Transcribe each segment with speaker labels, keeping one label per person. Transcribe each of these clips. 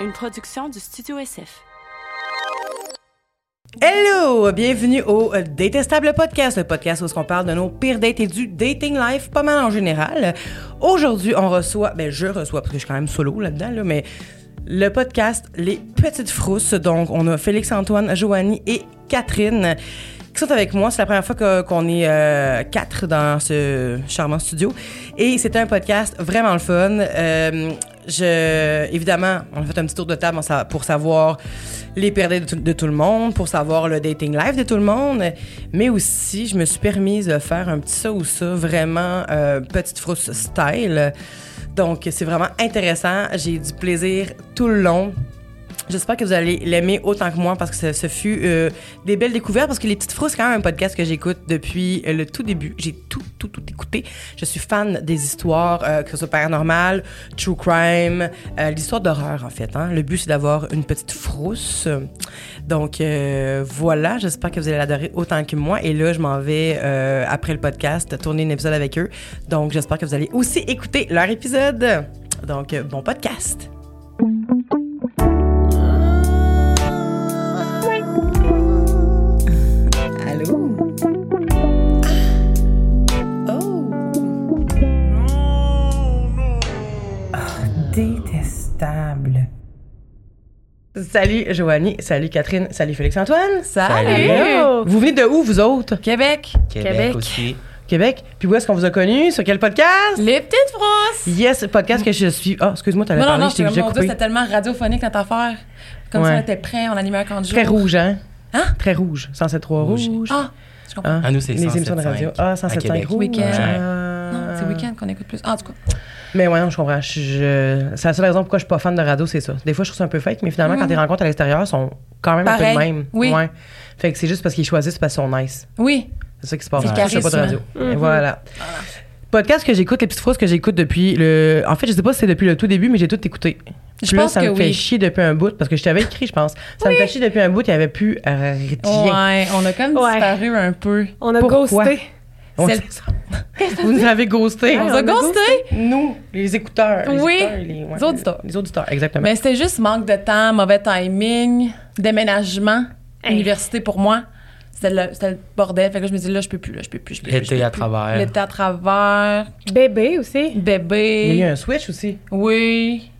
Speaker 1: une production du Studio SF.
Speaker 2: Hello! Bienvenue au euh, Détestable Podcast, le podcast où on parle de nos pires dates et du dating life, pas mal en général. Aujourd'hui, on reçoit, ben je reçois, parce que je suis quand même solo là-dedans, là, mais le podcast Les Petites Frousses. Donc, on a Félix-Antoine, Joanie et Catherine qui sont avec moi. C'est la première fois que- qu'on est euh, quatre dans ce charmant studio. Et c'est un podcast vraiment le fun. Euh, je, évidemment, on a fait un petit tour de table en sa- pour savoir les perdants de, tout- de tout le monde, pour savoir le dating life de tout le monde, mais aussi, je me suis permise de faire un petit ça ou ça, vraiment euh, petite frousse style. Donc, c'est vraiment intéressant. J'ai eu du plaisir tout le long. J'espère que vous allez l'aimer autant que moi parce que ce, ce fut euh, des belles découvertes. Parce que Les Petites Frousses, c'est quand même un podcast que j'écoute depuis euh, le tout début. J'ai tout, tout, tout écouté. Je suis fan des histoires, euh, que ce soit paranormal, true crime, euh, l'histoire d'horreur en fait. hein. Le but, c'est d'avoir une petite frousse. Donc euh, voilà, j'espère que vous allez l'adorer autant que moi. Et là, je m'en vais euh, après le podcast tourner un épisode avec eux. Donc j'espère que vous allez aussi écouter leur épisode. Donc euh, bon podcast. Allô? Oh! Détestable. Salut Joanie, salut Catherine, salut Félix-Antoine.
Speaker 3: Salut.
Speaker 2: Allô. Vous venez de où, vous autres?
Speaker 3: Québec.
Speaker 1: Québec.
Speaker 3: aussi.
Speaker 2: Québec. Puis où est-ce qu'on vous a connus? Sur quel podcast?
Speaker 3: Les petites frousses.
Speaker 2: Yes, podcast que je suis. Ah, excuse-moi, t'allais
Speaker 3: Non, non,
Speaker 2: parlé,
Speaker 3: non,
Speaker 2: je t'ai
Speaker 3: j'étais comme,
Speaker 2: déjà
Speaker 3: mon Dieu,
Speaker 2: coupé.
Speaker 3: c'était tellement radiophonique notre affaire. Comme
Speaker 2: Ouais.
Speaker 3: si on était prêts, on animait un camp de jour.
Speaker 2: Très rouge, hein?
Speaker 3: Hein?
Speaker 2: Très rouge. 107.3 rouge.
Speaker 3: Rouge. Ah, je comprends.
Speaker 2: Hein?
Speaker 4: Ah, nous, c'est
Speaker 2: Les émissions de
Speaker 4: 107.5.
Speaker 2: radio. Ah,
Speaker 4: À
Speaker 2: 107.5
Speaker 4: Québec.
Speaker 2: rouge.
Speaker 3: Week-end.
Speaker 2: Ah.
Speaker 3: Non, c'est week-end qu'on écoute plus. Ah, en tout cas.
Speaker 2: Mais ouais, non, je comprends. Je, je- C'est la seule raison pourquoi je suis pas fan de radio, c'est ça. Des fois, je trouve ça un peu fake, mais finalement, quand ils rencontres à l'extérieur, ils sont quand même un peu
Speaker 3: Mm. Pareil.
Speaker 2: de même.
Speaker 3: Oui.
Speaker 2: Ouais. Fait que c'est juste parce qu'ils choisissent parce qu'ils sont nice.
Speaker 3: Oui.
Speaker 2: C'est ça qui se passe.
Speaker 3: C'est
Speaker 2: Je
Speaker 3: carré
Speaker 2: fais pas de
Speaker 3: souvent.
Speaker 2: radio. Et Voilà. Podcast que j'écoute, les petites phrases que j'écoute depuis le. En fait, je sais pas si c'est depuis le tout début, mais j'ai tout écouté.
Speaker 3: Je
Speaker 2: Puis là,
Speaker 3: pense
Speaker 2: ça
Speaker 3: que
Speaker 2: me fait
Speaker 3: oui.
Speaker 2: chier depuis un bout, parce que je t'avais écrit, je pense. Ça me fait chier depuis un bout, il n'y avait plus euh, rien.
Speaker 3: Ouais, on a comme
Speaker 5: Ouais.
Speaker 3: disparu un peu.
Speaker 5: On a
Speaker 2: Pourquoi?
Speaker 5: ghosté.
Speaker 2: On-
Speaker 3: C'est le-
Speaker 2: Vous nous avez ghosté.
Speaker 3: On
Speaker 5: Ouais,
Speaker 3: vous a
Speaker 5: on a
Speaker 3: ghosté.
Speaker 2: Nous, les écouteurs. les
Speaker 3: Oui,
Speaker 2: écouteurs, les, ouais,
Speaker 3: les auditeurs.
Speaker 2: Les auditeurs, exactement.
Speaker 3: Mais c'était juste manque de temps, mauvais timing, déménagement,
Speaker 5: Hey.
Speaker 3: université pour moi. C'était le, c'était le bordel. Fait que là, je me dis, là, je peux plus, là, je peux plus, je peux plus. je
Speaker 4: L'été
Speaker 3: peux
Speaker 4: à
Speaker 3: plus.
Speaker 4: travers.
Speaker 3: L'été à travers.
Speaker 5: Bébé aussi.
Speaker 2: Il y a eu
Speaker 3: Bébé.
Speaker 2: un switch aussi.
Speaker 3: Oui.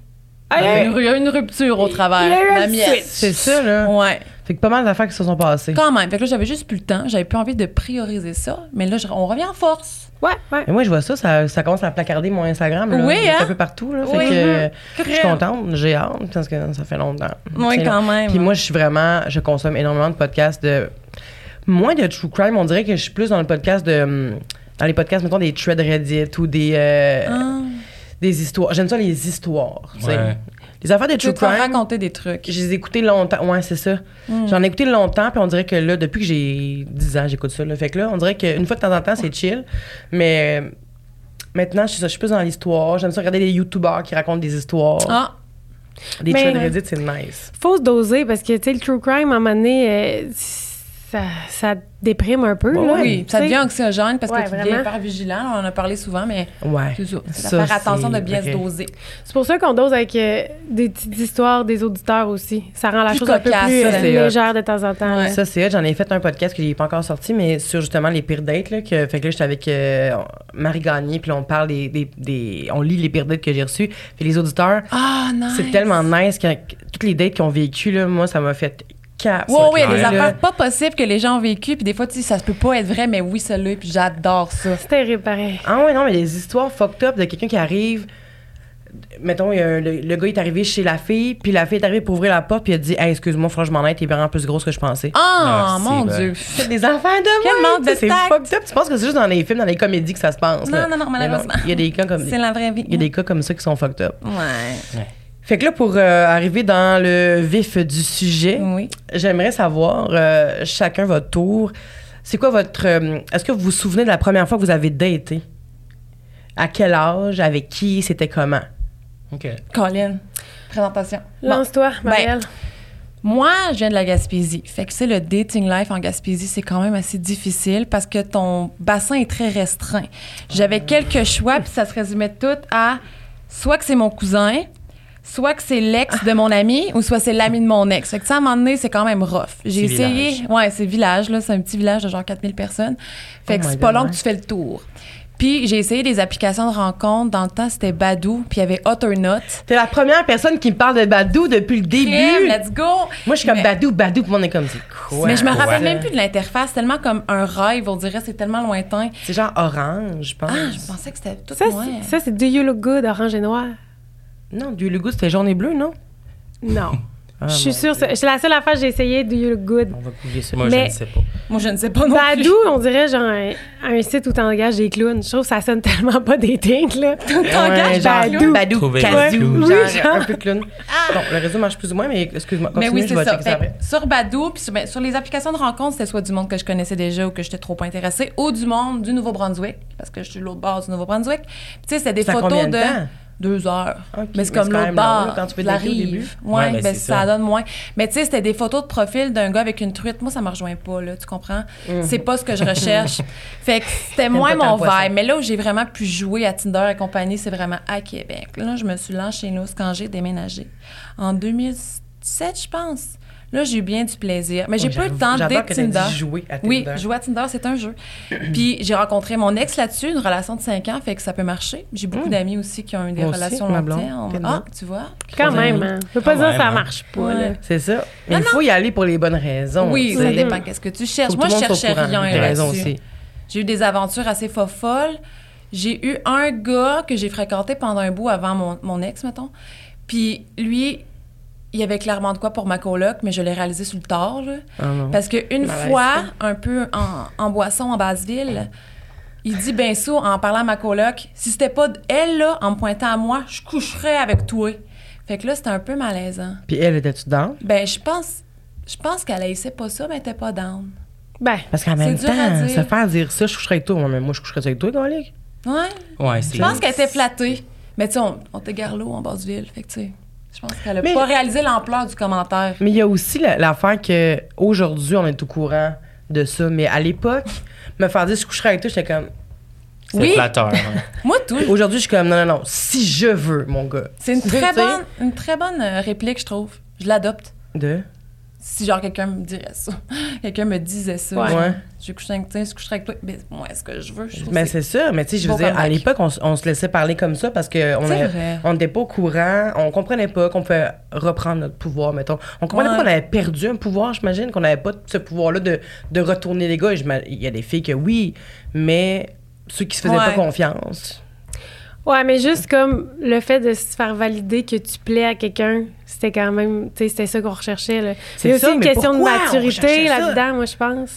Speaker 3: Ah, Il y a
Speaker 5: Hey,
Speaker 3: eu une- une rupture au travail.
Speaker 5: il y a eu un
Speaker 3: La mienne.
Speaker 5: switch.
Speaker 2: C'est ça, là.
Speaker 3: Ouais.
Speaker 2: Fait que pas mal d'affaires qui se sont passées.
Speaker 3: Quand même. Fait que là, j'avais juste plus le temps. J'avais plus envie de prioriser ça. Mais là, je- on revient en force.
Speaker 5: Ouais, ouais.
Speaker 2: Et moi, je vois ça, ça, ça commence à placarder mon Instagram. Là.
Speaker 3: Oui,
Speaker 2: C'est
Speaker 3: hein?
Speaker 2: un peu partout. Là. Fait
Speaker 3: Oui. Mm-hmm.
Speaker 2: que je suis
Speaker 3: Crème.
Speaker 2: contente, j'ai hâte, parce que ça fait longtemps.
Speaker 3: Oui,
Speaker 2: C'est
Speaker 3: quand
Speaker 2: long.
Speaker 3: même.
Speaker 2: Puis moi, je suis vraiment, je consomme énormément de podcasts de. Moins de true crime, on dirait que je suis plus dans le podcast de. hum, Dans les podcasts, mettons, des threads Reddit ou des. euh,
Speaker 3: Ah.
Speaker 2: Des histoires. J'aime ça, les histoires. tu sais.
Speaker 4: Ouais.
Speaker 2: Les affaires de
Speaker 3: Tu veux
Speaker 2: true
Speaker 3: te faire
Speaker 2: crime.
Speaker 3: raconter des trucs.
Speaker 2: Je les ai écoutées longtemps. Ouais, c'est ça. J'en ai écouté longtemps, puis on dirait que là, depuis que j'ai 10 ans, j'écoute ça. là. Fait que là, on dirait qu'une fois de temps en temps, c'est chill. Mais euh, maintenant, je suis, ça, je suis plus dans l'histoire. J'aime ça regarder les YouTubers qui racontent des histoires.
Speaker 3: Ah,
Speaker 2: Des
Speaker 5: Mais-
Speaker 2: threads Reddit, c'est nice.
Speaker 5: Faut se doser parce que, tu sais, le true crime, à un moment donné, euh, ça, ça déprime un peu. là.
Speaker 3: oui. Ça
Speaker 5: Tu sais,
Speaker 3: devient anxiogène parce
Speaker 5: Ouais,
Speaker 3: que tu
Speaker 5: vraiment.
Speaker 3: deviens hyper vigilant. On en a parlé souvent, mais
Speaker 2: Ouais.
Speaker 3: c'est ça. C'est
Speaker 2: Ça,
Speaker 3: de faire attention
Speaker 2: c'est
Speaker 3: de bien
Speaker 2: vrai.
Speaker 3: se doser.
Speaker 5: C'est pour ça qu'on dose avec euh, des petites histoires des auditeurs aussi. Ça rend la
Speaker 3: Plus
Speaker 5: chose un
Speaker 3: cocasse,
Speaker 5: peu plus euh,
Speaker 3: ça,
Speaker 2: c'est hot.
Speaker 5: légère de temps en temps.
Speaker 3: Ouais.
Speaker 2: Ça, c'est hot. J'en ai fait un podcast que j'ai pas encore sorti, mais sur justement les pires dates. Là, que, fait que là, j'étais avec euh, Marie Gagné, puis là, on parle des, des- des- On lit les pires dates que j'ai reçues. Puis les auditeurs,
Speaker 3: Ah, non.
Speaker 2: c'est tellement nice. que toutes les dates qu'ils ont vécues, là, moi, ça m'a fait cap.
Speaker 3: Oui, oui, il y a des
Speaker 2: Là,
Speaker 3: affaires pas possibles que les gens ont vécues. Puis des fois, tu sais, ça se peut pas être vrai, mais oui, ça l'est. Puis j'adore ça.
Speaker 5: C'est terrible, pareil.
Speaker 2: Ah ouais, non, mais les histoires fucked up de quelqu'un qui arrive. Mettons, il y a un- le, le gars est arrivé chez la fille, puis la fille est arrivée pour ouvrir la porte, puis elle dit Hey, excuse-moi, franchement, t'es vraiment plus grosse que je pensais.
Speaker 3: Ah,
Speaker 4: Merci,
Speaker 3: mon
Speaker 4: ben.
Speaker 3: Dieu.
Speaker 2: C'est des affaires de
Speaker 3: Quel
Speaker 2: même,
Speaker 3: manque
Speaker 2: tu sais,
Speaker 3: de
Speaker 2: C'est
Speaker 3: tact.
Speaker 2: fucked up. Tu penses que c'est juste dans les films, dans les comédies que ça se passe.
Speaker 3: Non,
Speaker 2: là.
Speaker 3: non, non,
Speaker 2: Mais
Speaker 3: malheureusement.
Speaker 2: Il y a des cas comme.
Speaker 3: C'est la vraie vie.
Speaker 2: Il y a des cas comme ça qui sont fucked up.
Speaker 3: Ouais.
Speaker 2: Fait que là, pour euh, arriver dans le vif du sujet,
Speaker 3: Oui.
Speaker 2: j'aimerais savoir, euh, chacun votre tour, c'est quoi votre. euh, Est-ce que vous vous souvenez de la première fois que vous avez daté? À quel âge? Avec qui? C'était comment?
Speaker 4: OK.
Speaker 3: Colin, présentation. Bon. ben,
Speaker 5: Lance-toi, Marielle.
Speaker 3: Moi, je viens de la Gaspésie. Fait que c'est le dating life en Gaspésie, c'est quand même assez difficile parce que ton bassin est très restreint. J'avais quelques choix, puis ça se résumait tout à soit que c'est mon cousin, soit que c'est l'ex de mon ami ou soit c'est l'ami de mon ex. Fait que, tu sais, à un moment donné, c'est quand même rough. J'ai
Speaker 2: C'est
Speaker 3: essayé.
Speaker 2: village.
Speaker 3: Ouais, c'est village, là. C'est un petit village de genre 4000 personnes. Fait
Speaker 2: Oh
Speaker 3: que
Speaker 2: my
Speaker 3: c'est pas
Speaker 2: God,
Speaker 3: long
Speaker 2: ouais.
Speaker 3: que tu fais le tour. Puis j'ai essayé des applications de rencontres. Dans le temps, c'était Badou, puis il y avait Hot or Not.
Speaker 2: T'es la première personne qui me parle de Badou depuis le début.
Speaker 3: Crème, let's go!
Speaker 2: Moi, je suis comme
Speaker 3: Mais-
Speaker 2: Badou, Badou, puis on est comme c'est quoi?
Speaker 3: mais je me rappelle
Speaker 2: ça?
Speaker 3: même plus de l'interface, tellement comme un rêve, on dirait, c'est tellement lointain.
Speaker 2: C'est genre orange, je pense.
Speaker 3: Ah, je pensais que c'était tout
Speaker 5: Ça,
Speaker 3: moi.
Speaker 5: c'est- ça, c'est Do You Look Good, orange et noir.
Speaker 2: Non, du Lugo, c'était jaune et bleu, non?
Speaker 5: Non.
Speaker 2: Ah,
Speaker 5: je suis
Speaker 2: bon.
Speaker 5: sûre. C'est c'est la seule affaire que j'ai essayé, Do You Look Good.
Speaker 2: On va publier ça.
Speaker 5: Moi, je Mais- ne sais
Speaker 2: pas.
Speaker 3: Moi, je ne sais pas non plus.
Speaker 5: Badou, on dirait genre un, un site où t'engages des clowns. Je trouve que ça sonne tellement pas dating, là.
Speaker 3: T'engages Badou.
Speaker 2: Badou, Badou,
Speaker 4: Trouver
Speaker 2: Kazou, genre,
Speaker 5: le clown. Oui, genre.
Speaker 2: un peu clown. Bon, le réseau marche plus ou moins, mais excuse-moi,
Speaker 3: Ah. Mais
Speaker 2: continue, je
Speaker 3: oui, c'est
Speaker 2: vais
Speaker 3: ça.
Speaker 2: checker ça
Speaker 3: Fait
Speaker 2: après.
Speaker 3: que sur Badou, puis sur, ben, sur les applications de rencontres, c'était soit du monde que je connaissais déjà ou que j'étais trop pas intéressée, ou du monde du Nouveau-Brunswick, parce que je suis de l'autre bord du Nouveau-Brunswick. Puis tu sais, c'était des
Speaker 2: Ça a
Speaker 3: photos
Speaker 2: combien de
Speaker 3: de
Speaker 2: temps?
Speaker 3: deux heures.
Speaker 2: Ok,
Speaker 3: Mais c'est
Speaker 2: mais c'est
Speaker 3: comme
Speaker 2: quand
Speaker 3: l'autre
Speaker 2: même long, là,
Speaker 3: bord,
Speaker 2: quand tu fais
Speaker 3: de la
Speaker 2: dater au
Speaker 3: rive.
Speaker 2: début.
Speaker 3: Ouais,
Speaker 4: Ouais, ben,
Speaker 3: ben,
Speaker 4: c'est
Speaker 3: ça.
Speaker 4: ça.
Speaker 3: donne moins. Mais tu sais, c'était des photos de profil d'un gars avec une truite. Moi, ça me rejoint pas, là, tu comprends? C'est pas ce que je recherche. fait que c'était moins
Speaker 2: Mm. pas tant
Speaker 3: mon
Speaker 2: le poisson.
Speaker 3: vibe. Mais là où j'ai vraiment pu jouer à Tinder et compagnie, c'est vraiment à Québec. Là, je me suis lancée chez nous quand j'ai déménagé. En 2007, je pense. Là, j'ai eu bien du plaisir. Mais Ben, j'ai
Speaker 2: Oui,
Speaker 3: pas eu le
Speaker 2: Oh, j'avoue.
Speaker 3: temps de
Speaker 2: J'adore
Speaker 3: date
Speaker 2: que t'aies dit
Speaker 3: Tinder.
Speaker 2: jouer à
Speaker 3: Oui,
Speaker 2: Tinder.
Speaker 3: jouer à Tinder, c'est un jeu. Puis j'ai rencontré mon ex là-dessus, une relation de 5 ans, fait que ça peut marcher. J'ai beaucoup d'amis aussi qui ont eu des
Speaker 2: Mm. Moi aussi,
Speaker 3: relations
Speaker 2: ma
Speaker 3: long
Speaker 2: blonde,
Speaker 3: terme.
Speaker 2: tellement.
Speaker 3: Ah, tu vois?
Speaker 5: Quand même, hein. Je peux pas
Speaker 4: Quand
Speaker 5: dire que ça
Speaker 4: même, hein.
Speaker 5: marche pas, là.
Speaker 3: Ouais.
Speaker 2: C'est ça. Mais
Speaker 3: Non,
Speaker 2: il faut y aller pour les bonnes raisons.
Speaker 3: Oui,
Speaker 2: tu
Speaker 3: ça
Speaker 2: sais.
Speaker 3: dépend qu'est-ce que tu cherches.
Speaker 2: Faut que
Speaker 3: Moi,
Speaker 2: tout
Speaker 3: je
Speaker 2: le monde soit
Speaker 3: cherchais
Speaker 2: au courant.
Speaker 3: rien
Speaker 2: T'as raison
Speaker 3: là-dessus.
Speaker 2: aussi.
Speaker 3: J'ai eu des aventures assez folles. J'ai eu un gars que j'ai fréquenté pendant un bout avant mon, mon ex, mettons. Puis lui, il y avait clairement de quoi pour ma coloc, mais je l'ai réalisé sur le tard. là.
Speaker 2: Ah non.
Speaker 3: Parce qu'une
Speaker 2: Malaise,
Speaker 3: fois, un peu en, en boisson, en Basse-Ville, il dit, ben ça, en parlant à ma coloc, si c'était pas d- elle, là, en me pointant à moi, je coucherais avec toi. Fait que là, c'était un peu malaisant.
Speaker 2: Puis elle était-tu dedans?
Speaker 3: Ben, je pense, je pense qu'elle haïssait pas ça, mais elle était pas down.
Speaker 5: Ben,
Speaker 2: Parce qu'en
Speaker 3: C'est
Speaker 2: même
Speaker 3: dur à
Speaker 2: temps, se
Speaker 3: dire.
Speaker 2: faire dire ça, je coucherais avec toi. Moi, mais moi je coucherais avec toi, Golic.
Speaker 3: Ouais.
Speaker 4: Ouais, c'est
Speaker 3: Je pense qu'elle était flattée. Mais tu sais, on, on était garlot en Basse-Ville. Fait que tu sais, je pense qu'elle a
Speaker 2: Mais-
Speaker 3: pas réalisé l'ampleur du commentaire.
Speaker 2: Mais il y a aussi la- l'affaire que aujourd'hui on est au courant de ça. Mais à l'époque, me faire dire je coucherais avec toi, j'étais comme.
Speaker 4: c'est
Speaker 3: Oui.
Speaker 4: flatteur. hein.
Speaker 3: Moi, tout.
Speaker 2: Aujourd'hui, je suis comme, non, non, non, si je veux, mon gars.
Speaker 3: C'est une
Speaker 2: Tu sais,
Speaker 3: très
Speaker 2: tu sais,
Speaker 3: bonne, une très bonne euh, réplique, je trouve. Je l'adopte.
Speaker 2: De.
Speaker 3: Si genre quelqu'un me dirait ça, quelqu'un me disait ça,
Speaker 2: Ouais.
Speaker 3: genre,
Speaker 2: Ouais.
Speaker 3: je couche avec toi, je coucherai avec toi. Mais moi, est-ce que je veux Je trouve
Speaker 2: Mais Ben,
Speaker 3: que
Speaker 2: c'est ça, mais tu sais, je veux
Speaker 3: Beau
Speaker 2: dire, à
Speaker 3: comeback.
Speaker 2: l'époque, on, s- on se laissait parler comme ça parce qu'on
Speaker 3: C'est vrai.
Speaker 2: on n'était pas au courant, on comprenait pas qu'on pouvait reprendre notre pouvoir, mettons. On comprenait
Speaker 3: Ouais.
Speaker 2: pas qu'on avait perdu un pouvoir, j'imagine, qu'on n'avait pas ce pouvoir-là de, de retourner les gars. Et j'ima- Il y a des filles que oui, mais ceux qui se faisaient pas
Speaker 3: Ouais.
Speaker 2: confiance.
Speaker 5: ouais, mais juste comme le fait de se faire valider que tu plais à quelqu'un, c'était quand même, tu sais, c'était ça qu'on recherchait, là.
Speaker 2: C'est
Speaker 5: Il y a aussi
Speaker 2: ça,
Speaker 5: une
Speaker 2: mais
Speaker 5: question de
Speaker 2: pourquoi on
Speaker 5: maturité
Speaker 2: recherchait ça?
Speaker 5: là-dedans, moi, je pense.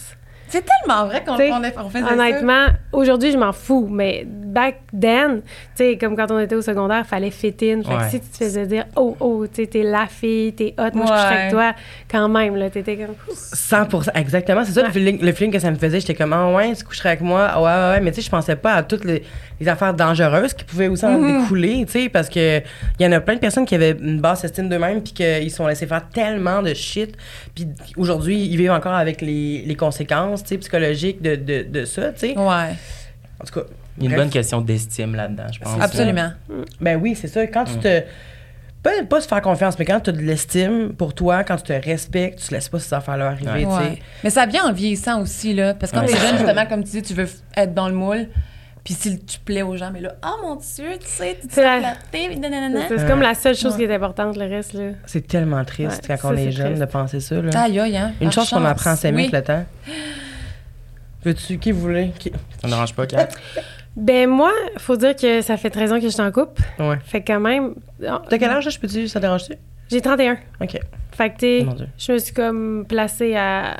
Speaker 3: C'est tellement vrai qu'on
Speaker 5: T'sais,
Speaker 3: qu'on est- on faisait ça.
Speaker 5: Honnêtement, aujourd'hui, je m'en fous, mais back then, tu sais, comme quand on était au secondaire, fallait fit in. Fait
Speaker 4: Ouais.
Speaker 5: que si tu te faisais dire, oh, oh, tu sais, t'es la fille, t'es hot, moi, je coucherai
Speaker 3: Ouais.
Speaker 5: avec toi, quand même, là, t'étais comme.
Speaker 2: 100%, exactement. C'est ça le, feeling, le feeling que ça me faisait. J'étais comme, ah ouais, tu coucherais avec moi, ah ouais, ouais, ouais. Mais tu sais, je pensais pas à toutes les, les affaires dangereuses qui pouvaient aussi en
Speaker 5: Mm-hmm.
Speaker 2: découler, tu sais, parce que il y en a plein de personnes qui avaient une basse estime d'eux-mêmes puis qu'ils se sont laissés faire tellement de shit. Puis aujourd'hui, ils vivent encore avec les, les conséquences, tu sais, psychologiques de, de, de ça, tu sais.
Speaker 3: Ouais,
Speaker 2: En tout cas.
Speaker 4: Il y a une
Speaker 2: bref.
Speaker 4: bonne question d'estime là-dedans, je pense.
Speaker 3: absolument.
Speaker 2: Ben oui, c'est ça. Quand tu te. Pas, pas se faire confiance, mais quand tu as de l'estime pour toi, quand tu te respectes, tu te laisses pas ces affaires-là arriver, tu sais.
Speaker 3: Ouais. Mais ça vient en vieillissant aussi, là. Parce que quand
Speaker 4: Ouais.
Speaker 3: t'es jeune, justement, comme tu dis, tu veux f- être dans le moule. Puis si tu plais aux gens, mais là, oh mon Dieu, tu sais, tu te
Speaker 5: C'est la-
Speaker 3: flatté, nanana.
Speaker 5: C'est comme la seule chose qui est importante, le reste, là.
Speaker 2: C'est tellement triste
Speaker 5: Ouais,
Speaker 2: quand
Speaker 5: ça,
Speaker 2: on est,
Speaker 5: c'est
Speaker 2: jeune
Speaker 5: triste. Ah,
Speaker 2: de penser ça. Là.
Speaker 3: Aïe, aïe, hein.
Speaker 2: Une
Speaker 3: par
Speaker 2: chose qu'on apprend, c'est mieux
Speaker 3: Oui.
Speaker 2: que le temps. Veux-tu qui voulait qui...
Speaker 4: Ça ne dérange pas, Kat?
Speaker 5: Ben, moi, faut dire que ça fait 13 ans que je suis en couple.
Speaker 2: Ouais.
Speaker 5: Fait que quand même. oh,
Speaker 2: T'as quel âge, là, je peux dire, ça te dérange-tu?
Speaker 5: J'ai 31.
Speaker 2: Ok.
Speaker 5: Fait que, t'es.
Speaker 2: Oh, Mon Dieu.
Speaker 5: Je me suis comme placée à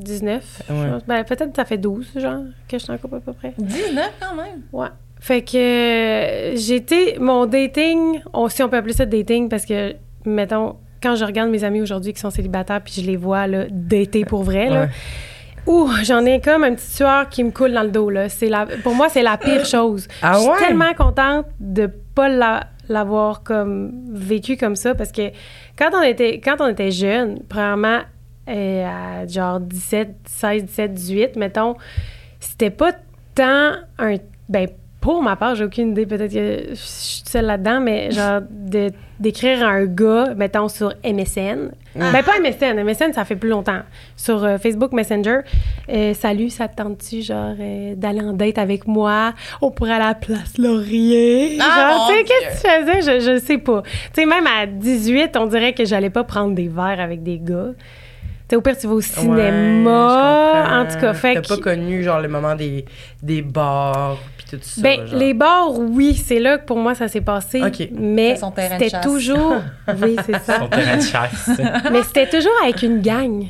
Speaker 5: 19. je
Speaker 2: Ah Ouais.
Speaker 5: pense. Ben, peut-être que ça fait 12, genre, que je suis en couple à peu près.
Speaker 3: 19 quand même.
Speaker 5: Ouais. Fait que euh, j'étais mon dating, on, si on peut appeler ça dating parce que mettons quand je regarde mes amis aujourd'hui qui sont célibataires puis je les vois là dater pour vrai là.
Speaker 2: Ouais.
Speaker 5: Ouh, j'en ai comme un petit sueur qui me coule dans le dos là. C'est la, pour moi c'est la pire chose.
Speaker 2: Ah
Speaker 5: je suis
Speaker 2: ouais?
Speaker 5: tellement contente de pas la- l'avoir comme vécu comme ça parce que quand on était quand on était jeune, premièrement euh, à genre 17, 16, 17, 18 mettons, c'était pas tant un ben Pour ma part, j'ai aucune idée. Peut-être que je suis toute seule là-dedans, mais genre, de- d'écrire à un gars, mettons, sur MSN.
Speaker 2: Ah.
Speaker 5: Ben, pas MSN. MSN, ça fait plus longtemps. Sur euh, Facebook Messenger. euh, salut, ça te tente-tu, genre, euh, d'aller en date avec moi? On pourrait aller à la place Laurier.
Speaker 3: Ah,
Speaker 5: genre,
Speaker 3: mon
Speaker 5: tu sais,
Speaker 3: Dieu.
Speaker 5: qu'est-ce que tu faisais? Je, je sais pas. Tu sais, même à 18, on dirait que j'allais pas prendre des verres avec des gars. Tu sais, au pire, tu vas au cinéma. en tout cas, fait
Speaker 2: T'as
Speaker 5: que-
Speaker 2: pas connu, genre, le moment des, des bars, puis tout ça.
Speaker 5: ben,
Speaker 2: genre.
Speaker 5: les bars, oui, c'est là que pour moi ça s'est passé.
Speaker 2: Ok.
Speaker 5: Mais
Speaker 3: C'est son terrain de
Speaker 5: c'était
Speaker 3: chasse.
Speaker 5: toujours. Oui, c'est ça.
Speaker 4: Son terrain de chasse.
Speaker 5: mais c'était toujours avec une gang.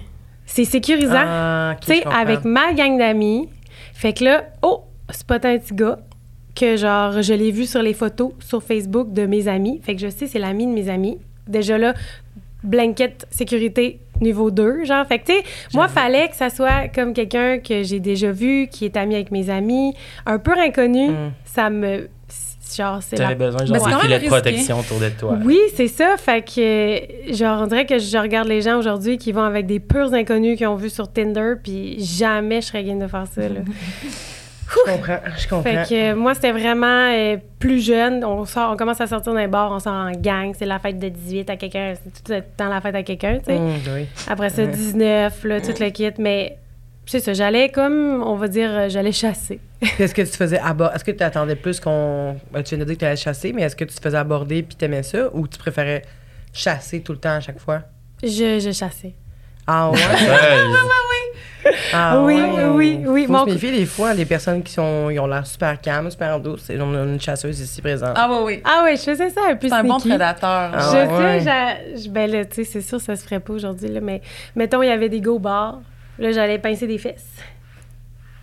Speaker 5: C'est sécurisant.
Speaker 2: Ah, ok,
Speaker 5: tu
Speaker 2: je
Speaker 5: sais,
Speaker 2: comprends.
Speaker 5: avec ma gang d'amis. Fait que là, oh, c'est pas un petit gars que genre, je l'ai vu sur les photos sur Facebook de mes amis. Fait que je sais, c'est l'ami de mes amis. Déjà là, blanket sécurité niveau 2, genre. Fait que, tu sais, moi, fallait que ça soit comme quelqu'un que j'ai déjà vu, qui est ami avec mes amis, un peu inconnu.
Speaker 2: Mm.
Speaker 5: Ça me. c'est- Genre, c'est
Speaker 4: T'avais
Speaker 5: la
Speaker 4: besoin
Speaker 3: Mais
Speaker 4: genre
Speaker 3: c'est
Speaker 4: des
Speaker 3: quand même
Speaker 4: filets de
Speaker 3: risqué.
Speaker 4: protection autour de toi.
Speaker 5: oui, c'est ça. Fait que, euh, genre, on dirait que je regarde les gens aujourd'hui qui vont avec des purs inconnus qu'ils ont vus sur Tinder, puis jamais je serais game de faire ça. là.
Speaker 2: Je comprends, je comprends.
Speaker 5: fait que, euh, moi, c'était vraiment euh, plus jeune. On, sort, on commence à sortir d'un bar, on sort en gang. C'est la fête de 18 à quelqu'un. C'est tout le temps la fête à quelqu'un, tu sais.
Speaker 2: Mm, oui.
Speaker 5: Après ça,
Speaker 2: Ouais.
Speaker 5: 19, là, tout le kit. Mais, c'est ça, j'allais comme, on va dire, euh, j'allais chasser.
Speaker 2: Qu'est-ce que tu faisais aborder? Est-ce que tu attendais plus qu'on. Ben, tu viens de dire que tu allais chasser, mais est-ce que tu te faisais aborder puis t'aimais ça ou tu préférais chasser tout le temps à chaque fois?
Speaker 5: Je, je chassais.
Speaker 2: Ah ouais? Ah
Speaker 5: Oui,
Speaker 2: ouais.
Speaker 5: oui, oui,
Speaker 2: Faut
Speaker 5: mon
Speaker 2: se méfier des fois, les personnes qui sont, ils ont l'air super calmes, super douces. et On a une chasseuse ici présente.
Speaker 3: Ah oui, oui.
Speaker 5: Ah ouais, je faisais ça un peu
Speaker 3: C'est un bon
Speaker 5: sneaky.
Speaker 3: prédateur.
Speaker 2: Ah
Speaker 5: je
Speaker 2: ouais.
Speaker 5: sais, j'a- je- ben là, tu sais, c'est sûr, ça se ferait pas aujourd'hui, là, mais mettons, il y avait des go bars. Là, j'allais pincer des fesses.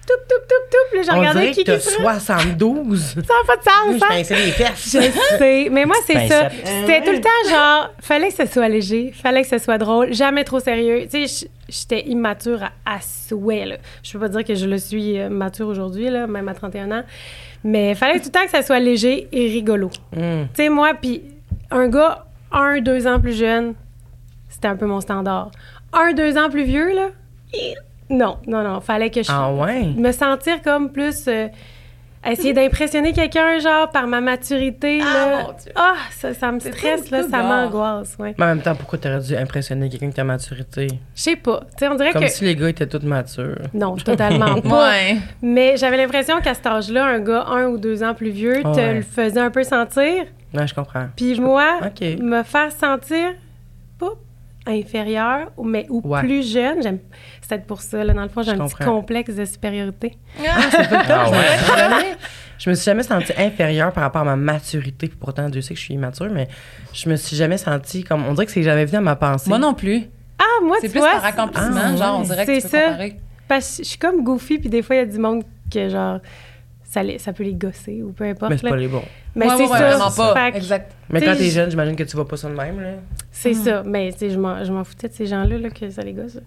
Speaker 5: Toup, toup, toup, toup. Là, je
Speaker 2: On
Speaker 5: regardais
Speaker 2: dirait
Speaker 5: qui
Speaker 2: que
Speaker 5: qui
Speaker 2: t'as
Speaker 5: se
Speaker 2: 72.
Speaker 5: Ça n'a pas de
Speaker 2: Je
Speaker 5: sens, hein?
Speaker 2: pinçais les fesses.
Speaker 5: Je sais, mais moi, c'est
Speaker 4: Petite
Speaker 5: ça.
Speaker 4: pincette.
Speaker 5: C'était tout le temps genre, fallait que ce soit léger, fallait que ce soit drôle, jamais trop sérieux. Tu sais, j- j'étais immature à, à souhait, là. Je peux pas dire que je le suis euh, mature aujourd'hui, là, même à 31 ans. Mais fallait tout le temps que ça soit léger et rigolo.
Speaker 2: Hum.
Speaker 5: Tu sais, moi, puis un gars, un, deux ans plus jeune, c'était un peu mon standard. Un, deux ans plus vieux, là, hi, non, non, non, fallait que je
Speaker 2: Ah ouais?
Speaker 5: me sentir comme plus... euh, essayer d'impressionner quelqu'un, genre, par ma maturité,
Speaker 3: Ah,
Speaker 5: là.
Speaker 3: mon Dieu.
Speaker 5: Ah, ça, ça me
Speaker 3: C'est
Speaker 5: stresse,
Speaker 3: pas
Speaker 5: là,
Speaker 3: du tout
Speaker 5: ça
Speaker 3: gore.
Speaker 5: m'angoisse, ouais.
Speaker 2: Mais en même temps, pourquoi t'aurais dû impressionner quelqu'un de ta maturité?
Speaker 5: Je sais pas, tu sais, on dirait
Speaker 2: Comme
Speaker 5: que...
Speaker 2: si les gars étaient tous matures.
Speaker 5: Non, totalement pas.
Speaker 3: Ouais.
Speaker 5: Mais j'avais l'impression qu'à cet âge-là, un gars un ou deux ans plus vieux te
Speaker 2: Ouais.
Speaker 5: le faisait un peu sentir,
Speaker 2: Non, je comprends.
Speaker 5: Puis moi,
Speaker 2: Ok.
Speaker 5: me faire sentir pas inférieure, ou- mais ou
Speaker 2: Ouais.
Speaker 5: plus jeune, j'aime. C'est peut-être pour ça, là, dans le fond, j'ai
Speaker 2: Je
Speaker 5: un petit
Speaker 2: comprends.
Speaker 5: complexe de supériorité.
Speaker 4: Ah ouais.
Speaker 2: Je me suis jamais sentie inférieure par rapport à ma maturité. Puis Pourtant, Dieu sait que je suis immature, mais je me suis jamais sentie comme. On dirait que c'est jamais venu à ma pensée.
Speaker 3: Moi non plus.
Speaker 5: Ah, moi,
Speaker 3: C'est
Speaker 5: tu
Speaker 3: plus
Speaker 5: vois,
Speaker 3: par accomplissement,
Speaker 2: Ah,
Speaker 3: genre, on
Speaker 2: ouais. Ben,
Speaker 3: dirait que tu
Speaker 5: C'est
Speaker 3: peux
Speaker 5: ça.
Speaker 3: comparer.
Speaker 5: parce que je suis comme goofy, puis des fois, il y a du monde que, genre, ça, les- ça peut les gosser, ou peu importe.
Speaker 2: Mais c'est
Speaker 5: là.
Speaker 2: pas les bons.
Speaker 5: Mais
Speaker 3: Ouais,
Speaker 5: c'est
Speaker 3: ouais, ouais,
Speaker 5: ça.
Speaker 3: vraiment pas.
Speaker 5: Fait que
Speaker 3: Exact.
Speaker 2: Mais
Speaker 5: T'sais,
Speaker 2: quand t'es
Speaker 5: je-
Speaker 2: jeune, j'imagine que tu vas pas ça de même, là.
Speaker 5: C'est
Speaker 2: Mm.
Speaker 5: ça. Mais, tu sais, je m'en je m'en foutais de ces gens-là, là, que ça les gosse.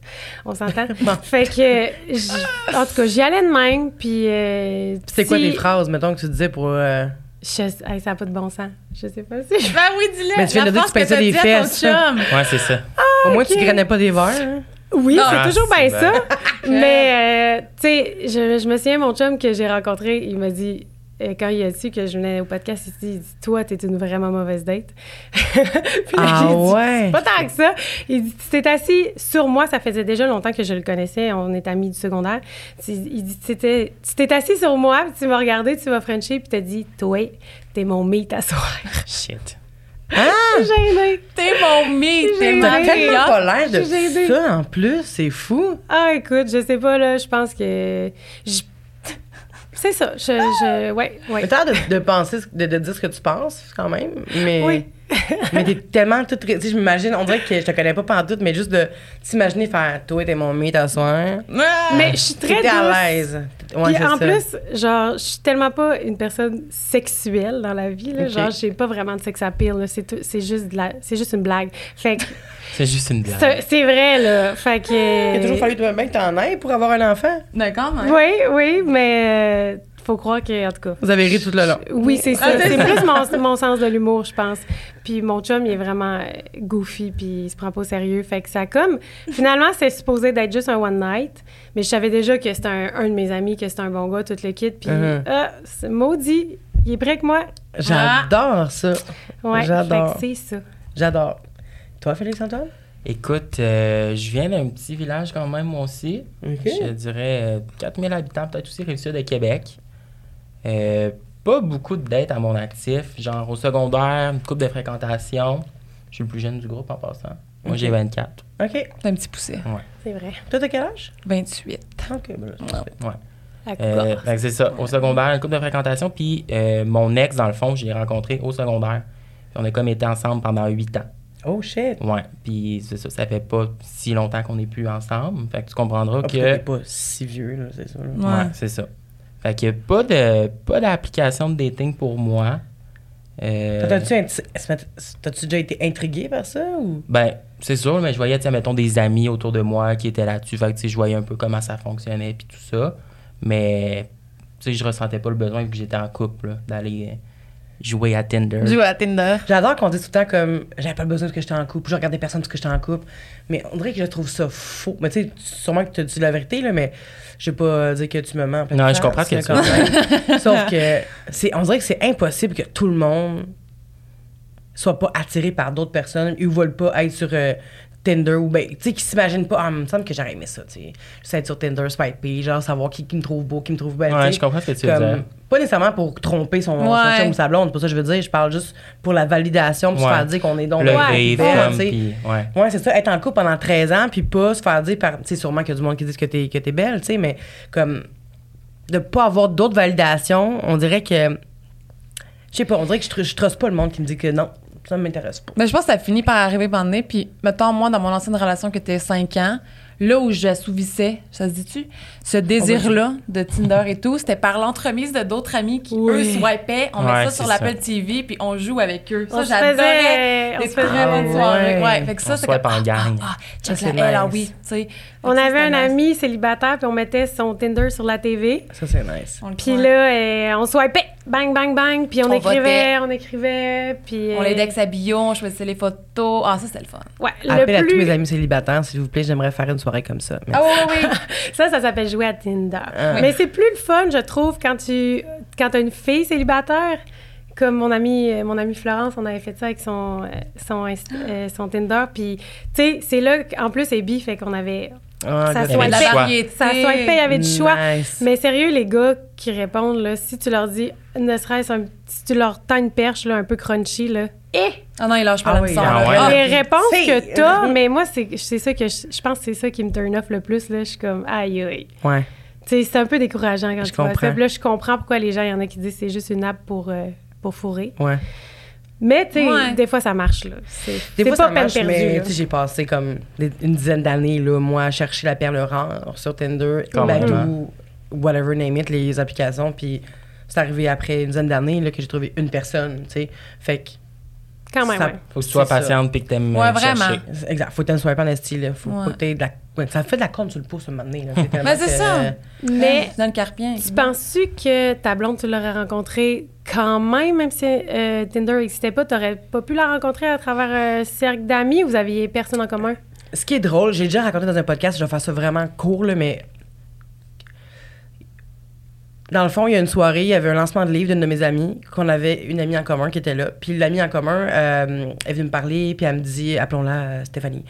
Speaker 5: On s'entend. fait que, j- en tout cas, j'y allais de même, puis. euh,
Speaker 2: Puis c'est quoi
Speaker 5: si-
Speaker 2: les phrases, mettons, que tu disais pour. euh,
Speaker 5: Je- hey, ça n'a pas de bon sens. Je sais pas si je
Speaker 3: Ben oui, dis-le.
Speaker 2: Mais tu viens de
Speaker 3: La
Speaker 2: dire que tu
Speaker 3: phrase
Speaker 2: pinçais
Speaker 3: t'as
Speaker 2: des
Speaker 3: dit à ton
Speaker 2: fesses.
Speaker 3: chum.
Speaker 4: Ouais, c'est ça.
Speaker 2: Au moins,
Speaker 5: ok.
Speaker 2: tu grenais pas des verres. hein.
Speaker 5: Oui,
Speaker 3: Non.
Speaker 5: c'est
Speaker 4: Ah,
Speaker 5: toujours bien
Speaker 4: c'est
Speaker 5: ça.
Speaker 4: bien.
Speaker 5: Mais, euh, tu sais, je, je me souviens, mon chum que j'ai rencontré, il m'a dit, euh, quand il a su que je venais au podcast ici, il dit Toi, t'es une vraiment mauvaise date. Puis là,
Speaker 2: Ah
Speaker 5: j'ai dit,
Speaker 2: ouais.
Speaker 5: Pas tant que ça. Il dit Tu t'es assis sur moi, ça faisait déjà longtemps que je le connaissais, on est amis du secondaire. Tu- Il dit Tu t'es- tu t'es assis sur moi, puis tu m'as regardé, tu m'as frenché, puis t'as dit Toi, t'es mon meet à soir.
Speaker 4: Shit.
Speaker 5: Je suis gênée.
Speaker 3: T'es mon mythe, t'es
Speaker 5: J'ai
Speaker 3: ma
Speaker 5: aimé.
Speaker 2: T'as tellement
Speaker 3: cliente.
Speaker 2: pas l'air de
Speaker 5: J'ai aidé.
Speaker 2: ça en plus, c'est fou.
Speaker 5: Ah, écoute, je sais pas, là, je pense que. je- C'est ça. Je, je... Ouais, ouais.
Speaker 2: Mais t'as l'air de, de penser, ce- de, de dire ce que tu penses quand même. Mais,
Speaker 5: Oui.
Speaker 2: mais t'es tellement toute. Tu sais, je m'imagine, on dirait que je te connais pas pantoute, mais juste de t'imaginer faire toi, t'es mon mec, à soir.
Speaker 5: Mais je suis très
Speaker 2: T'étais à
Speaker 5: douce.
Speaker 2: l'aise. Ouais,
Speaker 5: Puis
Speaker 2: c'est
Speaker 5: en
Speaker 2: ça.
Speaker 5: plus, genre, je suis tellement pas une personne sexuelle dans la vie, là.
Speaker 2: Ok.
Speaker 5: Genre, j'ai pas vraiment de sex appeal, là. C'est tout- c'est juste, de la... c'est juste une blague. Fait que
Speaker 4: C'est juste une blague.
Speaker 5: c'est c'est vrai, là. Fait que.
Speaker 2: Il a toujours fallu toi-même que t'en ailles pour avoir un enfant.
Speaker 3: Mais quand même.
Speaker 5: Oui, oui, mais. euh, faut croire que, en tout cas.
Speaker 2: Vous avez ri tout le long.
Speaker 5: Oui, c'est
Speaker 3: Ah,
Speaker 5: ça. C'est plus mon, mon sens de l'humour, je pense. Puis mon chum, il est vraiment euh, goofy, puis il se prend pas au sérieux. Fait que ça comme... Finalement, c'est supposé d'être juste un one night, mais je savais déjà que c'était un, un de mes amis, que c'était un bon gars, tout le kit. Puis,
Speaker 3: Uh-huh.
Speaker 2: Mhm.
Speaker 5: ah, c'est maudit, il est prêt que moi.
Speaker 2: J'adore ça.
Speaker 5: Ouais,
Speaker 2: J'adore.
Speaker 5: fait que c'est ça.
Speaker 2: J'adore. Toi, Félix-Antoine?
Speaker 4: Écoute, euh, je viens d'un petit village quand même, moi aussi.
Speaker 2: OK.
Speaker 4: Je dirais euh, 4000 habitants, peut-être aussi réussi de Québec. Euh, pas beaucoup de dates à mon actif. Genre au secondaire, une coupe de fréquentation. Je suis le plus jeune du groupe en passant. Moi, j'ai 24.
Speaker 2: OK.
Speaker 3: T'as un petit poussé.
Speaker 5: C'est vrai.
Speaker 2: Toi, t'as quel âge?
Speaker 3: 28.
Speaker 2: OK. ben là, c'est parfait.
Speaker 4: Ouais.
Speaker 5: La
Speaker 4: Euh,
Speaker 5: course.
Speaker 4: fait que c'est ça. Au secondaire, une couple de fréquentation. Puis euh, mon ex, dans le fond, je l'ai rencontré au secondaire. Puis on a comme été ensemble pendant 8 ans.
Speaker 2: Oh, shit.
Speaker 4: Ouais. Puis c'est ça, ça fait pas si longtemps qu'on n'est plus ensemble. Fait que tu comprendras
Speaker 2: Ah,
Speaker 4: que.
Speaker 2: putain, T'es pas si vieux, là, c'est ça. là.
Speaker 3: Ouais.
Speaker 4: Ouais, c'est ça. Fait que pas de pas d'application de dating pour moi. Euh,
Speaker 2: T'as-tu un petit- est-ce que t'as-tu déjà été intrigué par ça? Ou...
Speaker 4: ben, c'est sûr, mais je voyais, tu sais, mettons, des amis autour de moi qui étaient là-dessus. Fait que, tu sais, je voyais un peu comment ça fonctionnait puis tout ça. Mais, tu sais, je ressentais pas le besoin, vu que j'étais en couple, là, d'aller euh, jouer à Tinder.
Speaker 3: à Tinder.
Speaker 2: J'adore qu'on dise tout le temps comme j'avais pas besoin parce que j'étais en couple, je regardais personne parce que j'étais en couple. Mais on dirait que je trouve ça faux. Mais tu sais, sûrement que tu as dit la vérité, là, mais je vais pas dire que tu me mens. en pleine
Speaker 4: Non, je
Speaker 2: face,
Speaker 4: comprends ce que
Speaker 2: mais
Speaker 4: tu
Speaker 2: quand même. Sauf que c'est, on dirait que c'est impossible que tout le monde soit pas attiré par d'autres personnes ou veulent pas être sur euh, Tinder ou ben, tu sais, qui s'imaginent pas, ah, il me semble que j'aurais aimé ça, tu sais. Juste être sur Tinder, swiper, genre savoir qui, qui me trouve beau, qui me trouve belle.
Speaker 4: Ouais,
Speaker 2: tu sais.
Speaker 4: je comprends ce que tu veux
Speaker 2: Comme,
Speaker 4: dire.
Speaker 2: Pas nécessairement pour tromper son, son
Speaker 3: Ouais.
Speaker 2: chum ou sa blonde, c'est pas ça que je veux dire, je parle juste pour la validation, pour se
Speaker 4: Ouais.
Speaker 2: faire dire qu'on est donc
Speaker 4: Le
Speaker 2: bien
Speaker 4: rave,
Speaker 2: belle,
Speaker 4: comme,
Speaker 2: tu sais.
Speaker 4: puis- ouais.
Speaker 2: Ouais, c'est ça, être en couple pendant 13 ans, puis pas se faire dire par. Tu sais, sûrement qu'il y a du monde qui dit que t'es, que t'es belle, tu sais, mais comme. De pas avoir d'autres validations, on dirait que. Je sais pas, on dirait que je, tr- je trosse pas le monde qui me dit que non, ça ne m'intéresse pas.
Speaker 3: Mais Ben, je pense que ça finit par arriver pendant donné. Puis, mettons, moi, dans mon ancienne relation qui était 5 ans, là où j'assouvissais, ça se dit-tu, ce désir-là de Tinder et tout, c'était par l'entremise de d'autres amis qui,
Speaker 5: Oui.
Speaker 3: eux, swipaient. On met
Speaker 4: Ouais,
Speaker 3: ça
Speaker 4: c'est
Speaker 3: sur l'Apple
Speaker 4: ça.
Speaker 3: TV, puis on joue avec eux. Ça,
Speaker 5: On se
Speaker 3: j'adorais.
Speaker 5: faisait- on
Speaker 3: Des
Speaker 5: se faisait-
Speaker 3: très bonnes
Speaker 2: ouais.
Speaker 3: soirées. Ah, Ouais, fait que ça,
Speaker 4: On
Speaker 3: c'est
Speaker 4: swipe
Speaker 3: comme,
Speaker 4: en
Speaker 3: ah,
Speaker 4: gang.
Speaker 3: Ah,
Speaker 2: Ça,
Speaker 3: check la
Speaker 2: c'est
Speaker 3: elle, ah
Speaker 2: nice.
Speaker 3: oui, tu sais.
Speaker 5: On
Speaker 3: Fait que ça,
Speaker 5: avait un
Speaker 3: c'était nice.
Speaker 5: ami célibataire, puis on mettait son Tinder sur la TV.
Speaker 2: Ça, c'est nice.
Speaker 3: On le
Speaker 5: Puis
Speaker 3: croit.
Speaker 5: là, euh, on swipait, bang, bang, bang, puis on,
Speaker 3: On
Speaker 5: écrivait,
Speaker 3: votait.
Speaker 5: on écrivait, puis...
Speaker 3: On
Speaker 5: euh,
Speaker 3: l'aidait avec sa bio, on choisissait les photos. Ah, ça, c'était le fun.
Speaker 5: Ouais, le
Speaker 2: Appel
Speaker 5: plus...
Speaker 2: à tous mes amis célibataires, s'il vous plaît, j'aimerais faire une soirée comme ça. Merci.
Speaker 3: Ah oui, oui, oui.
Speaker 5: Ça, ça s'appelle jouer à Tinder.
Speaker 2: Ah.
Speaker 5: Mais c'est plus le fun, je trouve, quand tu quand t'as une fille célibataire. Comme mon amie, euh, mon amie Florence, on avait fait ça avec son, euh, son, Inst- euh, son Tinder. Puis, tu sais, c'est là qu'en plus, c'est bi, fait qu'on avait.
Speaker 2: Ah,
Speaker 5: ça
Speaker 2: God,
Speaker 4: Il y avait
Speaker 5: swipait.
Speaker 4: du choix.
Speaker 5: Ça swipait, il y avait du choix.
Speaker 2: Nice.
Speaker 5: Mais sérieux, les gars qui répondent, là, si tu leur dis, ne serait-ce un petit- si tu leur tends une perche là, un peu crunchy, là,
Speaker 3: Ah non, il lâche pas
Speaker 2: Ah
Speaker 3: la
Speaker 2: oui,
Speaker 3: mission.
Speaker 4: ah ouais.
Speaker 3: Ah,
Speaker 5: les
Speaker 2: puis-
Speaker 5: réponses
Speaker 2: C'est-
Speaker 5: que t'as, mais moi, c'est c'est ça que je, je pense que c'est ça qui me turn off le plus. Là. Je suis comme, aïe, aïe.
Speaker 2: Ouais.
Speaker 5: Tu sais, c'est un peu décourageant quand
Speaker 2: Je
Speaker 5: tu vois
Speaker 2: comprends.
Speaker 5: ça. Puis là, je comprends pourquoi les gens, il y en a qui disent que c'est juste une app pour, euh, pour fourrer.
Speaker 2: Ouais.
Speaker 5: Mais, tu sais,
Speaker 3: Ouais.
Speaker 5: des fois, ça marche, là. C'est
Speaker 2: Des
Speaker 5: c'est
Speaker 2: fois,
Speaker 5: pas
Speaker 2: ça marche,
Speaker 5: peine
Speaker 2: mais
Speaker 5: perdue.
Speaker 2: tu
Speaker 5: là.
Speaker 2: sais, j'ai passé comme des- une dizaine d'années, là, moi, à chercher la perle rare sur Tinder,
Speaker 4: Quand
Speaker 2: Badoo,
Speaker 4: même. hein.
Speaker 2: whatever, name it, les applications. Puis c'est arrivé après une dizaine d'années là, que j'ai trouvé une personne, tu sais. Fait que.
Speaker 5: Quand même,
Speaker 2: ça-
Speaker 5: ouais.
Speaker 4: Faut que tu sois
Speaker 2: C'est ça.
Speaker 4: patiente puis que t'aimes
Speaker 3: Ouais,
Speaker 4: euh, chercher.
Speaker 3: vraiment.
Speaker 2: Exact. Faut que tu sois pas dans style. Faut
Speaker 3: Ouais.
Speaker 2: pas que t'aies de la. ouais, ça fait de la compte sur le pouce, ce moment donné.
Speaker 5: Ben,
Speaker 2: Là, tellement
Speaker 3: Mais c'est
Speaker 2: que-
Speaker 3: ça.
Speaker 5: Mais
Speaker 3: dans le ah, carpien.
Speaker 5: tu penses-tu que ta blonde, tu l'aurais rencontrée quand même, même si euh, Tinder n'existait pas, t'aurais pas pu la rencontrer à travers un cercle d'amis ou vous aviez personne en commun?
Speaker 2: Ce qui est drôle, j'ai déjà raconté dans un podcast, je vais faire ça vraiment court, là, mais. Dans le fond, il y a une soirée, il y avait un lancement de livre d'une de mes amies, qu'on avait une amie en commun qui était là. Puis l'amie en commun, euh, elle vient me parler, puis elle me dit, appelons-la euh, Stéphanie.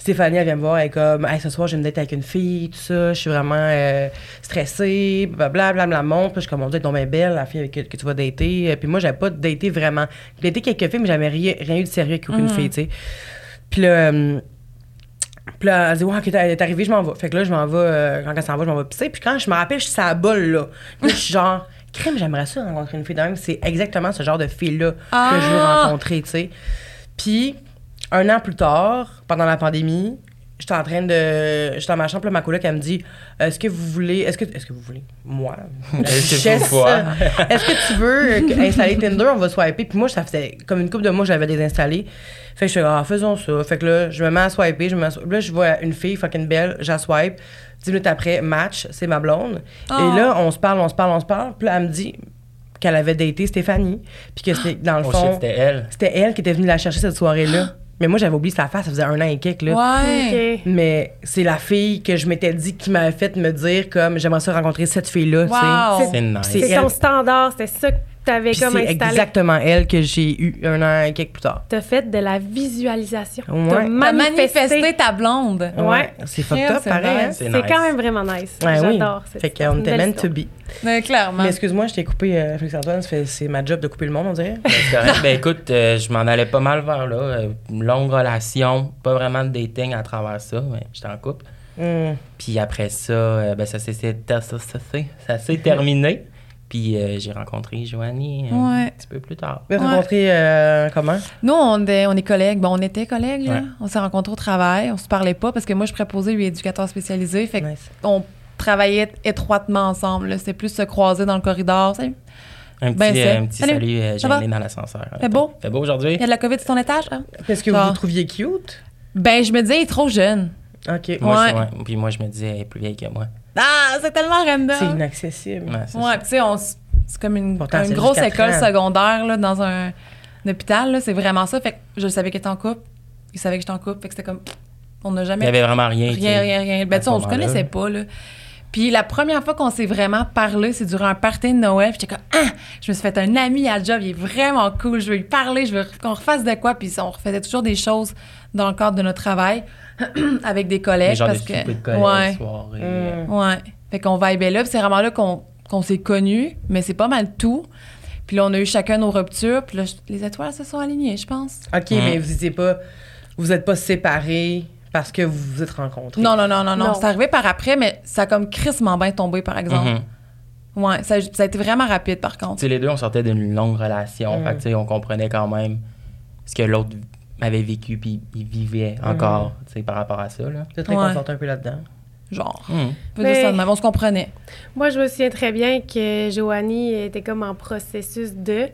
Speaker 2: Stéphanie, elle vient me voir, elle est comme, hey, ce soir, j'ai une date avec une fille, tout ça, je suis vraiment euh, stressée, blablabla, monte. Puis je suis comme, on doit être donc bien belle, la fille que, que tu vas dater. Euh, Puis moi, j'avais pas daté vraiment. J'ai daté quelques filles, mais j'avais rien, rien eu de sérieux avec aucune fille, tu sais. Puis là, euh, puis là, elle dit, ouais, ok, t'es t'es arrivé, je m'en vais. Fait que là, je m'en vais, euh, quand elle s'en va, je m'en vais pisser. Puis quand je me rappelle, je suis à la bolle, là. Puis là, je suis genre, crème, j'aimerais ça rencontrer une fille de même. C'est exactement ce genre de fille-là que je veux
Speaker 3: Ah!
Speaker 2: rencontrer, tu sais. Puis, un an plus tard, pendant la pandémie, j'étais en train de. J'étais dans ma chambre, puis là, ma coloc, elle me dit, est-ce que vous voulez. Est-ce que, est-ce que vous voulez. Moi. la
Speaker 4: Est-ce que vous
Speaker 2: duchesse,
Speaker 4: voulez?
Speaker 2: est-ce que tu veux euh, installer Tinder? On va swiper. Puis moi, ça faisait comme une couple de mois, j'avais désinstallé. Fait que je suis ah, faisons ça. Fait que là, je me mets à swiper. Je me mets à swi- Là, je vois une fille fucking belle, j'aswipe. Dix minutes après, match, c'est ma blonde.
Speaker 3: Oh.
Speaker 2: Et là, on se parle, on se parle, on se parle. Puis là, elle me dit qu'elle avait daté Stéphanie. Puis que c'est, dans le
Speaker 4: Oh
Speaker 2: fond,
Speaker 4: shit, c'était elle.
Speaker 2: c'était elle qui était venue la chercher cette soirée-là. Mais moi, j'avais oublié sa face, ça faisait un an et quelques. Là.
Speaker 3: Ouais.
Speaker 5: OK.
Speaker 2: Mais c'est la fille que je m'étais dit qui m'avait fait me dire comme j'aimerais ça rencontrer cette fille-là. tu sais.
Speaker 3: Wow.
Speaker 4: C'est nice.
Speaker 2: c'est
Speaker 5: C'est
Speaker 2: elle.
Speaker 5: ton standard, c'était ça que t'avais
Speaker 2: Puis
Speaker 5: comme
Speaker 2: c'est
Speaker 5: installé.
Speaker 2: exactement elle que j'ai eu un an et quelques plus tard.
Speaker 5: T'as fait de la visualisation.
Speaker 2: Ouais.
Speaker 5: T'as
Speaker 3: T'as
Speaker 5: manifesté.
Speaker 3: manifesté ta blonde.
Speaker 5: Ouais.
Speaker 2: C'est fucked
Speaker 3: Yeah,
Speaker 2: up,
Speaker 3: c'est
Speaker 2: pareil.
Speaker 3: vrai.
Speaker 2: hein?
Speaker 4: C'est
Speaker 5: C'est
Speaker 4: nice.
Speaker 5: quand même vraiment nice.
Speaker 2: Ouais, oui.
Speaker 5: J'adore cette
Speaker 2: Fait
Speaker 5: histoire.
Speaker 2: qu'on
Speaker 5: Une
Speaker 2: était
Speaker 5: belle
Speaker 2: meant to
Speaker 5: histoire.
Speaker 2: be.
Speaker 3: Ouais, clairement.
Speaker 2: Mais excuse-moi, je t'ai coupé, euh, Félix-Antoine. ça fait- C'est ma job de couper le monde, on dirait.
Speaker 4: Ben, c'est correct. ben écoute, euh, je m'en allais pas mal vers là. euh, une longue relation, pas vraiment de dating à travers ça, mais j'étais en couple.
Speaker 2: Hum.
Speaker 4: Puis après ça, euh, ben ça s'est- s'est ça s'est- ça s'est terminé. Puis euh, j'ai rencontré Joanie euh,
Speaker 3: Ouais.
Speaker 4: un petit peu plus tard.
Speaker 2: Vous avez
Speaker 3: Ouais.
Speaker 2: rencontré euh, comment?
Speaker 3: Nous, on est, on est collègues. Bon, on était collègues, là.
Speaker 4: Ouais.
Speaker 3: On s'est rencontrés au travail. On se parlait pas parce que moi, je préposais lui éducateur spécialisé. Fait
Speaker 2: Nice.
Speaker 3: qu'on travaillait étroitement ensemble. là. C'était plus se croiser dans le corridor. Salut.
Speaker 4: Un petit,
Speaker 3: Ben, c'est-
Speaker 4: euh, un petit
Speaker 3: Salut,
Speaker 4: salut, euh,
Speaker 3: ça va?
Speaker 4: gêné dans l'ascenseur.
Speaker 3: Fait beau?
Speaker 4: Fait beau aujourd'hui?
Speaker 3: Il y a de la COVID sur ton étage? hein?
Speaker 2: Est-ce que vous
Speaker 3: Genre.
Speaker 2: vous trouviez cute?
Speaker 3: Ben, je me disais, il est trop jeune.
Speaker 2: OK.
Speaker 4: Moi,
Speaker 3: Ouais.
Speaker 4: je- ouais. Puis moi, je me disais, elle est plus vieille que moi.
Speaker 3: Ah, c'est tellement
Speaker 2: C'est
Speaker 3: random.
Speaker 2: inaccessible.
Speaker 4: Ouais, c'est
Speaker 3: Ouais,
Speaker 4: ça.
Speaker 3: puis tu sais, on s- c'est comme une,
Speaker 2: Pourtant,
Speaker 3: une
Speaker 2: c'est
Speaker 3: grosse
Speaker 2: juste quatre
Speaker 3: école
Speaker 2: ans.
Speaker 3: secondaire là, dans un, un hôpital. là. C'est vraiment ça. Fait que je savais qu'il était en couple. Il savait que j'étais en couple. Fait que c'était comme. On n'a
Speaker 4: Il n'y
Speaker 3: jamais
Speaker 4: avait vraiment rien. tu
Speaker 3: Rien,
Speaker 4: sais.
Speaker 3: rien, rien. Ben,
Speaker 4: à
Speaker 3: tu
Speaker 4: ce
Speaker 3: sais, on se
Speaker 4: moment-là.
Speaker 3: connaissait pas, là. Puis la première fois qu'on s'est vraiment parlé, c'est durant un party de Noël. Puis j'étais comme, ah, je me suis fait un ami à job, il est vraiment cool, je veux lui parler, je veux qu'on refasse de quoi. Puis on refaisait toujours des choses dans le cadre de notre travail avec des
Speaker 4: Les
Speaker 3: collègues.
Speaker 4: genres
Speaker 3: parce
Speaker 4: de
Speaker 3: que,
Speaker 4: soupers de
Speaker 3: ouais, Mm.
Speaker 4: collègues, soirées,
Speaker 2: Hmm.
Speaker 4: euh,
Speaker 3: ouais. Fait qu'on vibait là, puis c'est vraiment là qu'on qu'on s'est connus, mais c'est pas mal tout. Puis là, on a eu chacun nos ruptures, puis là, je- les étoiles se sont alignées, je pense.
Speaker 2: OK,
Speaker 4: Mm.
Speaker 2: mais vous n'étiez pas... Vous n'êtes pas séparés parce que vous vous êtes rencontrés.
Speaker 3: Non, non, non, non, non.
Speaker 5: Non.
Speaker 3: C'est arrivé par après, mais ça a comme crissement bien tombé, par exemple.
Speaker 4: Mhm.
Speaker 3: Ouais, ça, ça a été vraiment rapide par
Speaker 4: Tu
Speaker 3: contre.
Speaker 4: sais, les deux, on sortait d'une longue relation.
Speaker 2: Mm.
Speaker 4: Fait que, tu sais, on comprenait quand même ce que l'autre avait vécu puis il vivait encore, tu sais, par rapport à ça, là.
Speaker 2: Vous êtes réconfortés un peu là-dedans.
Speaker 3: Genre,
Speaker 4: Mm.
Speaker 3: on peut dire ça de
Speaker 5: Mais-
Speaker 3: même, on se comprenait.
Speaker 5: Moi, je me souviens très bien que Joanie était comme en processus de.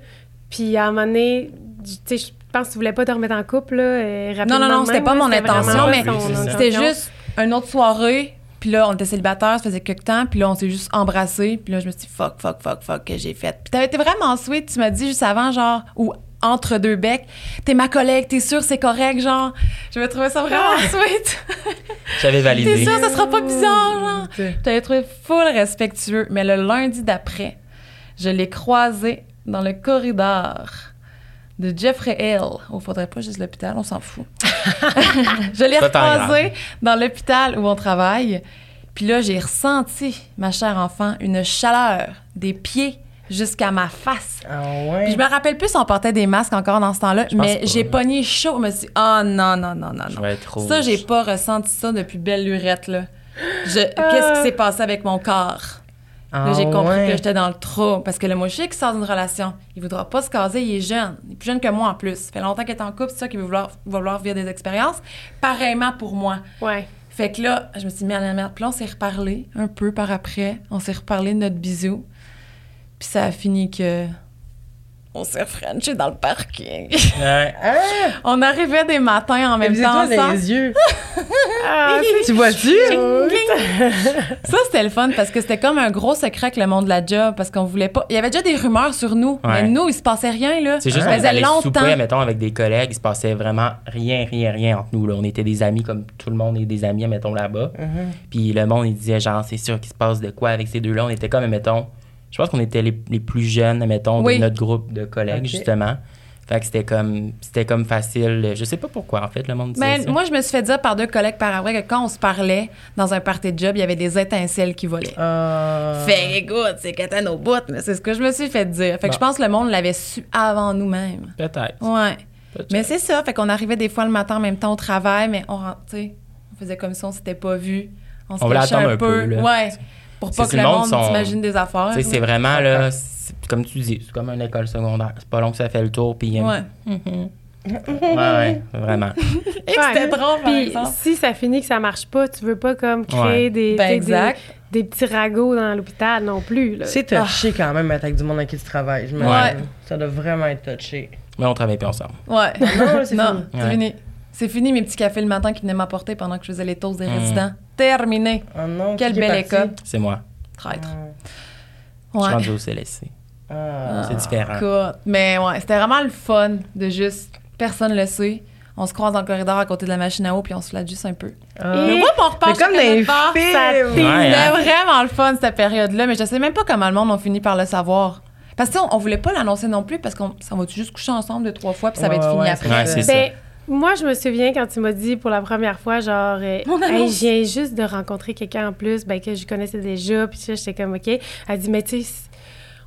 Speaker 5: Puis à un moment donné, tu sais, je pense que tu voulais pas te remettre en couple, là, euh, rapidement.
Speaker 3: non,
Speaker 5: de
Speaker 3: c'était
Speaker 5: même,
Speaker 3: pas
Speaker 5: là,
Speaker 3: mon
Speaker 5: c'était
Speaker 3: intention,
Speaker 5: vraiment
Speaker 4: mais
Speaker 5: son
Speaker 4: c'est ça.
Speaker 3: C'était
Speaker 5: intention.
Speaker 3: juste une autre soirée, puis là on était célibataires, ça faisait quelques temps, puis là on s'est juste embrassés, puis là je me suis dit fuck, fuck, fuck, fuck que j'ai fait. Puis t'avais été vraiment sweet, tu m'as dit juste avant genre ou entre deux becs, t'es ma collègue, t'es sûre c'est correct genre. Je me trouvais ça vraiment
Speaker 5: Ah.
Speaker 3: sweet.
Speaker 4: J'avais
Speaker 3: t'es
Speaker 4: validé.
Speaker 3: sûre ça sera pas bizarre genre.
Speaker 2: T'sais.
Speaker 3: Je t'avais trouvé full respectueux, mais le lundi d'après, je l'ai croisé dans le corridor de Jeffrey Hill. Oh, faudrait pas juste l'hôpital, on s'en fout. je l'ai
Speaker 4: Pas tant
Speaker 3: recroisé dans l'hôpital où on travaille. Puis là, j'ai ressenti, ma chère enfant, une chaleur des pieds jusqu'à ma face.
Speaker 2: Ah
Speaker 3: Puis
Speaker 2: ouais?
Speaker 3: je me rappelle plus si on portait des masques encore dans ce temps-là,
Speaker 4: pense
Speaker 3: mais
Speaker 4: pas,
Speaker 3: j'ai
Speaker 4: là.
Speaker 3: pogné chaud. Je me suis dit, oh non, non, non, non,
Speaker 4: Je
Speaker 3: non.
Speaker 4: vais être rouge.
Speaker 3: Ça, j'ai pas ressenti ça depuis belle lurette, là. Je-
Speaker 2: Euh.
Speaker 3: Qu'est-ce qui s'est passé avec mon corps?
Speaker 2: Ah
Speaker 3: Là, j'ai compris
Speaker 2: ouais.
Speaker 3: que j'étais dans le trou. Parce que le mochier qui sort d'une relation, il voudra pas se caser, il est jeune. Il est plus jeune que moi en plus. Ça fait longtemps qu'il est en couple, c'est ça qu'il veut vouloir, vouloir vivre des expériences. Pareillement pour moi.
Speaker 5: Ouais.
Speaker 3: Fait que là, je me suis mis à la merde. Puis là, on s'est reparlé un peu par après. On s'est reparlé de notre bisou. Puis ça a fini que. On s'est refrenché dans le parking.
Speaker 4: Ouais.
Speaker 2: Ah!
Speaker 3: on arrivait des matins en
Speaker 2: Mais
Speaker 3: même
Speaker 2: vous
Speaker 3: temps
Speaker 2: êtes dans
Speaker 3: ensemble.
Speaker 2: les yeux.
Speaker 5: Ah, c'est
Speaker 2: tu vois-tu?
Speaker 3: Ça, c'était le fun parce que c'était comme un gros secret que le monde de la job parce qu'on voulait pas. Il y avait déjà des rumeurs sur nous,
Speaker 4: Ouais.
Speaker 3: mais nous, il se passait rien, là.
Speaker 4: C'est juste
Speaker 3: ça
Speaker 4: qu'on
Speaker 3: faisait
Speaker 4: allait souper,
Speaker 3: longtemps.
Speaker 4: mettons, avec des collègues. Il se passait vraiment rien, rien, rien entre nous. Là. On était des amis comme tout le monde est des amis, mettons, là-bas.
Speaker 3: Mm-hmm.
Speaker 4: Puis le monde, il disait, genre, c'est sûr qu'il se passe de quoi avec ces deux-là. On était comme, mettons, je pense qu'on était les, les plus jeunes, mettons,
Speaker 3: Oui.
Speaker 4: de notre groupe de collègues,
Speaker 2: Ok.
Speaker 4: justement. Fait que c'était comme, c'était comme facile. Je sais pas pourquoi, en fait, le monde disait
Speaker 3: Mais
Speaker 4: ça.
Speaker 3: moi, je me suis fait dire par deux collègues par après que quand on se parlait dans un party de job, il y avait des étincelles qui volaient.
Speaker 2: Ah.
Speaker 3: Fait écoute, c'est catane au bout, mais c'est ce que je me suis fait dire. Fait
Speaker 4: Bon.
Speaker 3: que je pense que le monde l'avait su avant nous-mêmes.
Speaker 4: Peut-être.
Speaker 3: Ouais.
Speaker 4: Peut-être.
Speaker 3: Mais c'est ça, fait qu'on arrivait des fois le matin en même temps au travail, mais on, ren- tu sais, on faisait comme si on s'était pas vu. On se
Speaker 4: On voulait
Speaker 3: cachait
Speaker 4: attendre un peu, là.
Speaker 3: ouais. Pour
Speaker 4: C'est-
Speaker 3: pas
Speaker 4: c'est
Speaker 3: que
Speaker 4: le
Speaker 3: le
Speaker 4: monde
Speaker 3: monde
Speaker 4: sont-
Speaker 3: s'imagine des affaires.
Speaker 4: Tu sais, c'est vraiment, là, c'est- comme tu dis, c'est comme une école secondaire. C'est pas long que ça fait le tour, puis... il y a une-
Speaker 3: Ouais. Mm-hmm.
Speaker 4: ouais, ouais, vraiment.
Speaker 3: Et que c'était drôle, par
Speaker 5: Puis
Speaker 3: exemple.
Speaker 5: si ça finit que ça marche pas, tu veux pas comme créer
Speaker 4: Ouais.
Speaker 5: des,
Speaker 3: Ben,
Speaker 5: tu sais,
Speaker 3: exact.
Speaker 5: des, des petits ragots dans l'hôpital non plus. Là.
Speaker 2: C'est touché quand même, attaque du monde avec qui tu travailles. Je me-
Speaker 3: ah. Ouais.
Speaker 2: Ça doit vraiment être touché.
Speaker 4: Mais on travaille plus ensemble.
Speaker 3: Ouais.
Speaker 2: Non, c'est
Speaker 3: non,
Speaker 2: fini.
Speaker 3: c'est
Speaker 4: Ouais. Mm.
Speaker 3: fini. C'est fini mes petits cafés le matin qui venaient m'apporter pendant que je faisais les toasts des résidents. terminé.
Speaker 2: Oh non,
Speaker 3: Quelle
Speaker 2: qui est
Speaker 3: belle
Speaker 2: parti?
Speaker 3: école.
Speaker 4: C'est moi.
Speaker 3: Traître.
Speaker 4: Je suis hein.
Speaker 3: Ouais.
Speaker 4: rendu au CLSC.
Speaker 2: Ah.
Speaker 4: C'est différent.
Speaker 3: Écoute, mais ouais, c'était vraiment le fun de juste. Personne le sait. On se croise dans le corridor à côté de la machine à eau, puis on se flatte juste un peu.
Speaker 2: Ah.
Speaker 3: Et
Speaker 5: Et-
Speaker 3: whoop, on repart
Speaker 2: C'est comme
Speaker 3: chacun
Speaker 2: dans les
Speaker 3: notre bord.
Speaker 2: films.
Speaker 5: Ça
Speaker 4: Ouais,
Speaker 3: C'était
Speaker 4: hein?
Speaker 3: vraiment le fun, cette période-là, mais je sais même pas comment le monde a fini par le savoir. Parce que tu sais, on, on voulait pas l'annoncer non plus, parce qu'on s'en va juste coucher ensemble deux, trois fois, puis ça va
Speaker 2: Ouais,
Speaker 3: être
Speaker 2: ouais,
Speaker 3: fini
Speaker 2: ouais,
Speaker 3: après.
Speaker 4: Ouais, c'est ça.
Speaker 5: Ben, moi, je me souviens quand tu m'as dit pour la première fois, genre, euh,
Speaker 1: Mon
Speaker 5: Hey,
Speaker 1: annonce.
Speaker 5: je viens juste de rencontrer quelqu'un en plus, ben, que je connaissais déjà, puis ça, j'étais comme, OK. Elle dit, mais tu sais,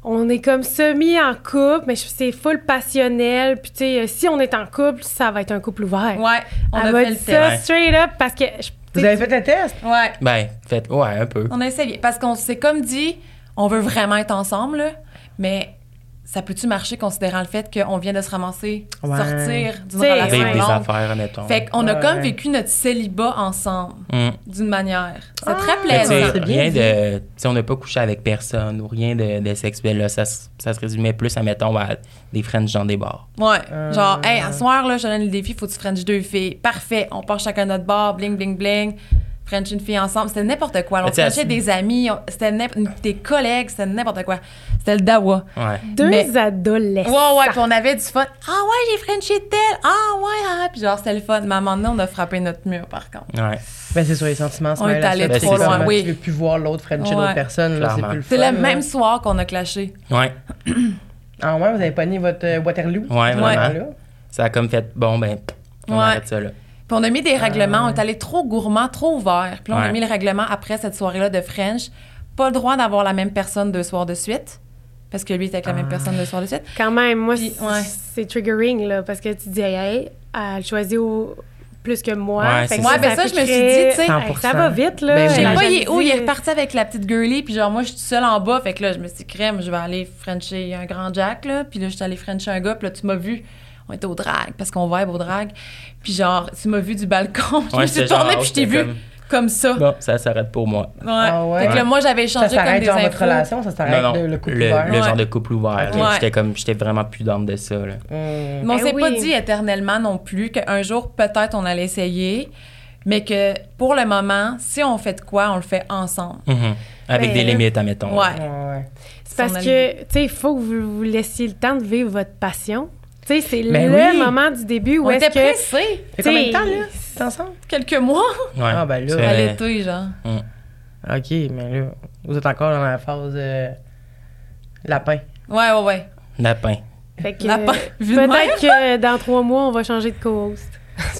Speaker 5: on est comme semi en couple, mais je- c'est full passionnel, puis tu sais, euh, si on est en couple, ça va être un couple ouvert.
Speaker 3: Ouais, on
Speaker 5: Elle
Speaker 3: a
Speaker 5: m'a
Speaker 3: fait
Speaker 5: dit
Speaker 3: le
Speaker 5: ça
Speaker 3: test.
Speaker 5: straight up parce que. je-
Speaker 2: Vous avez fait le test?
Speaker 3: Ouais,
Speaker 4: Ben, fait, ouais, un peu.
Speaker 3: on a essayé. Parce qu'on s'est comme dit, on veut vraiment être ensemble, là, mais ça peut-tu marcher considérant le fait qu'on vient de se ramasser,
Speaker 2: Ouais.
Speaker 3: sortir d'une
Speaker 5: T'sais,
Speaker 3: relation
Speaker 4: Vivre
Speaker 5: ouais.
Speaker 4: des
Speaker 3: longue?
Speaker 4: affaires, mettons.
Speaker 3: Fait qu'on a
Speaker 2: Ouais.
Speaker 3: comme vécu notre célibat ensemble,
Speaker 4: Mm.
Speaker 3: d'une manière. C'est très
Speaker 4: Ah. Mais tu sais,
Speaker 3: plaisant.
Speaker 2: c'est bien
Speaker 4: rien
Speaker 2: dit.
Speaker 4: de. Tu sais, on n'a pas couché avec personne ou rien de, de sexuel. Là. Ça, s- ça se résumait plus à, mettons, à des friends dans des bars.
Speaker 3: Ouais.
Speaker 2: Euh.
Speaker 3: Genre, hey, à soir, là, je te donne le défi, faut que tu French deux filles. Parfait. On part chacun notre bar, bling, bling, bling. French une fille ensemble. C'était n'importe quoi.
Speaker 4: Mais
Speaker 3: On
Speaker 4: tu sais,
Speaker 3: Frenchait
Speaker 4: à-
Speaker 3: des amis, on- c'était n'imp- des collègues, c'était n'importe quoi. C'était le dawa.
Speaker 4: Ouais.
Speaker 5: Deux
Speaker 3: Mais-
Speaker 5: adolescents.
Speaker 3: Ouais, ouais, puis on avait du fun. Ah ouais, j'ai Frenché tel. Ah ouais, ah. Puis genre, c'était le fun. Mais à un moment donné, on a frappé notre mur, par contre.
Speaker 4: Ouais.
Speaker 2: Ben, c'est sur les sentiments.
Speaker 3: On est allé
Speaker 4: trop loin,
Speaker 2: Tu
Speaker 3: oui.
Speaker 2: Tu veux plus voir l'autre French chez
Speaker 3: Ouais.
Speaker 2: l'autre personne. là, C'est
Speaker 4: Clairement.
Speaker 2: plus le fun.
Speaker 3: C'est le
Speaker 2: là.
Speaker 3: même soir qu'on a clashé.
Speaker 4: Ouais.
Speaker 2: Ah ouais, vous avez pogné votre euh, Waterloo?
Speaker 4: Ouais, vraiment.
Speaker 2: Là.
Speaker 4: Ça a comme fait, bon, ben, on
Speaker 3: Ouais.
Speaker 4: arrête ça, là.
Speaker 3: Puis on a mis des règlements, on est allé trop gourmand, trop ouvert. Puis là, on a
Speaker 4: Ouais.
Speaker 3: mis le règlement après cette soirée-là de French. Pas le droit d'avoir la même personne deux soirs de suite, parce que lui était avec la même personne deux soirs de suite.
Speaker 5: Quand même, moi,
Speaker 3: Puis,
Speaker 5: c'est-
Speaker 3: ouais.
Speaker 5: c'est triggering, là, parce que tu dis, hey, hey, elle choisit au- plus que moi.
Speaker 4: Ouais,
Speaker 5: Fait
Speaker 4: c'est
Speaker 5: que
Speaker 4: ça.
Speaker 3: Ouais, ben ça,
Speaker 5: peut
Speaker 3: je me suis
Speaker 5: créer-
Speaker 3: dit, tu sais,
Speaker 5: Hey, ça va vite, là.
Speaker 2: Ben oui.
Speaker 3: Je sais
Speaker 2: la
Speaker 3: pas, il
Speaker 5: jalousie.
Speaker 3: est où? Il est reparti avec la petite girly, puis genre, moi, je suis toute seule en bas. Fait que là, je me suis dit, crème, je vais aller Frencher un grand Jack, là. Puis là, je suis allée Frencher un gars, puis là, tu m'as vu. On était au drag, parce qu'on vibe au drag. Puis genre, tu m'as vu du balcon. Je
Speaker 4: Ouais,
Speaker 3: me suis
Speaker 4: j'étais genre,
Speaker 3: tournée, puis je t'ai
Speaker 4: j'étais
Speaker 3: vu
Speaker 4: comme-
Speaker 3: comme ça.
Speaker 4: Bon, ça s'arrête pour moi.
Speaker 3: Ouais.
Speaker 2: Ah ouais.
Speaker 3: Fait que là, moi, j'avais
Speaker 2: Ça
Speaker 3: échangé comme
Speaker 2: s'arrête
Speaker 3: des
Speaker 2: genre votre
Speaker 3: infos.
Speaker 2: relation, ça s'arrête
Speaker 4: non, non,
Speaker 2: le, le couple
Speaker 4: le,
Speaker 2: ouvert.
Speaker 4: le genre
Speaker 3: Ouais.
Speaker 4: de couple ouvert.
Speaker 2: Ok.
Speaker 4: là.
Speaker 3: Ouais.
Speaker 4: J'étais comme, j'étais vraiment plus d'âme de ça, là.
Speaker 2: Hmm.
Speaker 3: Mais on
Speaker 5: Ben
Speaker 3: s'est pas
Speaker 5: oui.
Speaker 3: dit éternellement non plus qu'un jour, peut-être, on allait essayer, mais que pour le moment, si on fait de quoi, on le fait ensemble.
Speaker 4: Mhm. Avec
Speaker 5: Ben,
Speaker 4: des limites, admettons. là.
Speaker 3: Ouais.
Speaker 2: Ouais, ouais.
Speaker 5: C'est parce
Speaker 3: Son
Speaker 5: que, tu sais, il faut que vous vous laissiez le temps de vivre votre passion. Tu sais, c'est
Speaker 2: Ben
Speaker 5: le
Speaker 2: oui.
Speaker 5: moment du début où
Speaker 3: On
Speaker 5: est-ce
Speaker 3: était
Speaker 5: que.
Speaker 3: pressés
Speaker 2: Fait combien de temps,
Speaker 5: T'sais,
Speaker 2: là? T'es ensemble?
Speaker 3: quelques mois
Speaker 4: Ouais.
Speaker 2: Ah, ben là.
Speaker 4: C'est-
Speaker 2: Euh,
Speaker 3: à l'été, genre.
Speaker 2: OK, mais là, vous êtes encore dans la phase euh, lapin.
Speaker 3: Ouais, ouais, ouais.
Speaker 4: Lapin.
Speaker 5: Fait que,
Speaker 3: La pa- Vu de
Speaker 5: Peut-être que dans trois mois, on va changer de co-host.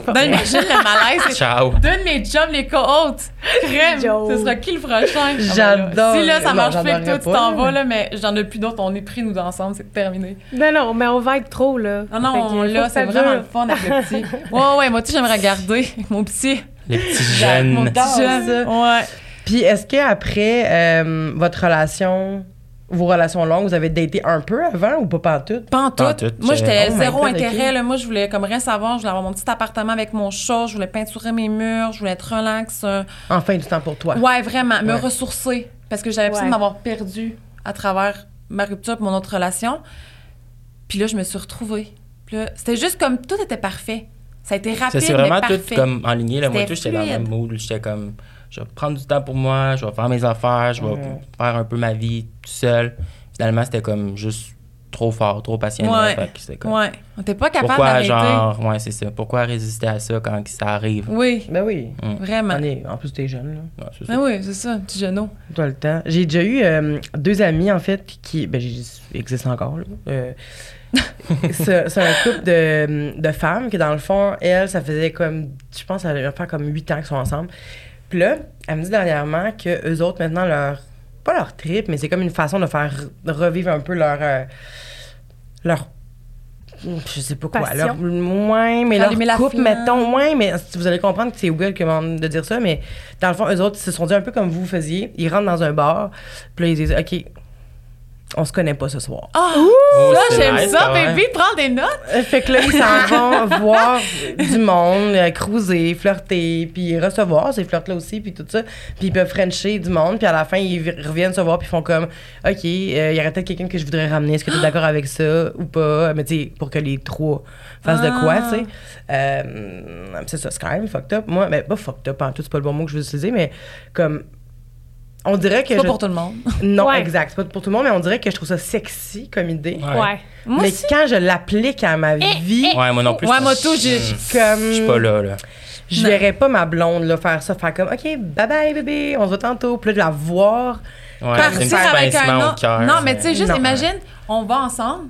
Speaker 3: Dans imagine le malaise, c'est
Speaker 4: Ciao.
Speaker 3: deux de mes chums, les co-hôtes. Crème,
Speaker 5: Joe.
Speaker 3: ce sera qui le prochain? Ah,
Speaker 2: J'adore.
Speaker 3: Si là, ça
Speaker 2: Non,
Speaker 3: marche plus que toi,
Speaker 2: j'adorerais
Speaker 3: tu t'en
Speaker 2: pas.
Speaker 3: vas, là, mais j'en ai plus d'autres. On est pris, nous, ensemble, c'est terminé.
Speaker 5: Non, non, mais on va être trop, là.
Speaker 3: Ah Non, non,
Speaker 5: Fait que
Speaker 3: on
Speaker 5: faut
Speaker 3: l'a,
Speaker 5: que ça
Speaker 3: c'est vraiment
Speaker 5: dure.
Speaker 3: le fun avec le petit. Ouais, ouais, moi, tu sais, j'aime regarder mon petit.
Speaker 4: Les petits
Speaker 3: Mon
Speaker 4: jeunes.
Speaker 3: petit jeune. Ouais.
Speaker 2: Puis est-ce qu'après euh, votre relation, vos relations longues, vous avez daté un peu avant ou pas partout?
Speaker 3: Pas en tout.
Speaker 4: Pas en tout,
Speaker 3: Moi,
Speaker 4: c'est-
Speaker 3: j'étais
Speaker 2: Oh my
Speaker 3: zéro
Speaker 2: God,
Speaker 3: intérêt.
Speaker 2: ok.
Speaker 3: Là. Moi, je voulais comme rien savoir. Je voulais avoir mon petit appartement avec mon chat. Je voulais peinturer mes murs. Je voulais être relax. euh,
Speaker 2: Enfin, du temps pour toi.
Speaker 3: Ouais, vraiment. Me
Speaker 2: Ouais.
Speaker 3: ressourcer. Parce que j'avais l'impression
Speaker 5: Ouais.
Speaker 3: d'avoir perdu à travers ma rupture et mon autre relation. Puis là, je me suis retrouvée. Puis là, c'était juste comme tout était parfait. Ça a été
Speaker 4: Ça,
Speaker 3: rapide.
Speaker 4: c'est
Speaker 3: mais
Speaker 4: vraiment tout
Speaker 3: parfait.
Speaker 4: comme enligné. Là. Moi,
Speaker 3: C'était
Speaker 4: tout, j'étais dans le même
Speaker 3: fluide.
Speaker 4: mood. J'étais comme, je vais prendre du temps pour moi, je vais faire mes affaires, je vais faire un peu ma vie tout seul. Finalement, c'était comme juste trop fort, trop passionnant.
Speaker 3: Ouais.
Speaker 4: Fait que c'était comme,
Speaker 3: Ouais. On n'était pas capable
Speaker 4: pourquoi,
Speaker 3: d'arrêter.
Speaker 4: genre, ouais, c'est ça. Pourquoi résister à ça quand que ça arrive?
Speaker 3: Oui,
Speaker 2: Ben oui.
Speaker 3: vraiment.
Speaker 2: On est- en plus, t'es jeune, là.
Speaker 4: Ouais, c'est ça.
Speaker 3: Ah oui, c'est ça, petit genou.
Speaker 2: T'as le temps. J'ai déjà eu euh, deux amis, en fait, qui ben, j'ai- existent encore. là. Euh, c'est c'est un couple de, de femmes que, dans le fond, elles, ça faisait comme, je pense, ça devait faire comme huit ans qu'ils sont ensemble. Puis là, elle me dit dernièrement que eux autres, maintenant, leur. Pas leur trip, mais c'est comme une façon de faire re- revivre un peu leur. euh, leur. Je sais pas quoi.
Speaker 5: Passion.
Speaker 2: Leur, moins, mais
Speaker 3: Rallumer la
Speaker 2: leur couple,
Speaker 3: flamme.
Speaker 2: mettons, moins, mais vous allez comprendre que c'est weird que mon- de dire ça, mais dans le fond, eux autres, ils se sont dit un peu comme vous faisiez. Ils rentrent dans un bar, puis là, ils disent OK, on se connaît pas ce soir.
Speaker 3: Ah,
Speaker 4: Oh,
Speaker 3: là,
Speaker 4: c'est
Speaker 3: j'aime
Speaker 4: nice,
Speaker 3: ça,
Speaker 4: quand même.
Speaker 3: baby, prends des notes.
Speaker 2: Euh, Fait que là, ils s'en vont voir du monde, euh, cruiser, flirter, puis recevoir ces flirts-là aussi, puis tout ça. Puis ils peuvent frencher du monde, puis à la fin, ils vi- reviennent se voir, puis ils font comme « OK, euh, il y aurait peut-être quelqu'un que je voudrais ramener, est-ce que tu es d'accord avec ça ou pas? » Mais tu sais, pour que les trois fassent de quoi,
Speaker 3: Ah.
Speaker 2: tu sais. Euh, c'est ça, c'est quand même fucked up. Moi, ben pas fucked up en tout, c'est pas le bon mot que je veux utiliser, mais comme... On dirait que...
Speaker 3: C'est pas
Speaker 2: je-
Speaker 3: pour tout le monde.
Speaker 2: Non,
Speaker 5: Ouais.
Speaker 2: exact, c'est pas pour tout le monde, mais on dirait que je trouve ça sexy comme idée.
Speaker 4: Ouais.
Speaker 5: Ouais.
Speaker 3: Moi
Speaker 2: mais
Speaker 3: aussi.
Speaker 2: quand je l'applique à ma vie...
Speaker 4: Ouais, moi non plus.
Speaker 3: Ouais,
Speaker 4: je-
Speaker 3: moi tout, j'ai-
Speaker 4: je
Speaker 2: comme-
Speaker 4: je suis pas là, là.
Speaker 2: Je
Speaker 3: Non.
Speaker 2: verrais pas ma blonde là, faire ça, faire comme OK, bye bye bébé, on se voit tantôt. Puis là, de la voir.
Speaker 4: Ouais, c'est une
Speaker 3: partir
Speaker 4: petite
Speaker 3: avec un
Speaker 4: pincement au
Speaker 3: nom.
Speaker 4: cœur, euh.
Speaker 3: non, mais tu sais, juste
Speaker 2: Non.
Speaker 3: imagine, on va ensemble.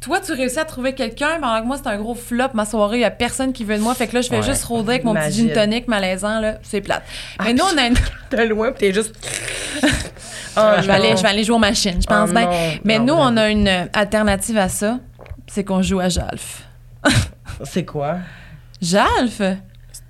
Speaker 3: Toi, tu réussis à trouver quelqu'un, pendant que moi, c'est un gros flop, ma soirée, il y a personne qui veut de moi. Fait que là, je vais
Speaker 4: Ouais.
Speaker 3: juste rôder avec mon
Speaker 2: Imagine. Ah, Oh,
Speaker 3: petit gin tonic malaisant, là. C'est plate. Mais nous, on a une.
Speaker 2: de loin, puis t'es juste.
Speaker 3: Ah, je, vais aller, je vais aller jouer aux machines, je pense
Speaker 2: Oh
Speaker 3: bien.
Speaker 2: non,
Speaker 3: Mais
Speaker 2: non,
Speaker 3: nous,
Speaker 2: non.
Speaker 3: on a une euh, alternative à ça. C'est qu'on joue à Jalf.
Speaker 2: C'est quoi?
Speaker 3: Jalf,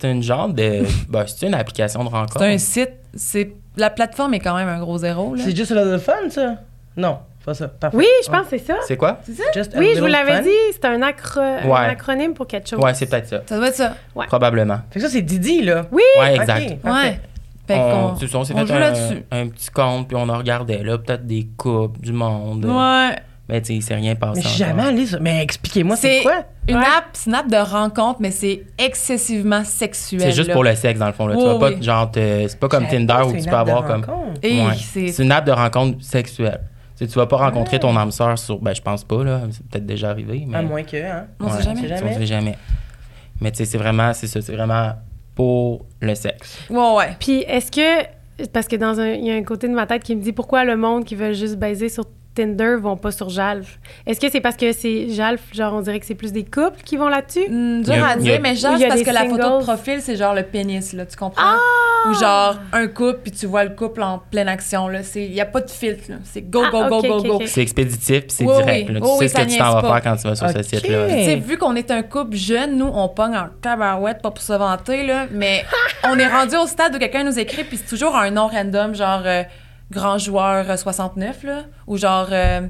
Speaker 4: C'est une genre de. ben, c'est une application de rencontre.
Speaker 3: c'est un site. C'est la plateforme est quand même un gros zéro. Là.
Speaker 2: C'est juste le fun, ça? Non, pas ça. Parfait.
Speaker 5: Oui, je pense que c'est ça.
Speaker 4: C'est quoi?
Speaker 2: Just a
Speaker 5: Oui, je
Speaker 2: little
Speaker 5: vous l'avais
Speaker 2: fun.
Speaker 5: dit, c'est un, acro- un
Speaker 4: Ouais.
Speaker 5: acronyme pour quelque chose.
Speaker 4: Ouais, c'est peut-être ça.
Speaker 3: Ça doit être ça.
Speaker 5: Ouais.
Speaker 4: Probablement.
Speaker 2: Fait que ça, c'est Didi, là.
Speaker 5: Oui,
Speaker 4: Ouais, exact.
Speaker 2: Ok, parfait.
Speaker 3: Ouais. Fait qu'on.
Speaker 4: On, Ah, c'est ça, on s'est
Speaker 3: on
Speaker 4: fait
Speaker 3: joue
Speaker 4: un,
Speaker 3: là-dessus.
Speaker 4: un petit compte, puis on en regardait, là, peut-être des coupes, du monde.
Speaker 3: Ouais.
Speaker 4: Mais tu sais, il s'est rien passé.
Speaker 2: Mais je suis
Speaker 4: encore.
Speaker 2: jamais allée sur- Mais expliquez-moi, c'est
Speaker 3: C'est-
Speaker 2: quoi?
Speaker 3: Une
Speaker 5: Ouais.
Speaker 3: app, c'est une app de rencontre, mais c'est excessivement sexuel.
Speaker 4: C'est juste
Speaker 3: là.
Speaker 4: pour le sexe, dans le fond. Là.
Speaker 3: Oui,
Speaker 4: tu vas pas,
Speaker 3: oui.
Speaker 4: genre, te- c'est pas comme Tinder où
Speaker 2: C'est
Speaker 4: tu
Speaker 2: une
Speaker 4: peux
Speaker 2: app de
Speaker 4: avoir comme.
Speaker 2: rencontre.
Speaker 3: Et
Speaker 4: Ouais.
Speaker 3: c'est.
Speaker 4: C'est une app de rencontre sexuelle. Tu sais, tu vas pas rencontrer ton âme sœur sur. Ben, je pense pas, là. C'est peut-être déjà arrivé. Mais...
Speaker 2: À moins que, hein?
Speaker 3: On sait
Speaker 4: Ouais,
Speaker 3: jamais.
Speaker 4: tu sais,
Speaker 2: Jamais.
Speaker 4: On sait jamais. Mais tu sais, c'est vraiment, c'est ça, c'est vraiment pour le sexe.
Speaker 3: Ouais, ouais.
Speaker 5: Puis est-ce que parce que dans un il y a un côté de ma tête qui me dit pourquoi le monde qui veut juste baiser sur Tinder vont pas sur Jalf Est-ce que c'est parce que c'est Jalf genre on dirait que c'est plus des couples qui vont là-dessus
Speaker 3: Hmm, dur
Speaker 4: Il y a-
Speaker 3: à
Speaker 4: il y a-
Speaker 3: dire, mais genre,
Speaker 5: Ou il y
Speaker 3: c'est
Speaker 5: a
Speaker 3: parce
Speaker 5: des
Speaker 3: que la photo
Speaker 5: singles. Ah!
Speaker 3: de profil, c'est genre le pénis, là, tu comprends? Ou genre un couple, puis tu vois le couple en pleine action, là. Il n'y a pas de filtre, là. C'est go,
Speaker 5: Ah,
Speaker 3: go, go,
Speaker 5: ok,
Speaker 3: go,
Speaker 5: ok,
Speaker 3: go.
Speaker 5: ok.
Speaker 4: C'est expéditif, puis c'est
Speaker 3: Oui,
Speaker 4: direct.
Speaker 3: oui.
Speaker 4: là. Tu
Speaker 3: Oui,
Speaker 4: sais
Speaker 3: oui,
Speaker 4: ce
Speaker 3: ça
Speaker 4: que tu t'en
Speaker 3: niaise
Speaker 4: vas
Speaker 3: pas.
Speaker 4: faire quand tu vas sur
Speaker 2: Ok.
Speaker 4: ce site-là. là.
Speaker 3: Tu sais, vu qu'on est un couple jeune, nous, on pogne en tabarouette, pas pour se vanter, là, mais on est rendu au stade où quelqu'un nous écrit, puis c'est toujours un nom random, genre euh, grand joueur euh, 69, là, ou genre euh,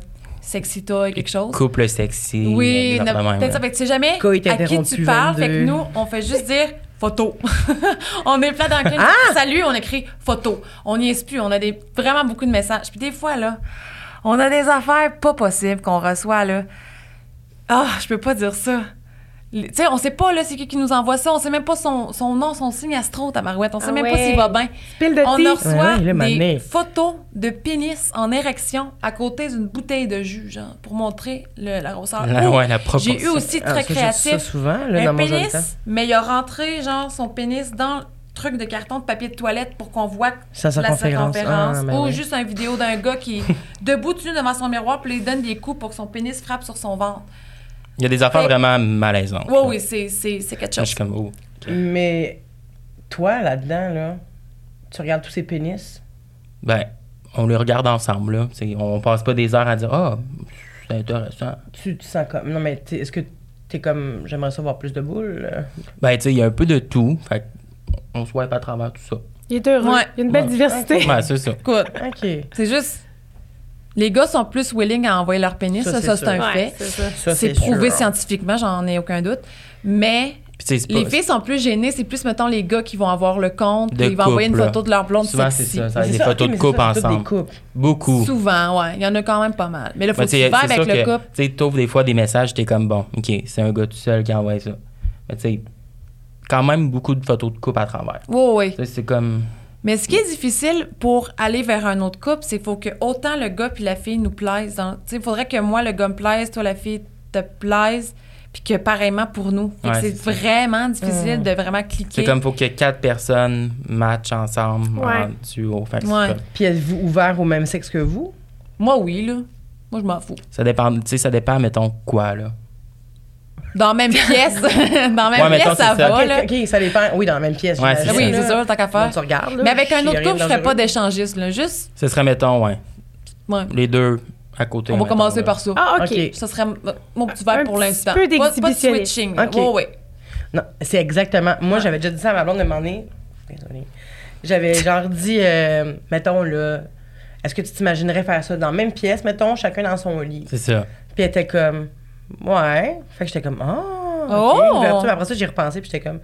Speaker 3: sexy toy, quelque chose.
Speaker 4: Couple sexy.
Speaker 3: Oui,
Speaker 4: euh, des affaires de
Speaker 3: na-
Speaker 4: même, là.
Speaker 3: peut-être ça. Fait que tu sais jamais
Speaker 2: Coït
Speaker 3: à qui
Speaker 2: interrompu,
Speaker 3: tu parles. Fait que
Speaker 2: 22.
Speaker 3: nous, on fait juste dire photo. on est plat dans le crime.
Speaker 2: Ah!
Speaker 3: Salut, on écrit photo. On n'y est plus. On a des, vraiment beaucoup de messages. Puis des fois, là, on a des affaires pas possibles qu'on reçoit, là. Ah, je peux pas dire ça. Le- Tu sais, on sait pas, là, c'est qui qui nous envoie ça. On sait même pas son, son nom, son signe astro, tabarouette. On sait
Speaker 5: Ah
Speaker 3: même pas
Speaker 5: ouais.
Speaker 3: s'il va bien.
Speaker 5: Pile de
Speaker 3: On
Speaker 5: thé.
Speaker 3: en reçoit
Speaker 2: Ouais, ouais, là, mané.
Speaker 3: des photos de pénis en érection à côté d'une bouteille de jus, genre, pour montrer le- la grosseur.
Speaker 4: La-
Speaker 3: Ou
Speaker 4: ouais, la proportion.
Speaker 3: Ah, oh, J'ai eu aussi
Speaker 2: Ah,
Speaker 3: très
Speaker 2: ça, j'ai ça
Speaker 3: créatif.
Speaker 2: souvent, là, dans
Speaker 3: un
Speaker 2: mon jeune temps.
Speaker 3: pénis, mais il a rentré, genre, son pénis dans le truc de carton de papier de toilette pour qu'on voit
Speaker 2: Sa
Speaker 3: la
Speaker 2: circonférence.
Speaker 3: circonférence.
Speaker 2: Ah, ben
Speaker 3: ou
Speaker 2: oui.
Speaker 3: juste une vidéo d'un gars qui est debout dessus devant son miroir puis il donne des coups pour que son pénis frappe sur son ventre.
Speaker 4: Il y a des affaires
Speaker 3: Fait-
Speaker 4: vraiment malaisantes.
Speaker 3: Ouais,
Speaker 4: là.
Speaker 3: oui, c'est- c'est c'est
Speaker 4: Moi,
Speaker 3: quelque
Speaker 4: Je
Speaker 3: chose.
Speaker 4: suis comme, oh.
Speaker 2: Mais toi, là-dedans, là, tu regardes tous ces pénis.
Speaker 4: Ben, on les regarde ensemble, là. C'est- on passe pas des heures à dire, ah, c'est intéressant.
Speaker 2: Tu te sens comme. Non, mais t'es- est-ce que t'es comme. J'aimerais savoir plus de boules. euh?
Speaker 4: Ben, tu sais, il y a un peu de tout. Fait on swipe à travers tout ça.
Speaker 5: Il est heureux.
Speaker 3: Ouais.
Speaker 5: Il y a une belle
Speaker 4: Ouais.
Speaker 5: diversité.
Speaker 4: Ben, c'est ça.
Speaker 3: Écoute,
Speaker 2: Ok.
Speaker 3: c'est juste... Les gars sont plus willing à envoyer leur pénis,
Speaker 2: Ça,
Speaker 3: ça,
Speaker 2: c'est
Speaker 3: ça c'est
Speaker 2: sûr.
Speaker 3: un
Speaker 5: Ouais,
Speaker 3: fait.
Speaker 5: c'est ça.
Speaker 2: Ça,
Speaker 3: c'est prouvé
Speaker 2: sûr.
Speaker 3: scientifiquement, j'en ai aucun doute. Mais
Speaker 4: Puis, tu sais, c'est
Speaker 3: les
Speaker 4: pas-
Speaker 3: filles sont plus gênées, c'est plus, mettons, les gars qui vont avoir le compte,
Speaker 4: De
Speaker 3: puis ils vont envoyer une
Speaker 4: couple.
Speaker 3: photo de leur blonde
Speaker 4: Souvent,
Speaker 3: sexy.
Speaker 4: c'est ça. Ça
Speaker 2: Mais
Speaker 4: a
Speaker 2: c'est
Speaker 4: des
Speaker 2: ça,
Speaker 4: photos
Speaker 2: ok,
Speaker 4: de
Speaker 2: mais
Speaker 4: couple
Speaker 2: c'est ça, c'est toutes
Speaker 4: ensemble.
Speaker 2: Des couples.
Speaker 4: Beaucoup.
Speaker 3: Souvent, ouais. Il y en a quand même pas mal. Mais là, faut
Speaker 4: Ben,
Speaker 3: que
Speaker 4: tu sais,
Speaker 3: tu vas
Speaker 4: c'est
Speaker 3: avec
Speaker 4: sûr
Speaker 3: le
Speaker 4: que,
Speaker 3: couple.
Speaker 4: Tu sais, t'ouvres des fois des messages, t'es comme, bon, OK, c'est un gars tout seul qui envoie ça. Mais tu sais, quand même beaucoup de photos de couple à travers.
Speaker 3: Oui, oui.
Speaker 4: Tu sais, c'est comme...
Speaker 3: Mais ce qui est difficile pour aller vers un autre couple, c'est qu'il faut que autant le gars puis la fille nous plaisent. dans- Tu sais, il faudrait que moi, le gars me plaise, toi, la fille te plaise, puis que pareillement pour nous. Fait que
Speaker 4: Ouais,
Speaker 3: c'est
Speaker 4: c'est ça.
Speaker 3: vraiment difficile
Speaker 2: Mm.
Speaker 3: de vraiment
Speaker 4: C'est
Speaker 3: cliquer.
Speaker 4: comme faut que quatre personnes matchent ensemble
Speaker 5: Ouais.
Speaker 4: en duo. Fait que c'est
Speaker 3: Ouais.
Speaker 4: comme-
Speaker 2: Puis êtes-vous ouvert au même sexe que vous?
Speaker 3: Moi, oui, là. Moi, je m'en fous.
Speaker 4: Ça dépend, tu sais, ça dépend, mettons, quoi, là.
Speaker 3: Dans la même pièce, dans la même
Speaker 4: Ouais, mettons,
Speaker 3: pièce, ça
Speaker 4: c'est ça.
Speaker 3: va,
Speaker 2: Ok,
Speaker 3: Ah là.
Speaker 2: ok, ça dépend. Oui, dans la même pièce.
Speaker 4: Ouais,
Speaker 2: j'imagine,
Speaker 4: c'est
Speaker 3: oui,
Speaker 2: là.
Speaker 3: c'est sûr, tant qu'à faire.
Speaker 2: Donc, tu regardes, là,
Speaker 3: Mais avec un
Speaker 2: s'il y a
Speaker 3: autre
Speaker 2: rien
Speaker 3: couple, je ferais
Speaker 2: de
Speaker 3: pas
Speaker 2: dangereux.
Speaker 3: d'échangisme, là. Juste,
Speaker 4: Ce serait, mettons, ouais,
Speaker 3: ouais.
Speaker 4: les deux à côté.
Speaker 3: on va
Speaker 4: mettons,
Speaker 3: commencer
Speaker 4: là.
Speaker 3: par ça.
Speaker 5: Ah, OK.
Speaker 2: Ok.
Speaker 3: Ça serait m- mon petit
Speaker 5: Un
Speaker 3: verre pour
Speaker 5: petit
Speaker 3: l'instant.
Speaker 5: peu
Speaker 3: Pas, pas de
Speaker 5: d'exhibitionniste.
Speaker 3: switching.
Speaker 2: Ok.
Speaker 3: Oui, oui.
Speaker 2: Non, c'est exactement. Moi, j'avais déjà dit ça à ma blonde de m'en Désolée. J'avais genre dit, euh, mettons, là. Est-ce que tu t'imaginerais faire ça dans la même pièce, mettons, chacun dans son lit?
Speaker 4: C'est ça.
Speaker 2: Puis elle était comme, ouais. Fait que j'étais comme, ah, ok,
Speaker 3: Oh!
Speaker 2: ouverture. Après ça, j'y ai repensé, puis j'étais comme,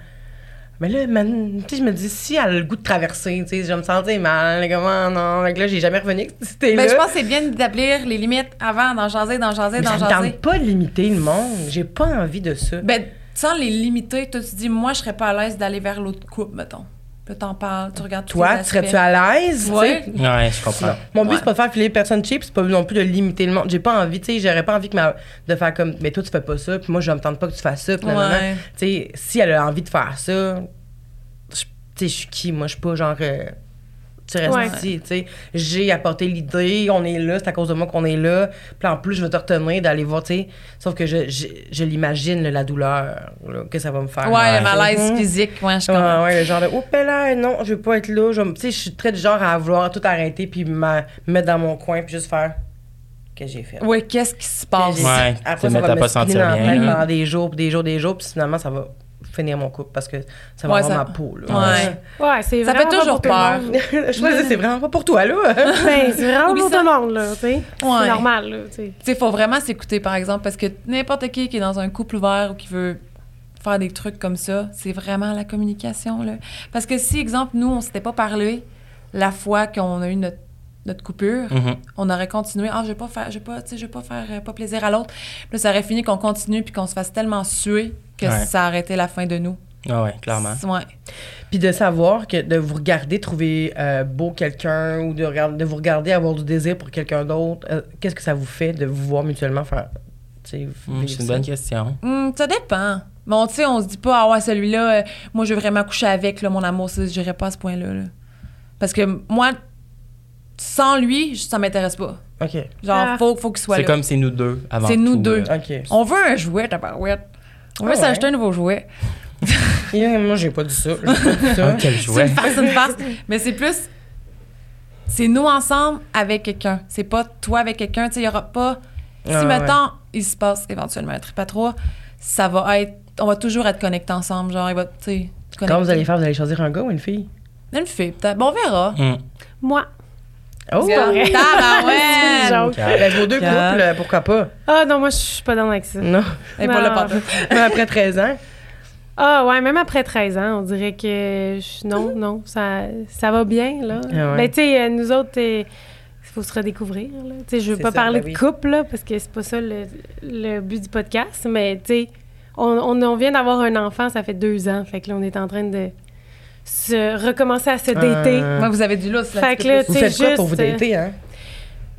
Speaker 2: mais là, man, tu sais, je me dis, si elle a le goût de traverser, tu sais, je me sentais mal, comment, non. Fait que là, j'ai jamais revenu avec cette idée-là.
Speaker 3: Ben, je pense que c'est bien d'établir les limites avant, d'en jaser, d'en jaser,
Speaker 2: Mais ça
Speaker 3: d'en
Speaker 2: me
Speaker 3: jaser.
Speaker 2: tente pas de limiter le monde. J'ai pas envie de ça.
Speaker 3: Ben, sans les limiter, toi, tu dis, moi, je serais pas à l'aise d'aller vers l'autre couple, mettons. Là, t'en parles, tu regardes tous
Speaker 2: Toi,
Speaker 3: les
Speaker 2: tu serais-tu
Speaker 3: aspects.
Speaker 2: à l'aise? tu sais?
Speaker 3: Ouais.
Speaker 4: Ouais, je comprends.
Speaker 2: Mon but,
Speaker 3: Ouais.
Speaker 2: c'est pas de faire filer personne cheap, c'est pas non plus de limiter le monde. J'ai pas envie, tu sais, j'aurais pas envie que ma- de faire comme, mais toi, tu fais pas ça, puis moi, je me tente pas que tu fasses ça, puis nanana.
Speaker 3: Ouais.
Speaker 2: Tu sais, si elle a envie de faire ça, je- tu sais, je suis qui? Moi, je suis pas genre. euh, tu restes
Speaker 5: Ouais.
Speaker 2: ici, tu sais. J'ai apporté l'idée, on est là, c'est à cause de moi qu'on est là. Puis en plus, je vais te retenir d'aller voir, tu sais. Sauf que je, je, je l'imagine, là, la douleur là, que ça va me faire.
Speaker 3: Ouais, le malaise
Speaker 2: Mhm.
Speaker 3: physique, ouais, je comprends.
Speaker 2: Ah ouais, le genre de Oups, là, non, je veux pas être là. Je vais me- Tu sais, je suis très du genre à vouloir tout arrêter puis me mettre dans mon coin puis juste faire ce que j'ai fait.
Speaker 3: Oui, qu'est-ce qui se passe?
Speaker 4: Ouais.
Speaker 2: Après, ça
Speaker 4: te mettre à
Speaker 2: va me
Speaker 4: pas
Speaker 2: spinner
Speaker 4: sentir
Speaker 2: dans la
Speaker 4: bien,
Speaker 2: tête
Speaker 4: là.
Speaker 2: pendant des jours, puis des jours, des jours, puis finalement, ça va finir mon couple parce que ça va
Speaker 3: Ouais,
Speaker 2: avoir
Speaker 3: ça-
Speaker 2: ma peau. Là.
Speaker 3: Ouais.
Speaker 5: Ouais, c'est
Speaker 3: Ça
Speaker 5: vraiment
Speaker 3: fait
Speaker 5: pas
Speaker 3: toujours
Speaker 5: pour tout le
Speaker 3: peur.
Speaker 5: monde.
Speaker 2: je me disais, c'est vraiment pas pour toi, là.
Speaker 5: Ben, c'est vraiment
Speaker 3: Oublie
Speaker 5: pour
Speaker 3: ça.
Speaker 5: tout le monde, là, tu sais.
Speaker 3: Ouais.
Speaker 5: C'est normal, là, tu sais.
Speaker 3: Tu sais, faut vraiment s'écouter, par exemple, parce que n'importe qui qui est dans un couple ouvert ou qui veut faire des trucs comme ça, c'est vraiment la communication, là. Parce que si, exemple, nous, on s'était pas parlé la fois qu'on a eu notre, notre coupure,
Speaker 4: Mhm.
Speaker 3: on aurait continué. Ah, je vais pas faire, je vais pas, tu sais, je vais pas faire euh, pas plaisir à l'autre. Là, ça aurait fini qu'on continue puis qu'on se fasse tellement suer que
Speaker 4: Ouais.
Speaker 3: ça aurait été la fin de nous.
Speaker 4: Ah ouais, clairement.
Speaker 3: Ouais.
Speaker 2: Puis de savoir que de vous regarder trouver euh, beau quelqu'un ou de, regard- de vous regarder avoir du désir pour quelqu'un d'autre, euh, qu'est-ce que ça vous fait de vous voir mutuellement faire. tu sais,
Speaker 4: Hum,
Speaker 2: vivre
Speaker 4: c'est une
Speaker 2: ça?
Speaker 4: bonne question.
Speaker 3: Hum, ça dépend. Bon, tu sais, on se dit pas, ah ouais, celui-là, euh, moi, je veux vraiment coucher avec, là, mon amour, c'est- j'irai pas à ce point-là. là. Parce que moi, sans lui, je- ça m'intéresse pas.
Speaker 2: OK.
Speaker 3: Genre,
Speaker 5: Ah.
Speaker 3: faut, faut qu'il soit
Speaker 4: C'est
Speaker 3: là.
Speaker 4: comme c'est nous deux avant
Speaker 3: C'est nous
Speaker 4: tout,
Speaker 3: deux.
Speaker 4: là.
Speaker 2: OK.
Speaker 3: On veut un jouet, tabarouette. On veut
Speaker 2: Ah ouais.
Speaker 3: s'acheter un nouveau jouet.
Speaker 2: Et moi, j'ai pas dit ça. J'ai pas dit ça.
Speaker 4: Ah, quel jouet.
Speaker 3: C'est une farce, une farce. Mais c'est plus. C'est nous ensemble avec quelqu'un. C'est pas toi avec quelqu'un. Tu sais, il y aura pas. Si,
Speaker 2: Ah ouais.
Speaker 3: mettons, il se passe éventuellement un trip à trois, ça va être. On va toujours être connectés ensemble. Genre, il va. Tu sais,
Speaker 2: Quand vous
Speaker 3: connecter.
Speaker 2: allez faire, vous allez choisir un gars ou une fille?
Speaker 3: Une fille, peut-être. Bon, on verra.
Speaker 4: Hum,
Speaker 5: Moi.
Speaker 2: Oh!
Speaker 5: pas vrai.
Speaker 3: Tabarouette!
Speaker 5: C'est une joke.
Speaker 4: calme.
Speaker 2: Ben, vos deux
Speaker 3: Quand-
Speaker 2: couples, euh, pourquoi pas?
Speaker 5: Ah non, moi, je suis pas dans avec ça.
Speaker 2: Non.
Speaker 3: Et pas
Speaker 5: Non.
Speaker 3: le pantoute.
Speaker 2: Même après 13 ans.
Speaker 5: Ah ouais, même après 13 ans, on dirait que je- non, non, ça, ça va bien, là.
Speaker 2: Ah ouais.
Speaker 5: Ben, tu sais, euh, nous autres, il faut se redécouvrir, là. Tu sais, je veux
Speaker 2: C'est
Speaker 5: pas
Speaker 2: ça,
Speaker 5: parler
Speaker 2: ben oui.
Speaker 5: de couple, là, parce que c'est pas ça le, le but du podcast, mais tu sais, on, on, on vient d'avoir un enfant, ça fait deux ans, fait que là, on est en train de se recommencer à se dater.
Speaker 2: Euh,
Speaker 3: Moi, vous avez du lousse. là,
Speaker 5: Fait
Speaker 3: tu
Speaker 5: que
Speaker 3: peux
Speaker 5: là,
Speaker 3: pas-
Speaker 2: vous
Speaker 5: c'est
Speaker 2: faites quoi pour vous
Speaker 5: juste, euh,
Speaker 2: dater, hein?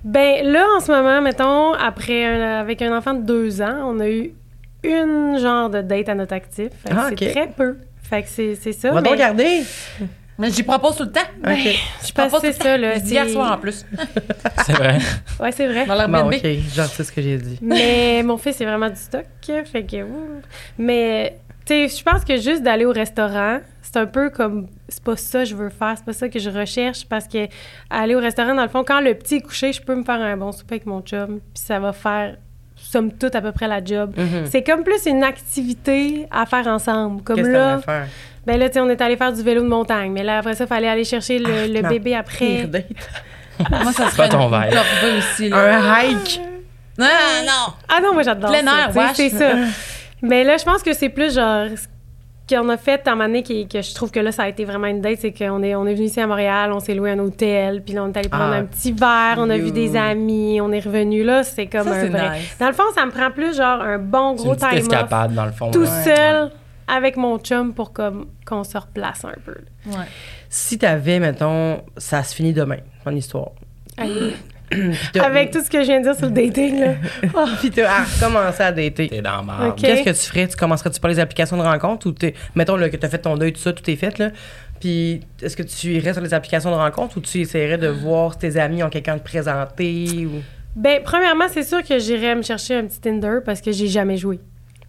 Speaker 5: Ben là, en ce moment, mettons, après un- avec un enfant de deux ans, on a eu une genre de date à notre actif. Fait que
Speaker 2: Ah,
Speaker 5: c'est
Speaker 2: ok.
Speaker 5: très peu. Fait que c'est c'est ça.
Speaker 2: On va
Speaker 5: mais Ben,
Speaker 2: donc garder.
Speaker 3: Mais j'y propose tout le temps.
Speaker 2: OK.
Speaker 5: je
Speaker 3: Je
Speaker 5: pense que
Speaker 3: propose
Speaker 5: c'est
Speaker 3: tout le temps.
Speaker 5: ça, là.
Speaker 3: Je dis Hier
Speaker 5: c'est-
Speaker 3: soir en plus.
Speaker 4: C'est vrai.
Speaker 5: Ouais, c'est vrai.
Speaker 3: Dans la
Speaker 2: Bon,
Speaker 3: BNB.
Speaker 2: OK. Genre, c'est ce que j'ai dit.
Speaker 5: Mais mon fils, c'est vraiment du stock. Fait que. ouh. Mais, tu sais, je pense que juste d'aller au restaurant, c'est un peu comme. C'est pas ça que je veux faire, c'est pas ça que je recherche. Parce que aller au restaurant, dans le fond, quand le petit est couché, je peux me faire un bon souper avec mon chum. Puis ça va faire, somme toute, à peu près la job.
Speaker 2: Mhm.
Speaker 5: C'est comme plus une activité à faire ensemble. Comme
Speaker 2: Qu'est-ce que
Speaker 5: là,
Speaker 2: t'aimerais faire?
Speaker 5: ben là, tu sais, on est allé faire du vélo de montagne. Mais là, après ça, il fallait aller chercher le, le
Speaker 2: ma
Speaker 5: bébé après.
Speaker 2: Ah, Pire date.
Speaker 3: Moi, ça
Speaker 4: pas
Speaker 3: serait
Speaker 4: ton
Speaker 3: une
Speaker 4: verre.
Speaker 3: corvée aussi. Là.
Speaker 2: Un hike.
Speaker 3: Non, non.
Speaker 5: Ah non, moi j'adore
Speaker 3: Plein
Speaker 5: ça.
Speaker 3: air,
Speaker 5: tu sais,
Speaker 3: wesh.
Speaker 5: c'est ça. Mais là, je pense que c'est plus genre ce qu'on a fait en année qui, que je trouve que là, ça a été vraiment une date, c'est qu'on est, on est venu ici à Montréal, on s'est loué un hôtel, puis là, on est allé prendre
Speaker 2: Ah,
Speaker 5: un petit verre, on a vu
Speaker 2: cute.
Speaker 5: des amis, on est revenu là, c'est comme
Speaker 3: Ça,
Speaker 5: un
Speaker 3: c'est
Speaker 5: vrai.
Speaker 3: nice.
Speaker 5: Dans le fond, ça me prend plus genre un bon
Speaker 4: C'est une
Speaker 5: gros
Speaker 4: petite
Speaker 5: time off,
Speaker 4: escapade, dans le fond.
Speaker 5: tout
Speaker 4: là.
Speaker 5: seul avec mon chum pour comme qu'on se replace un peu. là.
Speaker 3: Ouais.
Speaker 2: Si t'avais, mettons, ça se finit demain, ton histoire. Puis t'as-
Speaker 5: Avec tout ce que je viens de dire sur le dating là. Oh.
Speaker 2: Puis t'as à recommencer à dater.
Speaker 4: T'es dans la merde.
Speaker 5: Ok.
Speaker 2: Qu'est-ce que tu ferais? Tu commencerais-tu par les applications de rencontre ou t'es, mettons là, que tu as fait ton deuil, tout ça, tout est fait, là. Puis est-ce que tu irais sur les applications de rencontre ou tu essaierais
Speaker 5: Ah.
Speaker 2: de voir si tes amis ont quelqu'un de présenter ou.
Speaker 5: Ben, premièrement, c'est sûr que j'irais me chercher un petit Tinder parce que j'ai jamais joué.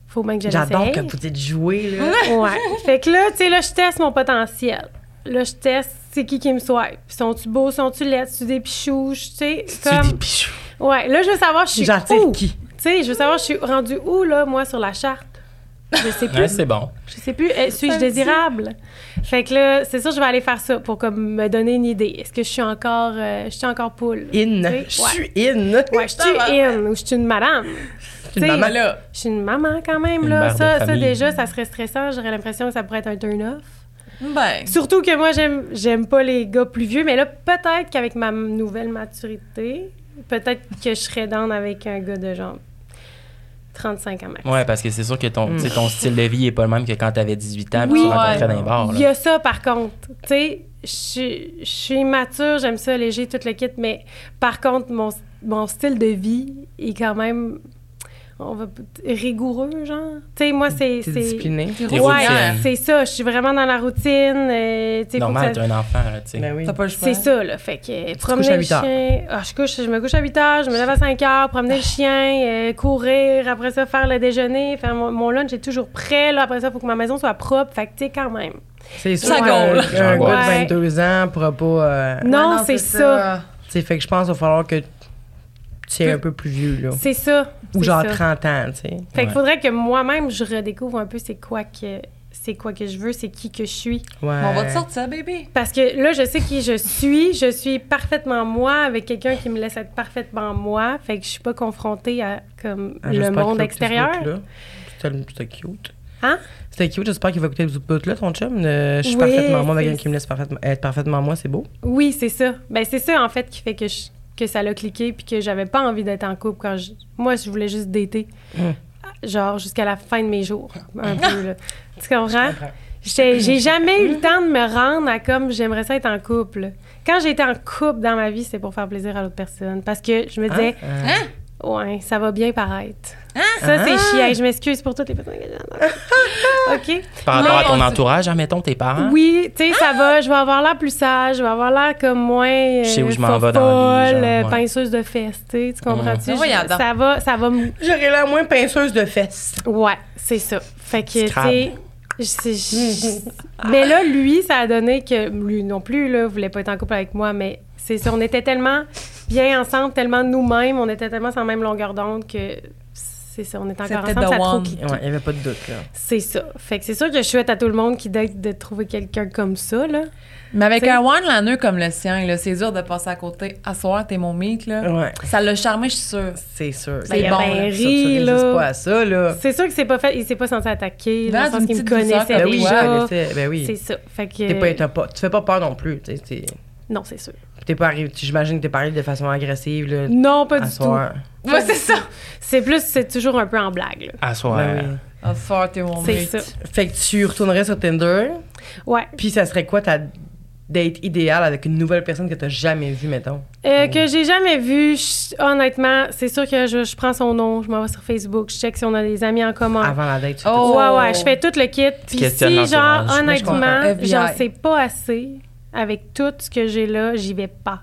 Speaker 5: Faut bien que j'essaie.
Speaker 2: J'adore que vous dites jouer,
Speaker 5: Ah,
Speaker 2: là.
Speaker 5: Ouais. Fait que là, tu sais, là, je teste mon potentiel. Là, je teste c'est qui qui me swipe. Sont-tu beaux, sont-tu laids, sont-tu des pichous, tu sais,
Speaker 4: Tu dis
Speaker 5: comme...
Speaker 4: pichou.
Speaker 5: Ouais, là, je veux savoir, je suis
Speaker 2: J'attire
Speaker 5: où. Tu
Speaker 2: qui?
Speaker 5: sais, je veux savoir, je suis rendue où, là, moi, sur la charte. Je sais plus.
Speaker 4: Ouais, c'est bon.
Speaker 5: Je sais plus, euh, suis-je
Speaker 3: me dit-
Speaker 5: désirable? Fait que là, c'est sûr, je vais aller faire ça pour comme me donner une idée. Est-ce que je suis encore, euh, je suis encore poule?
Speaker 2: In.
Speaker 5: Oui,
Speaker 2: Je
Speaker 5: ouais.
Speaker 2: suis in.
Speaker 5: Ouais, je suis in ou je suis une madame.
Speaker 2: Une
Speaker 5: T'sais,
Speaker 2: maman.
Speaker 3: Là,
Speaker 5: Je suis une maman quand même,
Speaker 4: Une
Speaker 5: là.
Speaker 4: mère de
Speaker 5: Ça, ça,
Speaker 4: famille.
Speaker 5: déjà, ça serait stressant. J'aurais l'impression que ça pourrait être un turn-off.
Speaker 3: ben,
Speaker 5: Surtout que moi, j'aime, j'aime pas les gars plus vieux, mais là, peut-être qu'avec ma m- nouvelle maturité, peut-être que je serais down avec un gars de genre 35 ans max.
Speaker 4: Ouais, parce que c'est sûr que ton, tu sais, ton style de vie est pas le même que quand t'avais 18 ans, puis
Speaker 5: Oui.
Speaker 4: tu rencontrais
Speaker 3: Ouais.
Speaker 4: dans les bars.
Speaker 5: Il
Speaker 4: là.
Speaker 5: y a ça, par contre. Tu sais, je suis- je suis mature, j'aime ça, léger, tout le kit, mais par contre, mon, mon style de vie est quand même on va, rigoureux, genre. Tu sais, moi, c'est...
Speaker 2: T'es
Speaker 5: c'est-
Speaker 2: disciplinée.
Speaker 3: t'es
Speaker 4: T'es
Speaker 5: Ouais,
Speaker 3: routière.
Speaker 4: routine.
Speaker 5: c'est ça. Je suis vraiment dans la routine. euh, tu sais, faut
Speaker 4: Normal,
Speaker 5: que ça-
Speaker 4: t'es un enfant, là, tu sais.
Speaker 2: Ben oui.
Speaker 3: T'as pas le choix.
Speaker 5: C'est ça, là. Fait que euh,
Speaker 2: te couches
Speaker 5: promener
Speaker 2: à
Speaker 5: le
Speaker 2: huit heures.
Speaker 5: chien. Ah, je, couche, je me couche à 8 heures, je me lève à 5 heures, promener le chien, euh, courir, après ça, faire le déjeuner, faire mon, mon lunch est toujours prêt. Là, après ça, il faut que ma maison soit propre. Fait que, tu sais, quand même.
Speaker 2: C'est sûr
Speaker 3: Ça
Speaker 2: qu'un
Speaker 3: gaule.
Speaker 2: un
Speaker 4: Ouais.
Speaker 2: gars de 22 ans pourra pas... euh,
Speaker 3: Ouais,
Speaker 5: non, c'est ça.
Speaker 2: tu sais, fait que je pense qu'il va falloir que tu es un peu plus vieux, là.
Speaker 5: C'est ça.
Speaker 2: Ou
Speaker 5: c'est
Speaker 2: genre
Speaker 5: ça.
Speaker 2: 30 ans, tu sais.
Speaker 5: Fait qu'il
Speaker 4: Ouais.
Speaker 5: faudrait que moi-même, je redécouvre un peu c'est quoi que c'est quoi que je veux, c'est qui que je suis.
Speaker 2: Ouais.
Speaker 3: On va te sortir, bébé.
Speaker 5: Parce que là, je sais qui je suis. Je suis parfaitement moi avec quelqu'un qui me laisse être parfaitement moi. Fait que je suis pas confrontée à comme
Speaker 2: Ah,
Speaker 5: le
Speaker 2: j'espère
Speaker 5: monde
Speaker 2: qu'il va écouter
Speaker 5: extérieur.
Speaker 2: ce bout-là. C'était c'était cute.
Speaker 5: Hein?
Speaker 2: C'était cute, j'espère qu'il va écouter ce bout-là, ton chum. Euh, je suis
Speaker 5: Oui,
Speaker 2: parfaitement moi, avec
Speaker 5: c'est-
Speaker 2: quelqu'un qui me laisse parfaitement, être parfaitement moi, c'est beau.
Speaker 5: Oui, c'est ça. Ben c'est ça en fait qui fait que je- que ça l'a cliqué puis que j'avais pas envie d'être en couple quand je moi je voulais juste dater.
Speaker 2: Mm.
Speaker 5: Genre jusqu'à la fin de mes jours, un peu là. Tu comprends? J'ai j'ai jamais eu le temps de me rendre à comme j'aimerais ça être en couple. Quand j'étais en couple dans ma vie, c'est pour faire plaisir à l'autre personne parce que je me disais
Speaker 2: Euh,
Speaker 5: ouais, ça va bien paraître. Ça c'est chiant, je m'excuse pour toutes les personnes que j'ai entendues. OK.
Speaker 4: Par rapport
Speaker 3: Non,
Speaker 4: à ton
Speaker 3: on-
Speaker 4: entourage, admettons tes parents.
Speaker 5: Oui, tu sais, ça va, je vais avoir l'air plus sage, je vais avoir l'air comme moins. euh,
Speaker 4: Je sais où je m'en vais dans la vie,
Speaker 5: fofolle,
Speaker 4: genre,
Speaker 5: euh,
Speaker 4: ouais.
Speaker 5: pinceuse de fesses, tu sais, tu comprends-tu?
Speaker 3: Mais voyons
Speaker 5: Je-
Speaker 3: donc.
Speaker 5: Ça va, ça va. me-
Speaker 2: J'aurais l'air moins pinceuse de fesses.
Speaker 5: Ouais, c'est ça. Fait que, tu
Speaker 4: Scrap.
Speaker 5: sais. je- c'est- je- mais là, lui, ça a donné que lui non plus, là, voulait pas être en couple avec moi, mais c'est ça, on était tellement bien ensemble, tellement nous-mêmes, on était tellement sur la même longueur d'onde que c'est ça, on est encore
Speaker 3: C'était
Speaker 5: ensemble,
Speaker 3: the
Speaker 5: ça a trop
Speaker 3: one.
Speaker 5: cliqué.
Speaker 2: Ouais, il n'y avait pas de doute, là.
Speaker 5: C'est ça. Fait que c'est sûr que je souhaite à tout le monde qui date de trouver quelqu'un comme ça, là.
Speaker 3: Mais avec
Speaker 5: T'sais.
Speaker 3: un one liner comme le sien, là, c'est dur de passer à côté. À soir, t'es mon meet,
Speaker 5: Hein?
Speaker 3: là.
Speaker 2: Ouais,
Speaker 3: Ça l'a charmé, je suis sûre.
Speaker 2: c'est sûr.
Speaker 3: Ben, il a
Speaker 2: bon,
Speaker 3: bien
Speaker 2: là, ça,
Speaker 5: ri,
Speaker 2: tu résistes
Speaker 5: là.
Speaker 2: pas à ça, là.
Speaker 5: C'est sûr que c'est pas fait, il s'est pas senti attaquer, dans
Speaker 3: Non,
Speaker 5: le sens
Speaker 3: d'une
Speaker 5: qu'il me
Speaker 3: petite douceur
Speaker 5: connaissait
Speaker 2: Ben
Speaker 3: comme c'est
Speaker 2: oui,
Speaker 3: toi.
Speaker 2: je
Speaker 5: déjà.
Speaker 2: connaissais. Ben
Speaker 5: C'est
Speaker 2: oui.
Speaker 5: ça. Fait que
Speaker 2: T'es pas, t'as pas- tu fais pas peur non plus. t'sais, t'es-
Speaker 5: non, c'est sûr.
Speaker 2: t'es pas arrivé- J'imagine que t'es pas arrivé de façon agressive, là.
Speaker 5: Non, pas
Speaker 2: à
Speaker 5: du tout.
Speaker 2: soir.
Speaker 3: Ouais, c'est ça.
Speaker 5: C'est plus c'est toujours un peu en blague. là.
Speaker 4: À soi.
Speaker 2: Ben oui.
Speaker 3: À soir, t'es mon
Speaker 5: C'est
Speaker 3: meet.
Speaker 5: ça.
Speaker 2: Fait que tu retournerais sur Tinder,
Speaker 5: Ouais.
Speaker 2: puis ça serait quoi ta date idéale avec une nouvelle personne que t'as jamais vue, mettons?
Speaker 5: Euh, que j'ai jamais vu, je- honnêtement, c'est sûr que je, je prends son nom, je m'en vais sur Facebook, je check si on a des amis en commun.
Speaker 2: Avant la date, tu fais
Speaker 3: Oh.
Speaker 5: Ouais, ouais, je fais tout le kit. Puis
Speaker 4: questionnes
Speaker 5: si, genre,
Speaker 4: l'entourage.
Speaker 2: Moi, je
Speaker 5: honnêtement,
Speaker 3: comprends.
Speaker 5: j'en
Speaker 3: FBI.
Speaker 5: sais pas assez, avec tout ce que j'ai là, j'y vais pas.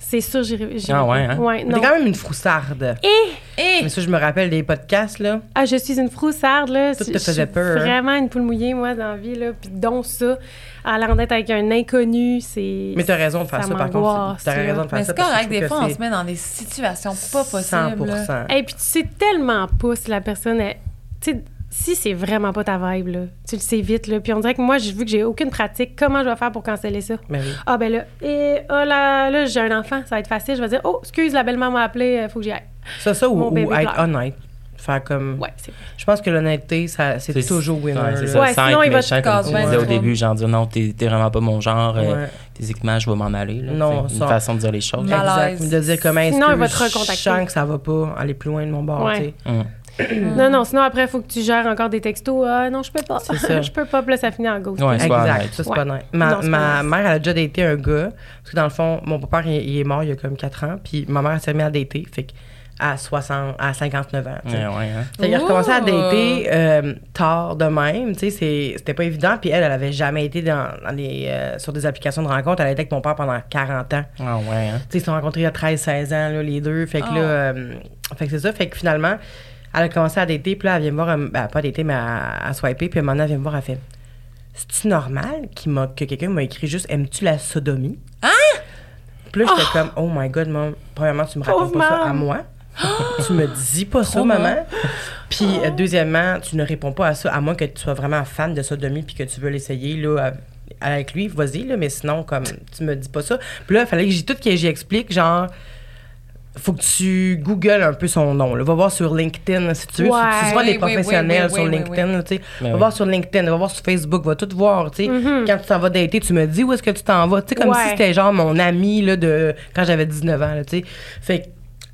Speaker 5: C'est sûr, j'y j'y vais
Speaker 4: Ah
Speaker 5: pas.
Speaker 4: ouais, hein?
Speaker 5: Ouais,
Speaker 2: tout. T'es
Speaker 5: non.
Speaker 2: quand même Eh! une froussarde.
Speaker 3: Et
Speaker 2: Mais ça, je me rappelle des podcasts, là.
Speaker 5: Ah, je suis une froussarde, là.
Speaker 2: Tout te
Speaker 5: Je- je
Speaker 2: faisait
Speaker 5: suis
Speaker 2: peur, hein?
Speaker 5: Vraiment une poule mouillée, moi, dans la vie, là. Puis donc ça, à l'endette avec un inconnu, c'est...
Speaker 2: Mais t'as raison de faire
Speaker 5: Ça
Speaker 2: ça, par contre.
Speaker 5: m'angoisse,
Speaker 2: T'as
Speaker 5: là.
Speaker 2: raison de faire
Speaker 3: mais
Speaker 2: ça.
Speaker 3: c'est
Speaker 2: parce que je
Speaker 3: correct,
Speaker 2: trouve
Speaker 3: des
Speaker 2: que
Speaker 3: fois, on
Speaker 2: c'est
Speaker 3: se met dans des situations pas possibles. là.
Speaker 2: 100%.
Speaker 5: Et puis tu sais tellement pas si la personne est... Tu sais, si c'est vraiment pas ta vibe, là, tu le sais vite, là. Puis on dirait que moi, j'ai vu que j'ai aucune pratique. Comment je vais faire pour canceller ça?
Speaker 2: Ben oui.
Speaker 5: Ah, ben là, et, ah, là, là j'ai un enfant, ça va être facile. Je vais dire, oh, excuse, la belle-mère m'a appelé, euh, faut que j'y aille.
Speaker 2: Ça, ça, ou,
Speaker 5: Mon
Speaker 2: ou
Speaker 5: bébé
Speaker 2: être
Speaker 5: pleure.
Speaker 2: honnête. Faire comme.
Speaker 5: Ouais, c'est
Speaker 2: Je pense que l'honnêteté, ça, c'est
Speaker 4: C'est-
Speaker 2: toujours winner.
Speaker 4: Ouais, c'est
Speaker 2: là.
Speaker 4: ça.
Speaker 5: Ouais,
Speaker 4: sans
Speaker 5: sinon, il
Speaker 4: être
Speaker 5: va te
Speaker 4: méchant, comme tu
Speaker 2: casser,
Speaker 4: disais au
Speaker 3: ouais.
Speaker 4: début, genre dire non, t'es t'es vraiment pas mon genre, euh,
Speaker 2: Ouais.
Speaker 4: physiquement, je vais m'en aller. Là,
Speaker 2: Non,
Speaker 4: C'est
Speaker 2: ça-
Speaker 4: une façon de dire les choses.
Speaker 3: Ouais.
Speaker 2: Exact.
Speaker 3: Malaise.
Speaker 2: Mais De dire comment est-ce
Speaker 5: Sinon,
Speaker 2: que
Speaker 5: il va te
Speaker 2: je
Speaker 5: recontacter.
Speaker 2: sens que ça va pas aller plus loin de mon bord,
Speaker 5: Ouais.
Speaker 2: tu sais.
Speaker 4: Hum.
Speaker 2: Mm.
Speaker 5: Non, non, sinon après, il faut que tu gères encore des textos. Ah non, je peux pas.
Speaker 2: C'est ça.
Speaker 5: je peux pas. Puis là, ça finit en ghost. Ah,
Speaker 4: Ouais. Sois
Speaker 2: Exact,
Speaker 4: honnête.
Speaker 2: ça c'est
Speaker 5: Ouais.
Speaker 2: pas honnête. Ma,
Speaker 5: Non, c'est
Speaker 2: ma
Speaker 5: pas honnête.
Speaker 2: mère, elle a déjà daté un gars, parce que dans le fond, mon père, il, il est mort il y a comme 4 ans, puis ma mère, elle s'est remise à dater, fait que à 60, à 59 ans. tu sais.
Speaker 4: Ouais, ouais, hein.
Speaker 2: Fait qu'elle a recommencé à
Speaker 3: Ouh.
Speaker 2: dater euh, tard de même, tu sais, c'est- c'était pas évident, puis elle, elle avait jamais été dans, dans les, euh, sur des applications de rencontre, elle a été avec mon père pendant 40 ans.
Speaker 4: Ah ouais, hein.
Speaker 2: Tu sais, ils se sont rencontrés à 13-16 ans, là, les deux. Fait que
Speaker 3: Oh.
Speaker 2: là, euh, fait que c'est ça. Fait que finalement, elle a commencé à dater, puis là, elle vient me voir, euh, ben, pas dater, mais à, à swiper, puis à un moment donné, elle vient me voir, elle fait C'est-tu normal qu'il m'a- que quelqu'un m'a écrit juste Aimes-tu la sodomie Puis là, j'étais comme Oh my god, maman, premièrement, tu me racontes
Speaker 5: Pauvre
Speaker 2: pas ça à
Speaker 5: maman.
Speaker 2: moi. tu me dis pas ça,
Speaker 3: Trop
Speaker 2: maman.
Speaker 3: bon.
Speaker 2: Puis, euh, deuxièmement, tu ne réponds pas à ça, à moins que tu sois vraiment fan de sodomie puis que tu veux l'essayer, là, euh, à- avec lui, vas-y, là, mais sinon, comme, tu me dis pas ça. Puis là, il fallait que j'y tout que j'y explique, genre, faut que tu googles un peu son nom, là. Va voir sur LinkedIn, si tu veux.
Speaker 5: Ouais.
Speaker 2: C'est souvent des
Speaker 3: Oui, oui, oui,
Speaker 2: professionnels
Speaker 3: oui, oui,
Speaker 2: sur
Speaker 3: oui,
Speaker 2: LinkedIn, là, tu sais.
Speaker 4: Ben
Speaker 2: va
Speaker 4: oui.
Speaker 2: voir sur LinkedIn, va voir sur Facebook, va tout voir, tu sais.
Speaker 3: Mm-hmm.
Speaker 2: Quand tu t'en vas dater, tu me dis où est-ce que tu t'en vas, tu sais, comme
Speaker 5: Ouais.
Speaker 2: si c'était genre mon ami, là, de, quand j'avais 19 ans, là, tu sais. Fait que,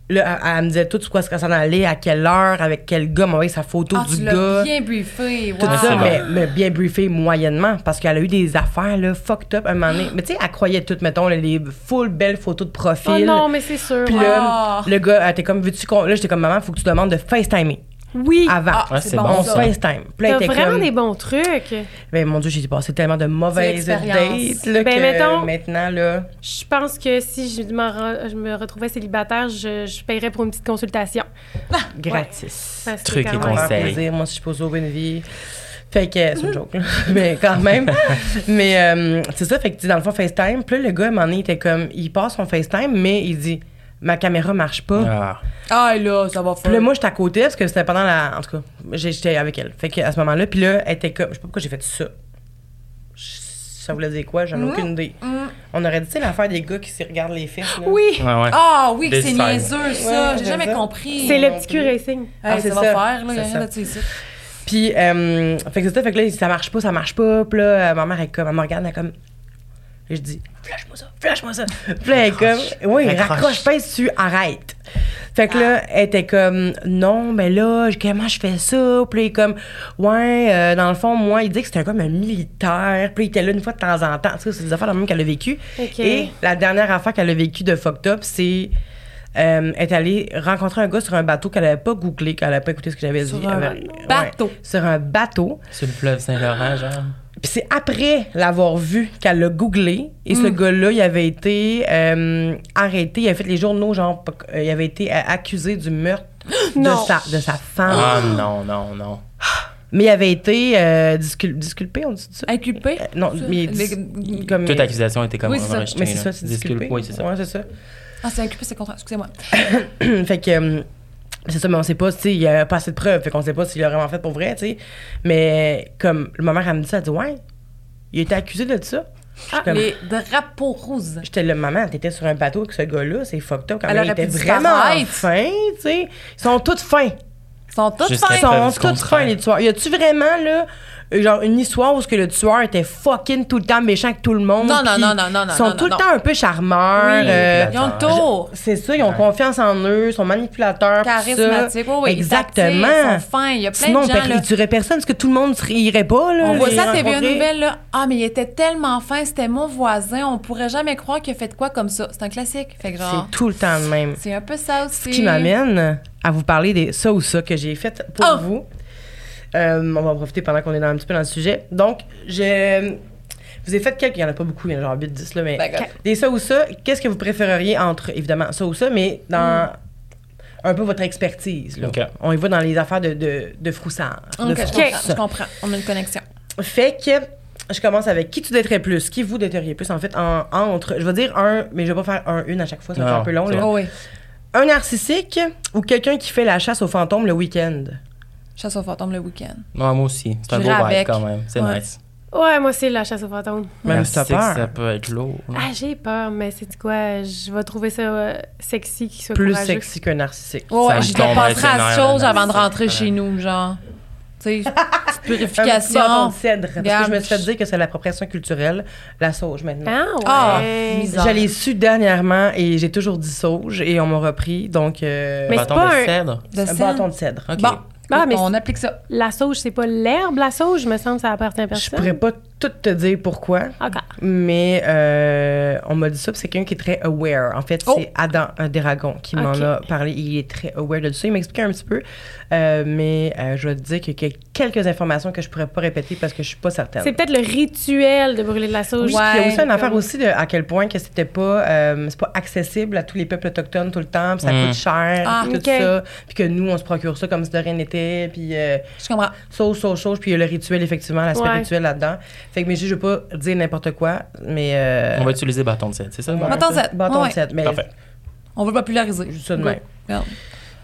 Speaker 2: Là, elle, elle me disait tout sur quoi ça s'en allait, à quelle heure, avec quel gars, m'envoyer sa photo
Speaker 3: Ah,
Speaker 2: du
Speaker 3: tu l'as
Speaker 2: gars.
Speaker 3: bien briefé.
Speaker 2: Tout
Speaker 3: wow.
Speaker 2: ça,
Speaker 4: bon.
Speaker 2: mais, mais bien briefé moyennement, parce qu'elle a eu des affaires là, fucked up un moment donné. Mais tu sais, elle croyait tout, mettons, là, les full belles photos de
Speaker 5: Oh
Speaker 2: profil.
Speaker 5: non, mais c'est sûr.
Speaker 2: Puis
Speaker 5: ouais.
Speaker 2: là,
Speaker 3: Ah.
Speaker 2: le gars, elle était comme, veux-tu qu'on. Là, j'étais comme, maman, faut que tu demandes de FaceTimer
Speaker 5: oui,
Speaker 2: avant.
Speaker 3: Ah,
Speaker 4: Ouais,
Speaker 3: c'est
Speaker 4: c'est
Speaker 3: bon,
Speaker 2: On
Speaker 4: bon,
Speaker 2: se
Speaker 3: ça.
Speaker 2: FaceTime. Puis là, elle
Speaker 5: t'as
Speaker 2: était
Speaker 5: vraiment
Speaker 2: comme,
Speaker 5: des bons trucs.
Speaker 2: Ben, mon Dieu, j'ai passé tellement de mauvaises
Speaker 3: C'est l'expérience.
Speaker 2: dates là,
Speaker 5: Ben,
Speaker 2: que
Speaker 5: mettons-
Speaker 2: maintenant, là.
Speaker 5: Je pense que si je, m'en re- je me retrouvais célibataire, je, je paierais pour une petite consultation.
Speaker 2: gratis.
Speaker 5: Parce que
Speaker 4: Truc et
Speaker 5: quand même-
Speaker 2: Pour me Ah faire
Speaker 4: Conseil.
Speaker 2: plaisir. Moi, si je peux sauver une vie. Fait que c'est une joke, là. mais quand même. mais euh, c'est ça, fait que tu sais, dans le fond, FaceTime. Puis là, le gars, à un moment donné, il était comme, il passe son FaceTime, mais il dit, ma caméra marche pas.
Speaker 4: Ah.
Speaker 3: Ah, là, ça va
Speaker 2: Puis
Speaker 3: faire.
Speaker 2: là, moi, j'étais à côté parce que c'était pendant la. En tout cas, j'ai- j'étais avec elle. Fait qu'à ce moment-là, puis là, elle était comme, je sais pas pourquoi j'ai fait ça. Je- Ça voulait dire quoi? J'en ai aucune idée.
Speaker 3: Mm.
Speaker 2: On aurait dit, tu sais, l'affaire des gars qui se regardent les fesses. là.
Speaker 5: Oui,
Speaker 4: Ouais, ouais.
Speaker 3: Ah oui, que
Speaker 4: Des
Speaker 3: c'est
Speaker 4: signes.
Speaker 3: niaiseux, ça.
Speaker 2: Ouais,
Speaker 3: J'ai
Speaker 2: c'est
Speaker 3: jamais
Speaker 2: ça.
Speaker 3: compris.
Speaker 5: c'est le
Speaker 2: non
Speaker 5: petit
Speaker 2: plus.
Speaker 5: cul racing.
Speaker 3: Hey,
Speaker 2: Ah, c'est
Speaker 3: ça, va
Speaker 2: ça.
Speaker 3: faire, là. Il y a
Speaker 2: C'est
Speaker 3: rien
Speaker 2: ça.
Speaker 3: de ça ici.
Speaker 2: Puis, euh, fait que c'est ça, fait que là, il dit, ça marche pas, ça marche pas. Puis là, euh, ma mère, elle, comme, elle me regarde, elle est comme. Et je dis, flash-moi ça, flash-moi ça. Puis là, elle est comme, oui,
Speaker 4: Raccroche.
Speaker 2: raccroche, pèse tu arrête. Fait que là, elle était comme, non, mais là, je- comment je fais ça? Puis là, il est comme, ouais, euh, dans le fond, moi, il dit que c'était comme un militaire. Puis là, il était là une fois de temps en temps. Tu sais, c'est des affaires de même qu'elle a vécu.
Speaker 5: Ok.
Speaker 2: Et la dernière affaire qu'elle a vécue de fucked up, c'est. euh, être allée rencontrer un gars sur un bateau qu'elle n'avait pas googlé, qu'elle n'avait pas écouté ce que j'avais dit.
Speaker 3: Sur
Speaker 2: Elle
Speaker 3: un
Speaker 2: avait-
Speaker 3: bateau.
Speaker 2: Ouais, sur un bateau.
Speaker 4: Sur le fleuve Saint-Laurent, genre.
Speaker 2: Puis c'est après l'avoir vu qu'elle l'a googlé. Et ce gars-là, il avait été euh, arrêté. Il avait fait les journaux, genre, pas- euh, il avait été euh, accusé du meurtre de
Speaker 5: Non.
Speaker 2: sa, de sa femme.
Speaker 4: Ah non, non, non.
Speaker 2: Mais il avait été euh, discul- disculpé, on dit ça?
Speaker 3: Inculpé?
Speaker 2: Euh, non,
Speaker 3: Ça,
Speaker 2: mais
Speaker 3: les-
Speaker 2: dis- comme-
Speaker 4: Toute accusation était comme
Speaker 3: Oui, c'est ça.
Speaker 4: rejetée,
Speaker 2: Mais c'est
Speaker 4: là.
Speaker 2: ça, c'est
Speaker 4: Disculpe,
Speaker 2: disculpé.
Speaker 4: Oui, c'est ça.
Speaker 2: Ouais, c'est ça.
Speaker 3: Ah, c'est inculpé, c'est contraire. Excusez-moi.
Speaker 2: fait que euh, c'est ça mais on sait pas tu sais il y a pas assez de preuves fait qu'on sait pas s'il l'a vraiment fait pour vrai tu sais mais comme ma mère elle me dit ça elle dit ouais il a été accusé de ça Je suis comme-
Speaker 3: Ah, Les drapeaux roses.
Speaker 2: J'étais là, maman, t'étais sur un bateau avec ce gars-là, c'est fucked up. Quand
Speaker 3: Elle
Speaker 2: même, il
Speaker 3: aurait pu
Speaker 2: était vraiment
Speaker 3: disparaître.
Speaker 2: fin, tu sais. Ils sont tous fins.
Speaker 3: Ils sont toutes
Speaker 4: Jusqu'à
Speaker 2: Ils
Speaker 3: fins.
Speaker 4: preuve
Speaker 2: sont
Speaker 4: du
Speaker 2: tous
Speaker 4: contraire.
Speaker 2: fins, les tueurs. Y a-tu vraiment, là, euh, genre, une histoire où ce que le tueur était fucking tout le temps méchant avec tout le monde?
Speaker 3: Non, non,
Speaker 2: puis
Speaker 3: non, non, non, non,
Speaker 2: Ils sont
Speaker 3: non,
Speaker 2: tout
Speaker 3: non.
Speaker 2: le temps un peu charmeurs.
Speaker 4: Oui.
Speaker 2: euh,
Speaker 3: Ils ont le tour.
Speaker 2: c'est ça, ils ont confiance en eux, ils sont manipulateurs. tout ça.
Speaker 3: Charismatiques. Oui, oui. ils
Speaker 2: Exactement.
Speaker 3: t'attirent, Ils sont fins. Il y a plein
Speaker 2: Sinon,
Speaker 3: de
Speaker 2: on
Speaker 3: gens, là.
Speaker 2: ne tuerait personne parce que tout le monde se- irait pas. Là,
Speaker 3: On voit
Speaker 2: les
Speaker 3: ça à TVA
Speaker 2: rencontrer.
Speaker 3: Nouvelle, là. Ah, mais il était tellement fin, c'était mon voisin, on pourrait jamais croire qu'il a fait de quoi comme ça. C'est un classique. Fait que genre,
Speaker 2: C'est tout le temps le même.
Speaker 3: c'est un peu ça aussi.
Speaker 2: Ce qui m'amène à vous parler des ça ou ça que j'ai fait pour
Speaker 3: Ah!
Speaker 2: vous. Euh, on va en profiter pendant qu'on est dans, un petit peu dans le sujet. Donc, je vous ai fait quelques, il n'y en a pas beaucoup, il y en a genre 8-10, là, mais
Speaker 3: D'accord.
Speaker 2: des ça ou ça, qu'est-ce que vous préféreriez entre, évidemment, ça ou ça, mais dans
Speaker 3: Hmm.
Speaker 2: un peu votre expertise. là.
Speaker 4: Ok.
Speaker 2: On y va dans les affaires de, de, de froussard. de
Speaker 3: Ok, je
Speaker 2: frousse.
Speaker 3: comprends, je comprends. On a une connexion.
Speaker 2: Fait que je commence avec qui tu déterais plus, qui vous déteriez plus en fait en, entre. Je vais dire un, mais je vais pas faire un une à chaque fois, ça fait
Speaker 4: Non,
Speaker 2: un peu long.
Speaker 4: Ah, c'est
Speaker 2: là.
Speaker 3: Oh oui,
Speaker 2: Un narcissique ou quelqu'un qui fait la chasse aux fantômes le week-end.
Speaker 3: chasse aux fantômes le week-end.
Speaker 4: Non, moi aussi. C'est un
Speaker 3: J'irai
Speaker 4: beau vibe
Speaker 3: avec.
Speaker 4: quand même. C'est
Speaker 3: Ouais.
Speaker 4: nice.
Speaker 5: Ouais, moi, c'est la chasse aux fantômes.
Speaker 2: Même si t'as
Speaker 4: Narcissique,
Speaker 2: peur.
Speaker 4: Ça peut être lourd.
Speaker 5: Ah, j'ai peur, mais c'est quoi? Je vais trouver ça euh, sexy qu'il soit
Speaker 2: Plus
Speaker 5: courageux.
Speaker 2: sexy qu'un narcissique.
Speaker 3: Oh,
Speaker 4: Ça
Speaker 3: ouais,
Speaker 4: me
Speaker 3: j'y
Speaker 4: tombe dans
Speaker 3: penserai à
Speaker 4: les
Speaker 3: ce chose
Speaker 4: nerfs,
Speaker 3: avant de
Speaker 4: là.
Speaker 3: rentrer chez nous, genre. Tu sais, petite
Speaker 2: Un petit bâton
Speaker 3: purification.
Speaker 2: de cèdre. Parce
Speaker 3: Garde.
Speaker 2: que je me suis fait dire que c'est l'appropriation culturelle, la sauge maintenant.
Speaker 5: Ah,
Speaker 3: Ah,
Speaker 5: ouais.
Speaker 3: misère. bizarre.
Speaker 2: J'allais su dernièrement et j'ai toujours dit sauge et on m'a repris. Donc, euh,
Speaker 5: Mais c'est
Speaker 4: Bâton
Speaker 5: pas
Speaker 4: de
Speaker 5: un-
Speaker 4: cèdre.
Speaker 3: De
Speaker 2: un
Speaker 3: sang.
Speaker 2: bâton Bah, de cèdre.
Speaker 4: Ok.
Speaker 3: Bon,
Speaker 5: Ah, mais
Speaker 3: on applique ça.
Speaker 5: la sauge, c'est pas l'herbe, la sauge, me semble, ça appartient à
Speaker 2: Je
Speaker 5: personne.
Speaker 2: pourrais pas tout te dire pourquoi,
Speaker 5: Ok.
Speaker 2: mais euh, on m'a dit ça, puis c'est quelqu'un qui est très aware. En fait,
Speaker 3: Oh!
Speaker 2: c'est Adam euh, Dragon qui m'en
Speaker 5: Ok.
Speaker 2: a parlé. Il est très aware de ça. Il m'expliquait un petit peu, euh, mais euh, je vais te dire qu'il y a quelques informations que je pourrais pas répéter parce que je suis pas certaine.
Speaker 5: C'est peut-être le rituel de brûler de la sauge.
Speaker 2: Puis Il
Speaker 3: Oui,
Speaker 2: y a aussi
Speaker 3: Ouais,
Speaker 2: une affaire aussi de à quel point que c'était pas euh, c'est pas accessible à tous les peuples autochtones tout le temps, puis ça
Speaker 4: Mm.
Speaker 2: coûte cher,
Speaker 3: Ah,
Speaker 2: puis tout
Speaker 5: ok.
Speaker 2: ça, puis que nous on se procure ça comme si de rien n'était, puis euh,
Speaker 3: Je comprends.
Speaker 2: sauce sauce sauce, puis il y a le rituel effectivement, l'aspect
Speaker 5: Ouais.
Speaker 2: rituel là-dedans. Fait que mais je je veux pas dire n'importe quoi, mais euh,
Speaker 4: On va utiliser bâton de cèdre, c'est ça? le bâton?
Speaker 3: Bâton de cèdre.
Speaker 2: Bâton de
Speaker 3: Ouais.
Speaker 2: cèdre, mais
Speaker 4: Parfait.
Speaker 3: On veut le populariser.
Speaker 2: juste ça de
Speaker 3: Go.
Speaker 2: même.
Speaker 3: Regarde.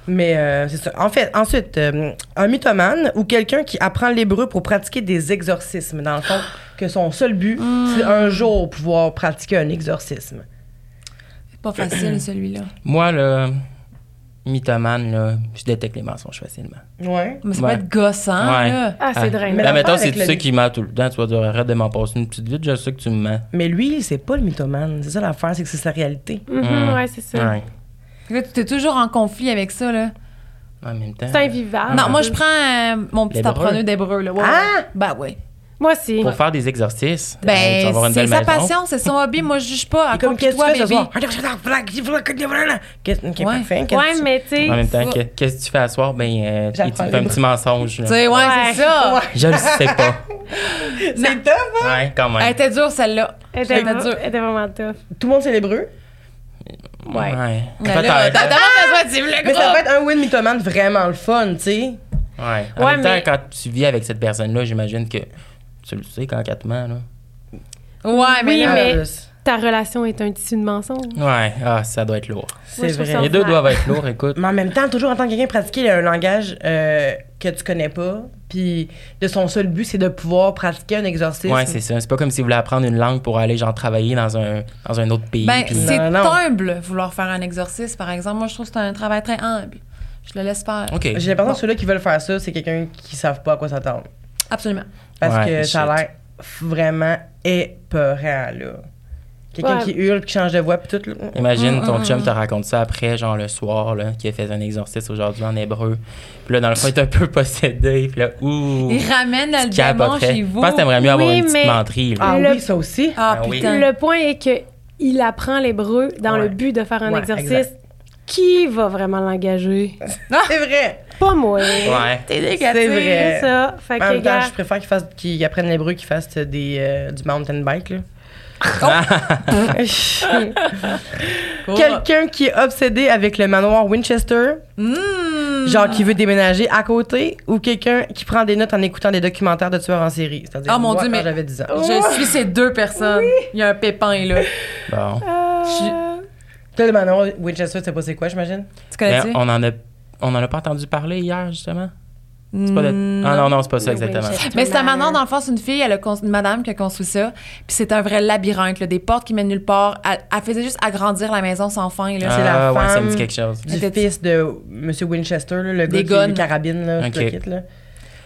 Speaker 2: Mais euh, c'est ça. En fait, ensuite, euh, un mythomane ou quelqu'un qui apprend l'hébreu pour pratiquer des exorcismes. Dans le fond, que son seul but, c'est un jour pouvoir pratiquer un exorcisme.
Speaker 3: C'est pas facile, celui-là.
Speaker 4: Moi, là, mythomane, là, je détecte les mensonges facilement.
Speaker 2: Ouais.
Speaker 3: Mais ça
Speaker 4: Ouais.
Speaker 3: peut être gossant,
Speaker 4: Ouais.
Speaker 3: là.
Speaker 5: Ah, c'est drainant.
Speaker 2: Mais
Speaker 4: Là,
Speaker 2: l'affaire
Speaker 4: mettons, c'est
Speaker 2: avec
Speaker 4: tout
Speaker 2: le-
Speaker 4: ça qui ment tout le temps. Tu vas dire, arrête de m'en passer une petite vite, je sais que tu me mens.
Speaker 2: Mais lui, c'est pas le mythomane. C'est ça l'affaire, c'est que c'est sa réalité.
Speaker 5: Mhm, Ouais, c'est ça.
Speaker 4: Ouais.
Speaker 3: Fait que là, tu es toujours en conflit avec ça, là.
Speaker 4: En même temps.
Speaker 5: C'est invivable.
Speaker 3: Non, moi, je prends euh, mon petit
Speaker 4: L'hébreu.
Speaker 3: appreneur d'hébreu, là. Ouais,
Speaker 2: Ah!
Speaker 3: ouais. Ben oui.
Speaker 5: Moi aussi.
Speaker 4: Pour faire des exercices, euh, tu vas avoir
Speaker 3: Ben,
Speaker 4: une
Speaker 3: c'est
Speaker 4: belle
Speaker 3: sa
Speaker 4: maison.
Speaker 3: passion, c'est son hobby. Moi, je juge pas.
Speaker 2: Et comme qu'est-ce que tu
Speaker 3: Accroche-toi,
Speaker 2: fais ce
Speaker 3: baby.
Speaker 2: soir? Qu'est-ce ok,
Speaker 3: Ouais.
Speaker 2: parfait. Qu'est-ce que
Speaker 5: Ouais,
Speaker 2: tu-
Speaker 5: mais tu sais.
Speaker 4: En même temps, que- qu'est-ce que tu fais à soir? Ben, euh, tu
Speaker 2: J'apprends
Speaker 4: tu fais
Speaker 2: les
Speaker 4: un petit mensonge. là.
Speaker 3: Tu sais, ouais,
Speaker 5: Ouais.
Speaker 3: c'est ça.
Speaker 4: Je le sais pas.
Speaker 2: C'est tough, hein?
Speaker 4: ouais, quand
Speaker 3: Elle
Speaker 4: même.
Speaker 3: était dure, celle-là.
Speaker 5: Elle était,
Speaker 3: Elle était
Speaker 5: vra-
Speaker 3: dure.
Speaker 5: elle était vraiment tough.
Speaker 2: Tout le monde, c'est l'hébreu.
Speaker 4: Ouais.
Speaker 3: Mais là, T'as
Speaker 4: Peut-être.
Speaker 3: vraiment besoin de dire
Speaker 2: Mais
Speaker 3: le
Speaker 2: ça
Speaker 3: gros.
Speaker 2: peut être un win mythomane vraiment le fun, tu sais.
Speaker 4: Ouais. En
Speaker 5: Ouais,
Speaker 4: même temps,
Speaker 5: mais-
Speaker 4: quand tu vis avec cette personne-là, j'imagine que tu le sais quand qu'elle te ment, là.
Speaker 3: Ouais, mais
Speaker 5: Oui,
Speaker 3: là,
Speaker 5: mais-
Speaker 2: Euh,
Speaker 5: Ta relation est un tissu de mensonges.
Speaker 4: Ouais, ah, ça doit être lourd.
Speaker 2: C'est
Speaker 5: je trouve
Speaker 2: vrai.
Speaker 5: ça-
Speaker 4: Les deux
Speaker 5: Ouais.
Speaker 4: doivent être lourds, écoute.
Speaker 2: Mais en même temps, toujours entendre quelqu'un pratiquer un langage euh, que tu connais pas, puis de son seul but, c'est de pouvoir pratiquer un exorcisme.
Speaker 4: Ouais, c'est ça. C'est pas comme si vous voulez apprendre une langue pour aller, genre, travailler dans un, dans un autre pays.
Speaker 3: Ben,
Speaker 4: puis-
Speaker 3: c'est
Speaker 2: Non, non.
Speaker 3: humble, vouloir faire un exercice, par exemple. Moi, je trouve que c'est un travail très humble. Je le laisse faire.
Speaker 4: OK.
Speaker 2: J'ai l'impression que ceux-là qui veulent faire ça, c'est quelqu'un qui savent pas à quoi s'attendre.
Speaker 3: Absolument.
Speaker 2: Parce
Speaker 4: Ouais,
Speaker 2: que ça a
Speaker 4: shit.
Speaker 2: l'air vraiment épeurant, là. Quelqu'un
Speaker 5: Ouais.
Speaker 2: qui hurle, qui change de voix, puis tout. là.
Speaker 4: Imagine ton chum te raconte ça après, genre le soir, là, qu'il a fait un exorcisme aujourd'hui en hébreu. Puis là, dans le fond, il est un peu possédé. Puis là, ouh.
Speaker 3: Il ramène le démon
Speaker 4: capoterait.
Speaker 3: chez
Speaker 4: Je
Speaker 3: vous.
Speaker 4: pense que t'aimerais mieux avoir
Speaker 5: Oui,
Speaker 4: une petite
Speaker 5: mais-
Speaker 4: menterie, là.
Speaker 2: Ah
Speaker 5: Le-
Speaker 2: oui, ça aussi.
Speaker 3: Ah,
Speaker 4: Ah oui.
Speaker 3: putain.
Speaker 5: Le point est que il apprend l'hébreu dans
Speaker 2: Ouais.
Speaker 5: le but de faire un
Speaker 2: Ouais,
Speaker 5: exercice.
Speaker 2: exact.
Speaker 5: Qui va vraiment l'engager?
Speaker 2: C'est vrai.
Speaker 5: Pas moi.
Speaker 4: Ouais.
Speaker 3: T'es
Speaker 2: C'est vrai.
Speaker 5: C'est ça. Fait
Speaker 2: Mais en
Speaker 5: que,
Speaker 2: même temps,
Speaker 5: gars,
Speaker 2: je préfère qu'ils fassent- qu'ils apprennent l'hébreu, qu'ils fassent des, euh, du mountain bike, là.
Speaker 5: Oh!
Speaker 3: Oh,
Speaker 2: Quelqu'un qui est obsédé avec le manoir Winchester,
Speaker 3: Hmm.
Speaker 2: genre qui veut déménager à côté, ou quelqu'un qui prend des notes en écoutant des documentaires de tueurs en série. C'est-à-dire,
Speaker 3: Ah, mon
Speaker 2: moi,
Speaker 3: Dieu,
Speaker 2: quand
Speaker 3: mais-
Speaker 2: j'avais 10 ans.
Speaker 3: Je suis ces deux personnes. Il y a un pépin, là.
Speaker 4: Bon.
Speaker 3: Je-
Speaker 2: Toi, le manoir Winchester, tu sais pas c'est quoi, j'imagine?
Speaker 3: Tu
Speaker 4: Mais
Speaker 3: connais-tu?
Speaker 4: on en a. On n'en a pas entendu parler hier, justement. C'est pas le- Ah non, non, c'est pas ça exactement.
Speaker 3: Mm, Mais c'est un manoir, dans le fond, c'est une fille, elle a cons- une madame qui a construit ça. Puis c'est un vrai labyrinthe, là, des portes qui mènent nulle part. Elle, elle faisait juste agrandir la maison sans fin. Là.
Speaker 2: c'est la
Speaker 4: Ah, ouais, ça me dit
Speaker 2: femme.
Speaker 4: quelque chose.
Speaker 2: Du
Speaker 3: Était-
Speaker 2: fils de M. Winchester, là, le
Speaker 3: Des
Speaker 2: gars qui a
Speaker 3: guns.
Speaker 2: une carabine, là,
Speaker 4: Ok.
Speaker 2: tout le kit, là.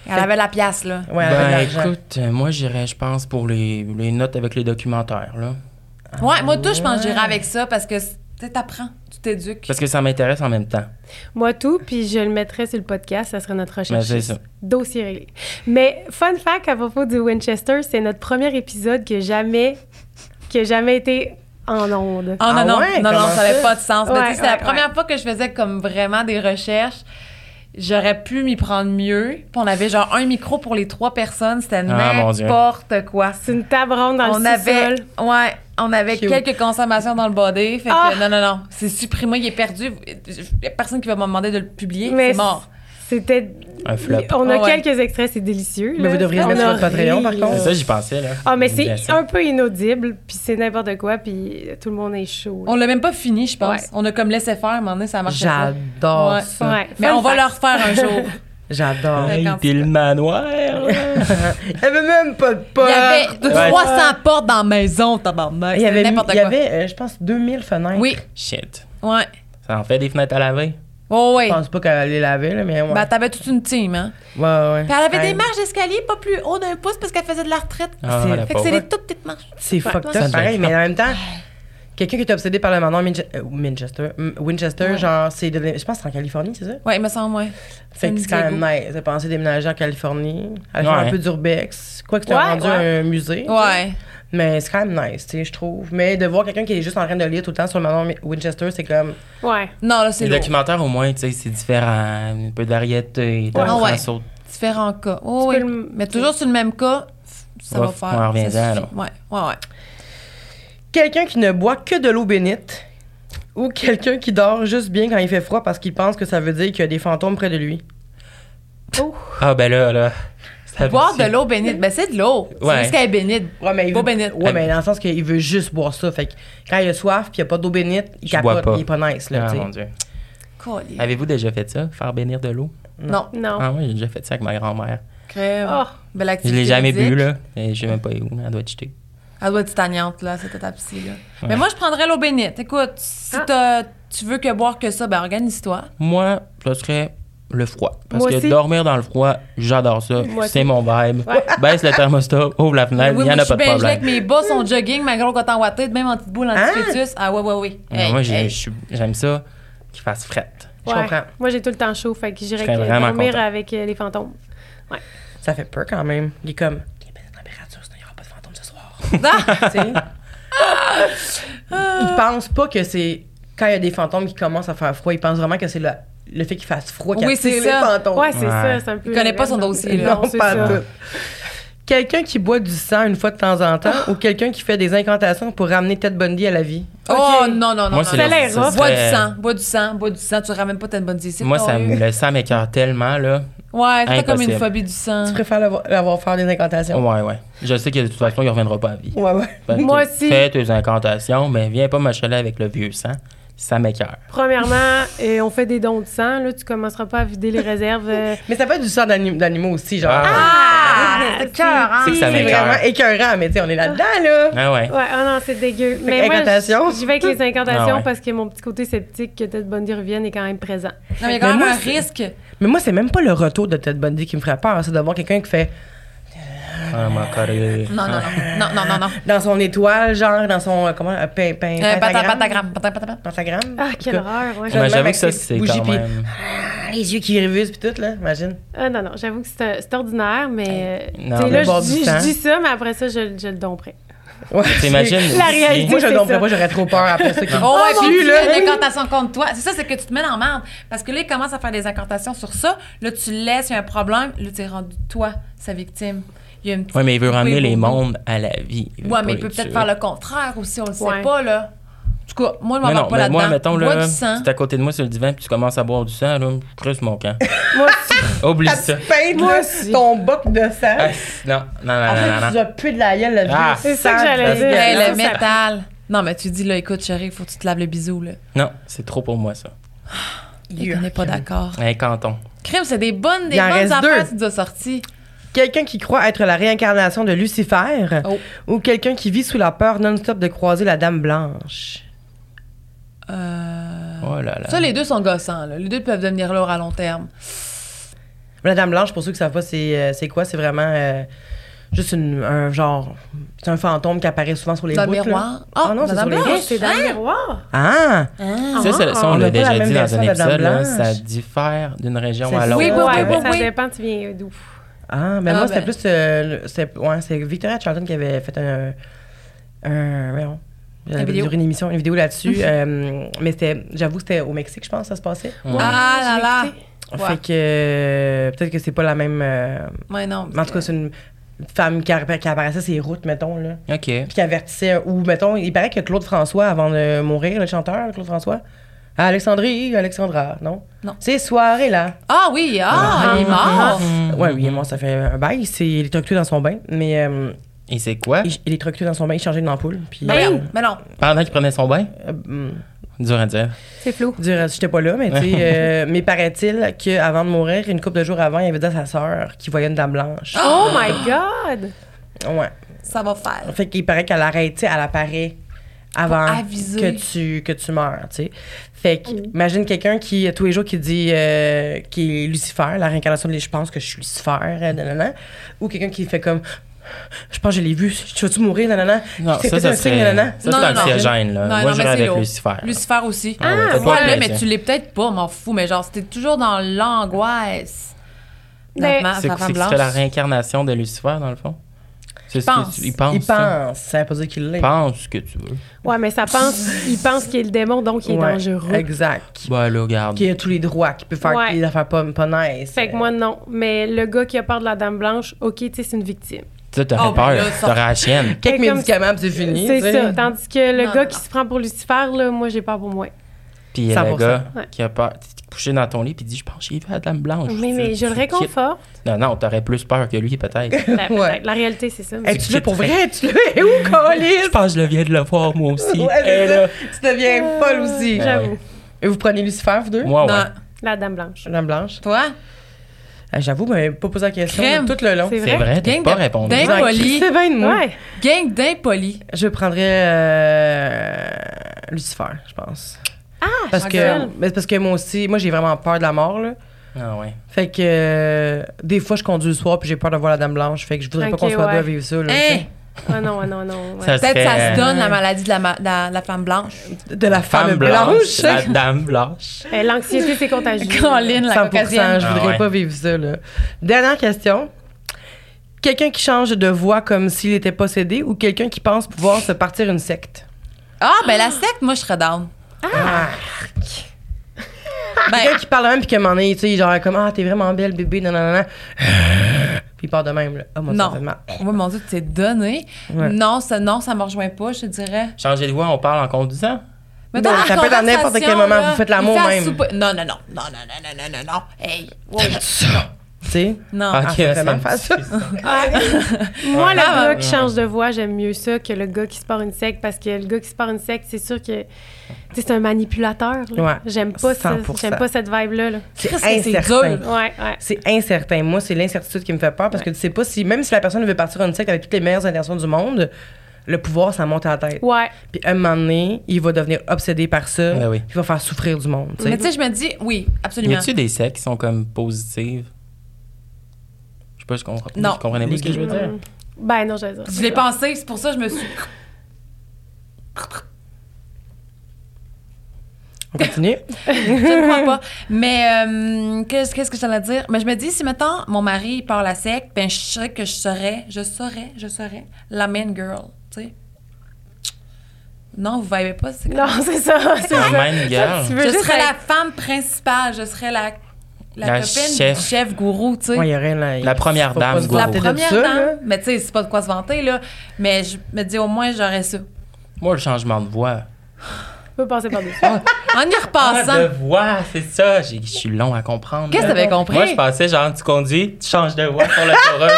Speaker 4: Ah.
Speaker 3: Elle avait la pièce, là.
Speaker 2: Ouais, avec
Speaker 4: ben
Speaker 2: l'argent.
Speaker 4: écoute, euh, moi j'irais, je pense, pour les, les notes avec les documentaires, là.
Speaker 3: Ouais, moi, tout, je pense que j'irai avec ça parce que c'est- tu sais, t'apprends, tu t'éduques.
Speaker 4: Parce que ça m'intéresse en même temps.
Speaker 5: moi tout, puis je le mettrai sur le podcast. Ça serait notre
Speaker 4: Mais
Speaker 5: recherche.
Speaker 4: Ben, c'est ça.
Speaker 5: Dossier réglé. Mais fun fact à propos du Winchester, c'est notre premier épisode qui a jamais, qui a jamais été en onde.
Speaker 3: Ah non,
Speaker 2: Ah
Speaker 3: non,
Speaker 2: ouais,
Speaker 3: non,
Speaker 2: comment
Speaker 3: non, ça
Speaker 2: ça?
Speaker 3: n'avait pas de sens. Mais
Speaker 5: Ouais,
Speaker 3: tu sais, c'est
Speaker 5: ouais,
Speaker 3: la première fois que je faisais comme vraiment des recherches. J'aurais pu m'y prendre mieux. Puis on avait genre un micro pour les trois personnes. C'était
Speaker 4: Ah, mon Dieu.
Speaker 3: n'importe quoi.
Speaker 5: C'est une table ronde dans
Speaker 3: on
Speaker 5: le
Speaker 3: avait,
Speaker 5: sous-sol.
Speaker 3: ouais, on avait
Speaker 2: Cute.
Speaker 3: quelques consommations dans le body. Fait que
Speaker 5: Ah!
Speaker 3: non, non, non, c'est supprimé, il est perdu. Il y a personne qui va me demander de le publier.
Speaker 5: Mais
Speaker 3: C'est mort.
Speaker 5: C'était.
Speaker 4: Un flop.
Speaker 5: On a
Speaker 3: Ah ouais.
Speaker 5: quelques extraits, c'est délicieux.
Speaker 2: Mais
Speaker 5: là.
Speaker 2: vous devriez le
Speaker 5: On
Speaker 2: mettre sur
Speaker 5: a
Speaker 2: votre Patreon, par
Speaker 5: ri,
Speaker 2: contre.
Speaker 5: là.
Speaker 4: C'est ça, j'y pensais, là.
Speaker 5: Ah, mais c'est
Speaker 4: Obligation.
Speaker 5: un peu inaudible, puis c'est n'importe quoi, puis tout le monde est chaud. là.
Speaker 3: On l'a même pas fini, je pense.
Speaker 5: Ouais.
Speaker 3: On a comme laissé faire, à un moment donné, ça marchait pas.
Speaker 2: J'adore
Speaker 3: Ouais.
Speaker 2: ça.
Speaker 5: Ouais.
Speaker 3: Mais
Speaker 5: Fun
Speaker 3: on va
Speaker 5: fact.
Speaker 3: le refaire un jour.
Speaker 2: J'adore.
Speaker 3: Ouais.
Speaker 4: Hey,
Speaker 3: quand-
Speaker 4: puis le manoir! là.
Speaker 2: Elle veut même pas de
Speaker 3: Il
Speaker 2: porte.
Speaker 3: y avait
Speaker 4: Ouais.
Speaker 3: 300 portes dans la maison, tabarnak.
Speaker 2: Il y avait,
Speaker 3: C'était n'importe
Speaker 2: il y
Speaker 3: quoi.
Speaker 2: avait, euh, je pense, 2000 fenêtres.
Speaker 3: Oui,
Speaker 4: Shit.
Speaker 3: ouais.
Speaker 4: Ça en fait des fenêtres à laver?
Speaker 3: Oh, oui.
Speaker 2: Je pense pas qu'elle les laver, là, mais ouais.
Speaker 3: Ben, t'avais toute une team, hein.
Speaker 2: ouais, ouais.
Speaker 3: Puis elle avait
Speaker 2: Hey,
Speaker 3: des marches d'escalier pas plus haut d'un pouce parce qu'elle faisait de la retraite.
Speaker 4: Ah,
Speaker 2: C'est-
Speaker 4: la
Speaker 3: fait que c'est
Speaker 4: pauvre.
Speaker 3: des toutes petites marches.
Speaker 2: C'est fucked
Speaker 4: Ça
Speaker 2: up,
Speaker 4: devrait
Speaker 2: pareil,
Speaker 4: être
Speaker 2: mais en même temps, quelqu'un qui est obsédé par le manoir Minche- euh, Winchester, M- Winchester,
Speaker 3: Ouais.
Speaker 2: genre, c'est devenu- je pense que c'est en Californie, c'est ça?
Speaker 3: Ouais, il me semble, ouais.
Speaker 2: Fait que c'est quand même nice. Elle a pensé déménager en Californie, elle faire
Speaker 4: Ouais.
Speaker 2: un peu d'urbex, quoi que tu as
Speaker 5: Ouais,
Speaker 2: rendu
Speaker 5: ouais.
Speaker 2: un musée.
Speaker 3: Ouais.
Speaker 2: Mais c'est quand même nice, tu sais, je trouve. Mais de voir quelqu'un qui est juste en train de lire tout le temps sur le manoir Mi- Winchester, c'est comme.
Speaker 5: Ouais.
Speaker 3: Non, là, c'est
Speaker 4: Les
Speaker 3: lourd.
Speaker 4: documentaires, au moins, tu sais, c'est différent. Un peu de variété.
Speaker 3: Ouais.
Speaker 4: t'en
Speaker 3: Ah,
Speaker 4: prends
Speaker 3: ouais.
Speaker 4: sur-
Speaker 3: Différents cas. Oh,
Speaker 5: Tu
Speaker 3: oui.
Speaker 5: peux le-
Speaker 3: Mais toujours sur le même cas, ça
Speaker 4: Ouais,
Speaker 3: va faire.
Speaker 4: on revient
Speaker 3: ça
Speaker 4: dedans,
Speaker 3: suffit. Ouais, ouais, ouais.
Speaker 2: Quelqu'un qui ne boit que de l'eau bénite ou quelqu'un qui dort juste bien quand il fait froid parce qu'il pense que ça veut dire qu'il y a des fantômes près de lui.
Speaker 4: Ah, ben là, là. ça
Speaker 3: Boire
Speaker 4: aboutit.
Speaker 3: de l'eau bénite. Ben, c'est de l'eau.
Speaker 4: Ouais.
Speaker 3: C'est juste qu'elle est bénite.
Speaker 2: Ouais, mais il
Speaker 3: Pas
Speaker 2: veut-
Speaker 3: bénite.
Speaker 2: Ouais, mais dans le sens qu'il veut juste boire ça. Fait que quand il a soif puis il n'y a pas d'eau bénite, il
Speaker 4: Tu bois
Speaker 2: capote,
Speaker 4: pas.
Speaker 2: il est pas nice, là,
Speaker 4: Ah,
Speaker 2: tu sais.
Speaker 4: mon Dieu.
Speaker 3: Collier.
Speaker 4: Avez-vous déjà fait ça, faire bénir de l'eau?
Speaker 3: Non.
Speaker 5: Non.
Speaker 4: Ah, moi, j'ai déjà fait ça avec ma grand-mère.
Speaker 3: Crème.
Speaker 5: Oh.
Speaker 3: Ben,
Speaker 4: Je
Speaker 3: l'activité
Speaker 4: l'ai jamais bu,
Speaker 3: physique,
Speaker 4: là. Et je sais même pas où, mais elle doit être jetée.
Speaker 3: Elle doit être stagnante, là, cette étape-ci. là. Mais
Speaker 4: Ouais.
Speaker 3: moi, je prendrais l'eau bénite. Écoute, si
Speaker 5: Ah.
Speaker 3: t'as- tu veux que boire que ça, ben organise-toi.
Speaker 4: Moi, ce serait le froid. Parce
Speaker 5: Moi
Speaker 4: que
Speaker 5: aussi.
Speaker 4: dormir dans le froid, j'adore ça.
Speaker 5: Moi
Speaker 4: C'est
Speaker 5: aussi.
Speaker 4: mon vibe.
Speaker 5: Ouais.
Speaker 4: Baisse le thermostat, ouvre la fenêtre, il
Speaker 3: oui,
Speaker 4: n'y en
Speaker 3: moi,
Speaker 4: a
Speaker 3: je suis
Speaker 4: pas de
Speaker 3: bien gelée
Speaker 4: problème.
Speaker 3: avec mes bas, son jogging, ma gros coton ouaté, même en petite boule anti-fœtus. Ah, ouais, ouais, oui.
Speaker 4: Non,
Speaker 3: Hey,
Speaker 4: moi, j'ai-
Speaker 3: hey.
Speaker 4: je- j'aime ça qu'il fasse frette.
Speaker 2: Je comprends.
Speaker 5: Moi, j'ai tout le temps chaud, fait que j'irais
Speaker 4: Je serais
Speaker 5: que
Speaker 4: vraiment
Speaker 5: dormir
Speaker 4: content.
Speaker 5: avec euh, les fantômes.
Speaker 2: Ça fait peur quand même. Il est comme, il est belle la température, sinon il n'y aura pas de fantôme ce soir.
Speaker 3: Ah!
Speaker 2: Tu sais? Ils pensent pas que c'est quand il y a des fantômes qui commencent à faire froid, ils pensent vraiment que c'est le, le fait qu'il fasse froid qui
Speaker 3: Oui,
Speaker 2: attire
Speaker 3: c'est
Speaker 2: les
Speaker 3: ça.
Speaker 2: fantômes.
Speaker 5: Ouais, c'est
Speaker 4: Ouais.
Speaker 5: ça, c'est un peu.
Speaker 3: Il connaît pas son
Speaker 5: Non,
Speaker 3: dossier, là.
Speaker 2: non,
Speaker 5: c'est
Speaker 2: pas
Speaker 5: ça.
Speaker 2: tout. Quelqu'un qui boit du sang une fois de temps en temps ou quelqu'un qui fait des incantations pour ramener Ted Bundy à la vie.
Speaker 3: Oh,
Speaker 5: Ok.
Speaker 3: non, non, non.
Speaker 4: Moi,
Speaker 3: non,
Speaker 4: c'est
Speaker 5: Ça
Speaker 3: non.
Speaker 5: le- l'air rough.
Speaker 3: Bois
Speaker 4: serait-
Speaker 3: du sang, bois du sang, bois du sang. Tu ramènes pas ta bonne ici.
Speaker 4: Moi,
Speaker 3: ton
Speaker 4: ça, me-
Speaker 3: lieu.
Speaker 4: le sang m'écœure tellement, là.
Speaker 3: Ouais, c'est comme une
Speaker 4: Impossible.
Speaker 3: phobie du sang.
Speaker 2: Tu préfères l'avoir, l'avoir faire des incantations?
Speaker 4: Ouais, ouais. Je sais que de toute façon, il reviendra pas à vie.
Speaker 2: Ouais, ouais.
Speaker 4: Fait que
Speaker 5: Moi aussi.
Speaker 4: Fais tes incantations, mais viens pas me chialer avec le vieux sang. Ça m'écœure.
Speaker 5: Premièrement, euh, on fait des dons de sang, là, tu commenceras pas à vider les réserves. euh,
Speaker 2: Mais ça peut être du sang d'anim- d'animaux aussi, genre.
Speaker 4: Ah,
Speaker 3: Ah! C'est cœur, hein?
Speaker 4: C'est que ça
Speaker 2: c'est
Speaker 4: m'écœure.
Speaker 2: vraiment écœurant, mais tu sais, on est là-dedans, là.
Speaker 4: Ah ouais.
Speaker 5: Ouais, ah non, c'est dégueu.
Speaker 2: que
Speaker 5: Mais moi,
Speaker 2: incantation.
Speaker 5: j- j'y vais avec les incantations
Speaker 4: Ah ouais.
Speaker 5: parce que mon petit côté sceptique que Ted Bundy revienne est quand même présent.
Speaker 3: Non, mais il y a quand
Speaker 2: Mais
Speaker 3: même
Speaker 2: moi,
Speaker 3: un
Speaker 2: c'est-
Speaker 3: risque.
Speaker 2: Mais moi, c'est même pas le retour de Ted Bundy qui me ferait peur, c'est de voir quelqu'un qui fait
Speaker 4: Ah, mon corps, euh,
Speaker 3: Non, non, non. Non, non, non, non.
Speaker 2: dans son étoile, genre dans son euh, comment euh, pain, pain,
Speaker 3: Euh, pentagramme,
Speaker 2: pentagramme?
Speaker 3: pentagramme, pentagramme.
Speaker 2: Pentagramme?
Speaker 5: Ah, quelle
Speaker 2: En tout cas,
Speaker 5: horreur, ouais.
Speaker 2: Je le
Speaker 4: mais
Speaker 2: même
Speaker 4: J'avoue que ça,
Speaker 2: avec les
Speaker 4: c'est
Speaker 2: bougies
Speaker 4: quand
Speaker 2: puis-
Speaker 4: même.
Speaker 2: Ah, les yeux qui révisent puis tout là, imagine.
Speaker 5: Ah non, non, j'avoue que c'est un- c'est ordinaire, mais. euh,
Speaker 4: Non,
Speaker 5: tu
Speaker 4: mais
Speaker 5: sais, là,
Speaker 2: boire
Speaker 5: je
Speaker 2: du
Speaker 5: dis,
Speaker 2: sang.
Speaker 5: je dis ça, mais après ça, je, je le domperai.
Speaker 2: Ouais,
Speaker 4: T'imagines?
Speaker 5: La
Speaker 4: si-
Speaker 5: réalité.
Speaker 2: Moi, je
Speaker 5: C'est
Speaker 2: domperais
Speaker 5: ça.
Speaker 2: pas, j'aurais trop peur après
Speaker 4: Ah.
Speaker 2: ça. qui-
Speaker 3: Oh, ouais,
Speaker 2: mon
Speaker 3: puis tu
Speaker 2: Dieu,
Speaker 3: fais
Speaker 2: là.
Speaker 3: une incantation contre toi. C'est ça, c'est que tu te mets en merde. Parce que là, il commence à faire des incantations sur ça. Là, tu le laisses, il y a un problème. Là, t'es rendu toi, sa victime. Il y a une petite.
Speaker 4: Ouais, mais il veut ramener
Speaker 3: Oui,
Speaker 4: les
Speaker 3: oui.
Speaker 4: mondes à la vie. veut
Speaker 3: Ouais,
Speaker 4: pas
Speaker 3: mais il
Speaker 4: les
Speaker 3: peut peut-être
Speaker 4: tuer.
Speaker 3: faire le contraire aussi, on le sait
Speaker 5: Ouais.
Speaker 3: pas, là. En tout cas, moi, je
Speaker 4: Mais
Speaker 3: m'en
Speaker 4: non,
Speaker 3: vais pas
Speaker 4: mais
Speaker 3: là-dedans.
Speaker 4: moi, mettons,
Speaker 3: Bois
Speaker 4: là,
Speaker 3: du sang.
Speaker 4: si t'es à côté de moi sur le divan puis tu commences à boire du sang, là, je creuse mon camp.
Speaker 5: Moi
Speaker 3: Ah,
Speaker 5: aussi.
Speaker 4: Oublie
Speaker 2: Ta
Speaker 4: ça.
Speaker 2: petite peinte,
Speaker 5: Moi
Speaker 2: là,
Speaker 5: aussi.
Speaker 2: ton boc de sang.
Speaker 4: Ah, non, non, non, non,
Speaker 2: Après,
Speaker 4: non,
Speaker 2: tu
Speaker 4: non.
Speaker 2: as plus de la gueule, le vieux
Speaker 4: Ah,
Speaker 5: c'est ça que
Speaker 2: sang.
Speaker 5: j'allais dire.
Speaker 3: Hey,
Speaker 5: Ça,
Speaker 3: Eh, le
Speaker 5: ça-
Speaker 3: métal. Non, mais tu dis, là, écoute, chérie, faut que tu te laves le bisou, là.
Speaker 4: Non, c'est trop pour moi, ça.
Speaker 3: Il n'est pas d'accord.
Speaker 4: Un canton.
Speaker 3: Crime, c'est des bonnes, des
Speaker 2: Il en
Speaker 3: bonnes
Speaker 2: reste
Speaker 3: affaires
Speaker 2: deux.
Speaker 3: qui nous ont sorti.
Speaker 2: Quelqu'un qui croit être la réincarnation de Lucifer
Speaker 3: Oh.
Speaker 2: ou quelqu'un qui vit sous la peur non-stop de croiser la Dame Blanche.
Speaker 3: Euh,
Speaker 4: Oh là là.
Speaker 3: Ça, les deux sont gossants, là. Les deux peuvent devenir lourds à long terme.
Speaker 2: Mais La Dame Blanche, pour ceux qui savent pas, c'est euh, c'est quoi? C'est vraiment euh, juste une- un genre... C'est un fantôme qui apparaît souvent sur les
Speaker 3: Dans le
Speaker 2: bouts, là.
Speaker 3: miroir. Ah,
Speaker 2: Ah non, c'est sur les
Speaker 3: Madame Blanche.
Speaker 2: bouts.
Speaker 5: Hey, c'est dans le miroir.
Speaker 2: Ah!
Speaker 4: Ça, ça, ça,
Speaker 2: on
Speaker 4: on
Speaker 2: a pas
Speaker 4: l'a
Speaker 2: la
Speaker 4: déjà
Speaker 2: même
Speaker 4: dit dans
Speaker 2: version
Speaker 4: un
Speaker 2: de la Dame
Speaker 4: épisode, là,
Speaker 2: Blanche.
Speaker 4: ça diffère d'une région
Speaker 2: C'est
Speaker 4: à
Speaker 2: ça.
Speaker 4: l'autre.
Speaker 3: Oui, oui,
Speaker 5: Ouais,
Speaker 3: oui, oui,
Speaker 5: ça
Speaker 3: oui.
Speaker 5: dépend, tu viens d'où.
Speaker 2: Ah, mais
Speaker 3: Ah,
Speaker 2: moi,
Speaker 3: ben.
Speaker 2: c'était plus. euh, c'était- ouais, c'est Victoria Charlton qui avait fait un. un voyons, elle avait
Speaker 3: vidéo.
Speaker 2: duré une émission, une vidéo là-dessus. euh, mais c'était, j'avoue, que c'était au Mexique, je pense, ça se passait.
Speaker 3: Ah là là. Ouais.
Speaker 2: Fait que euh, peut-être que c'est pas la même. euh,
Speaker 3: Ouais, non.
Speaker 2: mais en tout cas, c'est une femme qui, appara- qui apparaissait sur les routes, mettons, là.
Speaker 4: OK.
Speaker 2: Puis qui avertissait. Ou, mettons, il paraît que Claude François, avant de mourir, le chanteur, Claude François. à Alexandrie, Alexandra, non?
Speaker 3: Non.
Speaker 2: Ces soirées-là.
Speaker 3: Ah oui, ah, il est mort.
Speaker 2: Ouais, oui, moi, ça fait un bail. c'est- Il est électrocuté dans son bain. Mais. euh,
Speaker 4: Et c'est quoi?
Speaker 2: Il, il est truqué dans son bain, il changeait une ampoule. Puis,
Speaker 3: Mais non, Ben mais non.
Speaker 4: Pendant qu'il prenait son bain?
Speaker 2: euh, hum,
Speaker 4: Dur à dire.
Speaker 5: C'est flou.
Speaker 2: dire, j'étais pas là, mais tu sais, euh, mais paraît-il qu'avant de mourir, une couple de jours avant, il avait dit à sa sœur qu'il voyait une dame blanche.
Speaker 5: Oh my God!
Speaker 3: Ah!
Speaker 2: Ouais.
Speaker 3: Ça va faire.
Speaker 2: Fait qu'il paraît qu'elle arrête, tu sais, elle apparaît avant
Speaker 3: Pour aviser.
Speaker 2: que tu, que tu meurs, tu sais. Fait que,
Speaker 5: Mm.
Speaker 2: imagine quelqu'un qui, tous les jours, qui dit euh, qui est Lucifer, la réincarnation de lui, je pense que je suis Lucifer, euh, nanana. Ou quelqu'un qui fait comme, je pense que je l'ai vu, tu vas-tu mourir, nanana.
Speaker 4: Non,
Speaker 2: C'est
Speaker 4: ça,
Speaker 2: peut-être un
Speaker 4: ça
Speaker 2: signe,
Speaker 4: serait...
Speaker 2: nanana.
Speaker 4: Ça, c'est
Speaker 3: Non, non, non.
Speaker 4: anxiogène, là.
Speaker 3: Non,
Speaker 4: Moi,
Speaker 3: non,
Speaker 4: je
Speaker 3: mais
Speaker 4: j'irais
Speaker 3: c'est
Speaker 4: avec
Speaker 3: lourd.
Speaker 4: Lucifer. là.
Speaker 3: Lucifer aussi.
Speaker 4: Ah, ouais,
Speaker 5: Ah,
Speaker 4: faites-moi
Speaker 3: Ouais, là, mais
Speaker 4: plaisir.
Speaker 3: tu l'es peut-être pas, m'en fous, mais genre, c'était toujours dans l'angoisse.
Speaker 5: Mais-
Speaker 3: Dans
Speaker 4: C'est
Speaker 3: ma- sa
Speaker 4: c'est
Speaker 3: femme
Speaker 4: que c'est la
Speaker 3: blanche.
Speaker 4: réincarnation de Lucifer, dans le fond? C'est ce que
Speaker 3: pense.
Speaker 4: tu- Il pense.
Speaker 2: Il
Speaker 4: ça.
Speaker 2: pense, ça veut pas dire qu'il l'est.
Speaker 4: Pense ce que tu veux.
Speaker 5: Ouais, mais ça pense, il pense qu'il est le démon, donc il est
Speaker 2: Ouais,
Speaker 5: dangereux.
Speaker 2: Exact.
Speaker 4: Bah, là, regarde.
Speaker 2: Qui a tous les droits, qui peut faire
Speaker 5: Ouais.
Speaker 2: des affaires pas, pas nice.
Speaker 5: Fait que moi, non. Mais le gars qui a peur de la Dame Blanche, OK, tu sais, c'est une victime.
Speaker 4: Tu t'aurais
Speaker 3: Oh, ben
Speaker 4: peur.
Speaker 3: là, ça-
Speaker 4: T'aurais la chienne.
Speaker 2: Quelques
Speaker 5: Fait comme-
Speaker 2: médicaments, puis c'est fini.
Speaker 5: C'est
Speaker 2: tu sais.
Speaker 5: ça. Tandis que le
Speaker 3: Non,
Speaker 5: gars
Speaker 3: non,
Speaker 5: qui
Speaker 3: non.
Speaker 5: se prend pour Lucifer, là, moi, j'ai peur pour moi.
Speaker 4: Puis il y a le
Speaker 2: 100%.
Speaker 4: gars
Speaker 5: Ouais.
Speaker 4: qui a peur. T'es couché dans ton lit, puis il dit Je pense que j'ai vu la dame blanche.
Speaker 5: Mais, mais
Speaker 4: Tu-
Speaker 5: je le
Speaker 4: tu quittes.
Speaker 5: réconforte.
Speaker 4: Non, non, t'aurais plus peur que lui, peut-être.
Speaker 5: La,
Speaker 2: Ouais.
Speaker 5: la réalité, c'est ça. mais-
Speaker 2: Es-tu là pour vrai? Tu le es où, Colin?
Speaker 4: je pense que je le viens de le voir, moi aussi.
Speaker 2: Ouais,
Speaker 4: Hey,
Speaker 2: c'est
Speaker 4: là.
Speaker 2: ça. Tu deviens folle aussi.
Speaker 4: Ouais.
Speaker 5: J'avoue.
Speaker 2: Et vous prenez Lucifer, vous deux?
Speaker 4: Moi, Ah, ouais.
Speaker 3: Dans-
Speaker 5: La Dame Blanche.
Speaker 2: Madame Blanche.
Speaker 3: Toi,
Speaker 2: Ah, J'avoue, vous m'avez pas posé la question
Speaker 3: Crème.
Speaker 2: tout le long.
Speaker 5: C'est
Speaker 4: C'est
Speaker 5: vrai?
Speaker 4: vrai, t'as
Speaker 3: Gang
Speaker 4: pas
Speaker 3: de-
Speaker 4: répondu.
Speaker 3: dingue.
Speaker 2: Vous en
Speaker 3: Poli.
Speaker 2: crissez bien de moi.
Speaker 5: Ouais.
Speaker 3: gang d'impoli.
Speaker 2: Je prendrais euh, Lucifer, je pense. Ah, parce que,
Speaker 3: Chantal.
Speaker 2: mais c'est parce que moi aussi, moi j'ai vraiment peur de la mort. Là.
Speaker 4: Ah ouais.
Speaker 2: Fait que euh, des fois je conduis le soir puis j'ai peur de voir la dame blanche. Fait que je voudrais pas
Speaker 5: Ok,
Speaker 2: qu'on soit
Speaker 5: ouais.
Speaker 2: deux à vivre ça. Là,
Speaker 3: Hein?
Speaker 5: Ah non, ah non, ah non. ouais.
Speaker 4: Ça
Speaker 3: Peut-être que ça
Speaker 4: serait,
Speaker 3: se
Speaker 4: euh,
Speaker 3: donne la maladie de la, ma- de la- de la femme blanche.
Speaker 2: tu sais. De la femme, blanche.
Speaker 4: La dame blanche.
Speaker 5: Euh, L'anxiété, c'est contagieux.
Speaker 3: Colline, la
Speaker 2: 100%,
Speaker 3: caucasienne.
Speaker 2: je
Speaker 4: Ah
Speaker 2: voudrais
Speaker 4: ouais.
Speaker 2: pas vivre ça. Là. Dernière question. Quelqu'un qui change de voix comme s'il était possédé ou quelqu'un qui pense pouvoir se partir une secte?
Speaker 3: Ah, ben la secte, moi, je serais down.
Speaker 2: Ah.
Speaker 3: Ben,
Speaker 2: Quelqu'un qui parle de même, puis que un moment donné, tu sais, genre, comme, ah, t'es vraiment belle, bébé, non, non, non. Puis il part de même, là. Ah, moi, ça
Speaker 3: non.
Speaker 2: me fait mal.
Speaker 3: Moi, mon Dieu, tu t'es donné.
Speaker 2: Ouais.
Speaker 3: Non, ça, non, ça me rejoint pas, je te dirais.
Speaker 4: Changer de voix, on parle en conduisant.
Speaker 3: Mais
Speaker 2: Bon,
Speaker 3: dans la
Speaker 2: Ben, ça peut être à n'importe quel
Speaker 3: conversation,
Speaker 2: moment,
Speaker 3: là,
Speaker 2: vous faites l'amour
Speaker 3: il fait à
Speaker 2: même. Ah,
Speaker 3: souper- Non, non, non, non, non, non, non, non, non, non. Hey, wow.
Speaker 2: Tu sais?
Speaker 3: non.
Speaker 2: Ah, c'est vraiment
Speaker 4: me
Speaker 2: facile.
Speaker 4: dit ça.
Speaker 5: Moi, le
Speaker 3: Ah,
Speaker 5: gars
Speaker 3: ouais.
Speaker 5: qui change de voix, j'aime mieux ça que le gars qui se part une secte parce que le gars qui se part une secte, c'est sûr que tu sais, c'est un manipulateur. là.
Speaker 2: Ouais.
Speaker 5: J'aime pas ça.
Speaker 2: 100%.
Speaker 5: J'aime pas cette vibe-là. là.
Speaker 2: C'est
Speaker 3: Christ, que c'est
Speaker 2: incertain.
Speaker 3: dur.
Speaker 5: Ouais, ouais.
Speaker 2: C'est incertain. Moi, c'est l'incertitude qui me fait peur parce que tu sais pas si, même si la personne veut partir en secte avec toutes les meilleures intentions du monde, le pouvoir, ça monte à la tête.
Speaker 5: Ouais.
Speaker 2: Puis un moment donné, il va devenir obsédé par ça.
Speaker 4: Ben oui.
Speaker 2: puis Il va faire souffrir du monde. tu sais.
Speaker 3: Mais tu sais, je me dis, oui,
Speaker 4: Y
Speaker 3: absolument.
Speaker 4: a-tu des sectes qui sont comme positives? Je sais pas, je comprends.
Speaker 3: Non.
Speaker 4: Je comprenais pas ce que je veux dire.
Speaker 5: Mm. Ben non, je vais dire.
Speaker 3: Je l'ai pensé, c'est pour ça que je me suis.
Speaker 2: On continue.
Speaker 3: Je ne crois pas. Mais euh, qu'est-ce qu'est-ce que j'allais dire? Mais je me dis, si maintenant mon mari part la sec, ben je sais que je serais, je serais, je serais la main girl, tu sais. Non, vous voyez pas, c'est
Speaker 5: Non, c'est
Speaker 3: Ah,
Speaker 5: ça. C'est
Speaker 4: La
Speaker 5: ça.
Speaker 4: main girl.
Speaker 5: Ça, tu veux
Speaker 3: Je
Speaker 5: juste
Speaker 3: serais la
Speaker 5: être-
Speaker 3: femme principale, je serais la, la,
Speaker 4: La
Speaker 3: copine
Speaker 4: chef.
Speaker 3: du chef gourou, tu sais.
Speaker 2: Ouais, il y aurait la,
Speaker 4: La première
Speaker 2: faut pas
Speaker 4: dame
Speaker 2: se
Speaker 4: du
Speaker 3: la
Speaker 2: vanter de
Speaker 3: première
Speaker 2: ça,
Speaker 3: dame.
Speaker 2: là.
Speaker 3: Mais tu sais, c'est pas de quoi se vanter, là. Mais je me dis, au moins, j'aurais ça.
Speaker 4: Moi, le changement de voix.
Speaker 5: Tu peux passer par-dessus.
Speaker 3: En y repassant.
Speaker 4: Ah, de voix, c'est ça. J'ai- Je suis long à comprendre.
Speaker 3: Ah, Qu'est-ce que
Speaker 4: là.
Speaker 3: t'avais compris?
Speaker 4: Moi, je pensais, genre, tu conduis, tu changes de voix sur l'autoroute.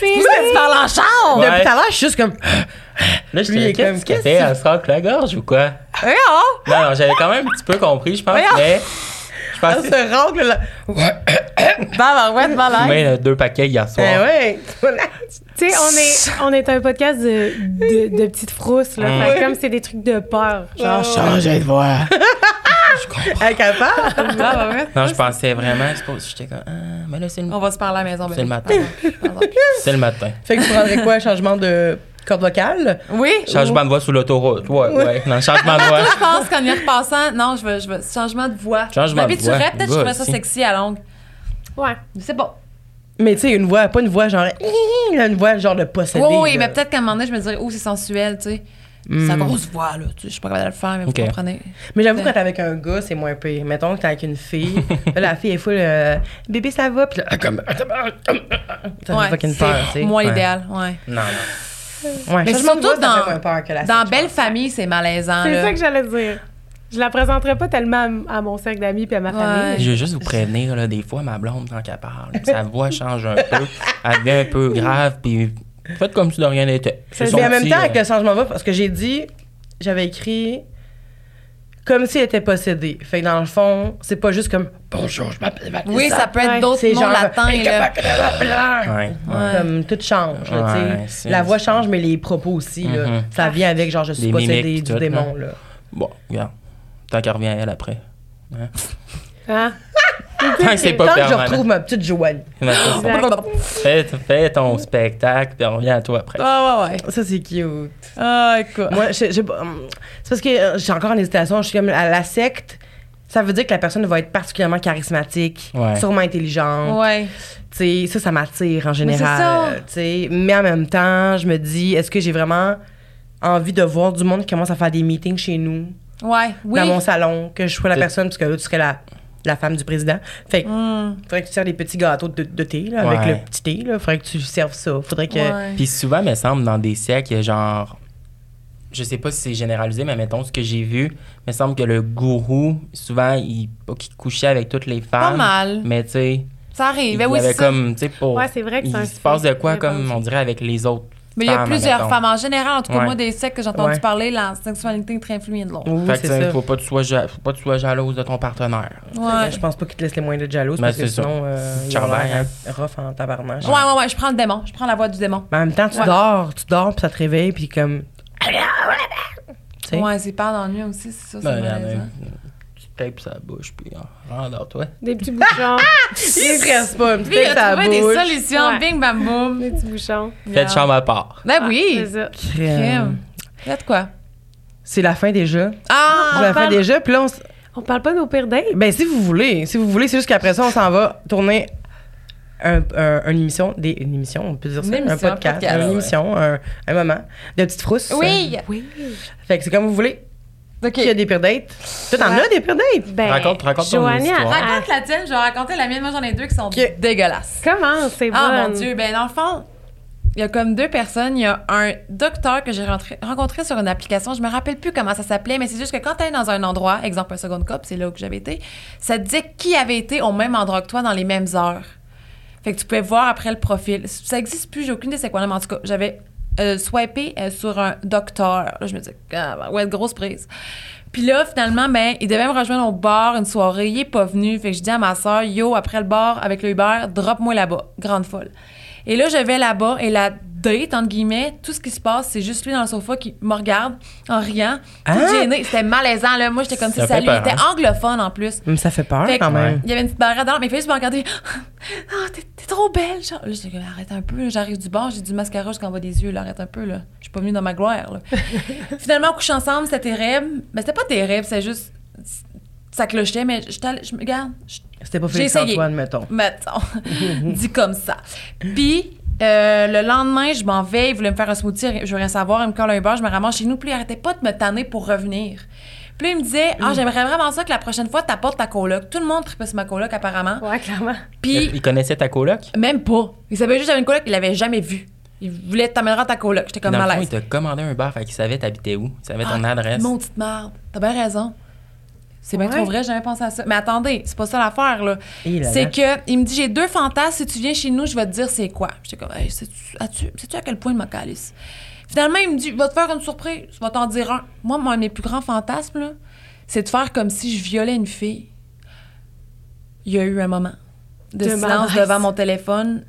Speaker 5: C'est
Speaker 3: Pourquoi tu parles en char?
Speaker 4: Ouais.
Speaker 2: Depuis tout à l'heure, je suis juste comme.
Speaker 4: Là, je
Speaker 2: Lui, il est
Speaker 4: te
Speaker 2: comme,
Speaker 4: qu'est-ce que
Speaker 2: qu'est-ce
Speaker 4: fait?
Speaker 2: que-
Speaker 4: Elle se racle la gorge ou quoi?
Speaker 3: Hein, oh?
Speaker 4: Non, non, j'avais quand même un petit peu compris, je pense,
Speaker 3: Voyons.
Speaker 4: mais je
Speaker 2: Elle
Speaker 4: pensais
Speaker 2: se racle, là. Ouais.
Speaker 3: Babarouette,
Speaker 4: que
Speaker 3: balade.
Speaker 4: deux paquets hier soir.
Speaker 2: Ben ouais.
Speaker 5: Tu sais, on est, on est un podcast de, de, de petites frousses, là.
Speaker 4: Mm.
Speaker 5: Fait que comme c'est des trucs de peur. Genre,
Speaker 2: Oh.
Speaker 4: Changez de voix. je comprends.
Speaker 2: Incapable.
Speaker 3: Babarouette.
Speaker 4: Non, je pensais vraiment, c'est pas- j'étais comme, ah, mais là, c'est le,
Speaker 2: Oh.
Speaker 3: On va se parler à la maison. ben
Speaker 4: C'est
Speaker 3: bébé.
Speaker 4: le matin.
Speaker 3: Pardon.
Speaker 4: c'est le matin.
Speaker 2: Fait que tu prendrais quoi? Un changement de corde vocale?
Speaker 3: Oui.
Speaker 4: Changement de voix sur l'autoroute. Ouais, ouais. Non, changement de voix.
Speaker 3: Je pense qu'en y repassant, non, je veux, je veux changement de voix.
Speaker 4: Changement
Speaker 3: Ma
Speaker 4: de
Speaker 3: vie,
Speaker 4: voix.
Speaker 3: tu rêves, peut-être que je
Speaker 4: Va
Speaker 3: ferais ça
Speaker 4: aussi.
Speaker 3: sexy à longue.
Speaker 5: ouais.
Speaker 3: Mais C'est bon.
Speaker 2: Mais tu sais, une voix, pas une voix genre. Hi, là, Une voix genre de possédé.
Speaker 3: Oui, oui,
Speaker 2: là.
Speaker 4: euh,
Speaker 3: mais peut-être qu'à un moment donné, je me dirais, oh, c'est sensuel, tu sais. Sa grosse voix, là. Tu sais, je suis pas capable de le faire, mais
Speaker 4: Hmm. Ok.
Speaker 3: vous comprenez.
Speaker 2: Mais j'avoue, quand t'es avec un gars, c'est moins pire. Mettons que t'es avec une fille. là, la fille est full. euh, Bébé, ça va. Puis là, elle comme. Ça
Speaker 3: Ouais,
Speaker 2: fait fucking
Speaker 3: c'est
Speaker 2: peur, tu sais.
Speaker 3: Moi,
Speaker 4: Ouais.
Speaker 3: l'idéal, ouais.
Speaker 4: Non, non.
Speaker 2: Ouais, changement
Speaker 3: Mais surtout
Speaker 2: de voix, ça
Speaker 3: dans-
Speaker 2: fait moins peur que la
Speaker 3: Dans
Speaker 2: sexe.
Speaker 3: Belle Famille, c'est malaisant,
Speaker 5: C'est
Speaker 3: là.
Speaker 5: ça que j'allais dire. Je la présenterais pas tellement à m- à, mon cercle d'amis puis à ma
Speaker 3: Ouais.
Speaker 5: famille.
Speaker 4: Je veux juste vous prévenir, là, des fois, ma blonde, quand elle parle, sa voix change un peu, elle devient un peu grave, puis faites comme si de rien n'était. C'est son
Speaker 2: Mais en même
Speaker 4: petit,
Speaker 2: temps,
Speaker 4: euh,
Speaker 2: avec le changement de voix, parce que j'ai dit, j'avais écrit comme s'il était possédé. Fait que dans le fond, c'est pas juste comme bonjour, je m'appelle Vanessa.
Speaker 3: Oui, ça peut être
Speaker 5: Ouais.
Speaker 3: d'autres
Speaker 2: c'est
Speaker 3: noms
Speaker 2: genre
Speaker 3: latins, là.
Speaker 4: Ouais, ouais.
Speaker 3: Ouais.
Speaker 2: Comme tout change, là,
Speaker 4: Ouais,
Speaker 2: tu sais.
Speaker 4: c'est-
Speaker 2: La voix change, mais les propos aussi, là.
Speaker 4: Mhm.
Speaker 2: Ça vient avec genre je suis
Speaker 4: Les
Speaker 2: possédé
Speaker 4: mimiques,
Speaker 2: du
Speaker 4: tout,
Speaker 2: démon, là.
Speaker 4: Bon, regarde. Tant qu'elle revient à elle après. Hein?
Speaker 5: Hein?
Speaker 4: Tant que c'est pas
Speaker 2: Tant que je
Speaker 4: permanent.
Speaker 2: retrouve ma petite Joanie.
Speaker 5: Exact.
Speaker 4: Fais, fais ton spectacle, puis on revient à toi après.
Speaker 3: Ah, ouais, ouais.
Speaker 2: Ça, c'est cute.
Speaker 3: Ah, écoute.
Speaker 2: Moi, je- je- hum, c'est parce que euh, j'ai encore en hésitation. Je suis comme à la secte. Ça veut dire que la personne va être particulièrement charismatique,
Speaker 4: Ouais.
Speaker 2: sûrement intelligente.
Speaker 3: Ouais.
Speaker 2: Tu sais, ça, ça m'attire en
Speaker 3: c'est
Speaker 2: général.
Speaker 3: ça.
Speaker 2: tu sais. Mais en même temps, je me dis, est-ce que j'ai vraiment envie de voir du monde qui commence à faire des meetings chez nous,
Speaker 3: Ouais, oui.
Speaker 2: dans mon salon, que je sois la
Speaker 4: C'est-
Speaker 2: personne, parce que là, tu serais la, la femme du président. Fait que,
Speaker 3: Hum.
Speaker 2: faudrait que tu serves des petits gâteaux de, de thé, là, avec
Speaker 4: Ouais.
Speaker 2: le petit thé, là. Faudrait que tu serves ça. Faudrait que.
Speaker 3: Ouais.
Speaker 4: Puis souvent, me semble, dans des siècles, genre. Je sais pas si c'est généralisé, mais mettons ce que j'ai vu, me semble que le gourou, souvent, il, pas qu'il couchait avec toutes les femmes.
Speaker 3: Pas mal.
Speaker 4: Mais tu sais,
Speaker 3: Ça arrive.
Speaker 4: il
Speaker 3: Ben oui,
Speaker 4: avait
Speaker 3: c'est ça.
Speaker 4: comme, tu sais, pour.
Speaker 5: Ouais, c'est vrai que c'est un
Speaker 4: Il se passe de
Speaker 5: fait
Speaker 4: quoi, comme
Speaker 5: répandu.
Speaker 4: on dirait, avec les autres
Speaker 3: Mais il y a
Speaker 4: femmes,
Speaker 3: plusieurs
Speaker 4: admettons.
Speaker 3: femmes. En général, en tout cas,
Speaker 4: Ouais.
Speaker 3: moi, des sectes que j'ai entendu
Speaker 4: Ouais.
Speaker 3: parler, la sexualité est très influente de l'autre.
Speaker 2: Oui,
Speaker 4: Fait que,
Speaker 2: c'est
Speaker 4: tu sais,
Speaker 2: ça.
Speaker 4: faut pas que tu sois, ja- faut pas que tu sois jalouse de ton partenaire.
Speaker 3: Ouais.
Speaker 2: Je pense pas qu'ils te laissent les moyens d'être jalouse
Speaker 4: Ben,
Speaker 2: parce que
Speaker 4: c'est ça.
Speaker 2: sinon, euh, ils ont
Speaker 4: Charmant, hein.
Speaker 2: l'air à- rough en tabarnache.
Speaker 3: Ouais, ouais, ouais, je prends le démon. Je prends la voix du démon.
Speaker 2: Mais en même temps, tu
Speaker 3: Ouais.
Speaker 2: dors, tu dors, puis ça te réveille, puis comme. Tu sais.
Speaker 3: Ouais, c'est pas ennuyeux aussi, c'est ça, c'est
Speaker 4: Ben, regarde,
Speaker 3: malaisant.
Speaker 4: euh, tu tapes sa bouche, puis hein, rendors toi.
Speaker 5: Des petits bouchons.
Speaker 2: Il stresse pas, une
Speaker 3: Lui, Ah, il
Speaker 2: petite
Speaker 3: a
Speaker 2: sa
Speaker 3: trouvé des
Speaker 2: bouche.
Speaker 3: solutions.
Speaker 5: Ouais.
Speaker 3: Bing, bam, boum.
Speaker 5: des petits bouchons. Ah,
Speaker 4: Faites chambre à part.
Speaker 3: Ben oui.
Speaker 5: C'est ça.
Speaker 2: Crème.
Speaker 3: Crème. Faites quoi?
Speaker 2: C'est la fin déjà.
Speaker 3: Ah!
Speaker 2: C'est la fin
Speaker 5: parle-
Speaker 2: déjà, puis là, on s-
Speaker 5: On parle pas de nos pires dates.
Speaker 2: Ben, si vous voulez, si vous voulez, c'est juste qu'après ça, on s'en va tourner un, un- une émission, des, une émission, on peut dire
Speaker 3: Une
Speaker 2: ça,
Speaker 3: émission,
Speaker 2: un podcast,
Speaker 3: podcast.
Speaker 2: une
Speaker 4: Ouais.
Speaker 2: émission, un, un moment, de petites frousses.
Speaker 3: Oui!
Speaker 5: Oui.
Speaker 2: Euh, Fait que c'est comme vous voulez.
Speaker 3: OK.
Speaker 2: Qui a des pires dates? Toi, t'en
Speaker 3: Ouais.
Speaker 2: as des pires dates?
Speaker 5: Ben,
Speaker 4: Raconte- raconte ton
Speaker 5: Johanna,
Speaker 4: histoire.
Speaker 5: elle-
Speaker 3: Raconte la tienne, je vais raconter la mienne. Moi, j'en ai deux qui sont
Speaker 2: Ok.
Speaker 3: dégueulasses.
Speaker 5: Comment? C'est bon.
Speaker 3: Ah, mon Dieu. Ben, dans le fond, il y a comme deux personnes. Il y a un docteur que j'ai rentré- rencontré sur une application. Je me rappelle plus comment ça s'appelait, mais c'est juste que quand tu es dans un endroit, exemple un second cop, c'est là où j'avais été, ça te disait qui avait été au même endroit que toi dans les mêmes heures. Fait que tu pouvais voir après le profil. Ça existe plus, j'ai aucune idée c'est quoi, mais en tout cas, j'avais euh, swipé euh, sur un docteur. Là, je me disais, ah, ben, ouais, grosse prise. Puis là, finalement, ben, il devait me rejoindre au bar une soirée. Il est pas venu. Fait que je dis à ma soeur, yo, après le bar, avec le Uber, drop-moi là-bas. Grande folle. Et là, je vais là-bas et la date, entre guillemets, tout ce qui se passe, c'est juste lui dans le sofa qui me regarde en riant. Tout
Speaker 2: Hein?
Speaker 3: gêné. C'était malaisant, là. Moi, j'étais comme si
Speaker 4: Ah! Ça fait
Speaker 3: salut. Il
Speaker 4: peur,
Speaker 3: était
Speaker 4: hein?
Speaker 3: anglophone en plus.
Speaker 2: Hum, Ça fait peur
Speaker 3: Fait que,
Speaker 2: quand même.
Speaker 3: Il y avait une petite barrière d'or, mais Félix m'a regardé. Ah, t'es, t'es trop belle. Genre. Là, j'étais comme, arrête un peu. là. J'arrive du bord, j'ai du mascara jusqu'en bas des yeux. Là, arrête un peu. Là. Je suis pas venue dans ma gloire. là. Finalement, on couche ensemble, c'était tes rêves. Mais c'était pas tes rêves, c'est juste. Ça clochait, mais je t'allais- je me garde. je-
Speaker 2: C'était pas
Speaker 3: j'ai
Speaker 2: Félix
Speaker 3: essayé.
Speaker 2: Antoine, mettons.
Speaker 3: Mettons. Dit comme ça. Puis, euh, le lendemain, je m'en vais. Il voulait me faire un smoothie. Je voulais savoir. Il me colle un beurre. Je me ramasse chez nous. Puis, il arrêtait pas de me tanner pour revenir. Puis, là, il me disait Ah, j'aimerais vraiment ça que la prochaine fois, t'apportes ta coloc. Tout le monde tripait sur ma coloc, apparemment.
Speaker 5: Ouais, clairement.
Speaker 3: Puis,
Speaker 4: Euh, Il connaissait ta coloc?
Speaker 3: même pas. Il savait juste que j'avais une coloc. Il l'avait jamais vue. Il voulait t'amènera ta coloc. J'étais comme
Speaker 4: Dans le fond,
Speaker 3: malaise.
Speaker 4: il t'a commandé un bar, fait qu'il savait t'habitais où, il savait ton
Speaker 3: Ah,
Speaker 4: adresse.
Speaker 3: Mon petite marde. T'as bien raison. C'est bien
Speaker 5: Ouais.
Speaker 3: trop vrai, j'avais pensé à ça. Mais attendez, c'est pas ça l'affaire, là.
Speaker 2: Et là là.
Speaker 3: C'est que il me dit j'ai deux fantasmes, si tu viens chez nous, je vais te dire c'est quoi. J'étais comme Hey, sais-tu as-tu- sais-tu à quel point il m'a calisse? Finalement, il me dit va te faire une surprise, je vais t'en dire un. Moi, mon mes plus grands fantasmes, là, c'est de faire comme si je violais une fille. Il y a eu un moment de,
Speaker 5: De
Speaker 3: silence
Speaker 5: malaise.
Speaker 3: devant mon téléphone.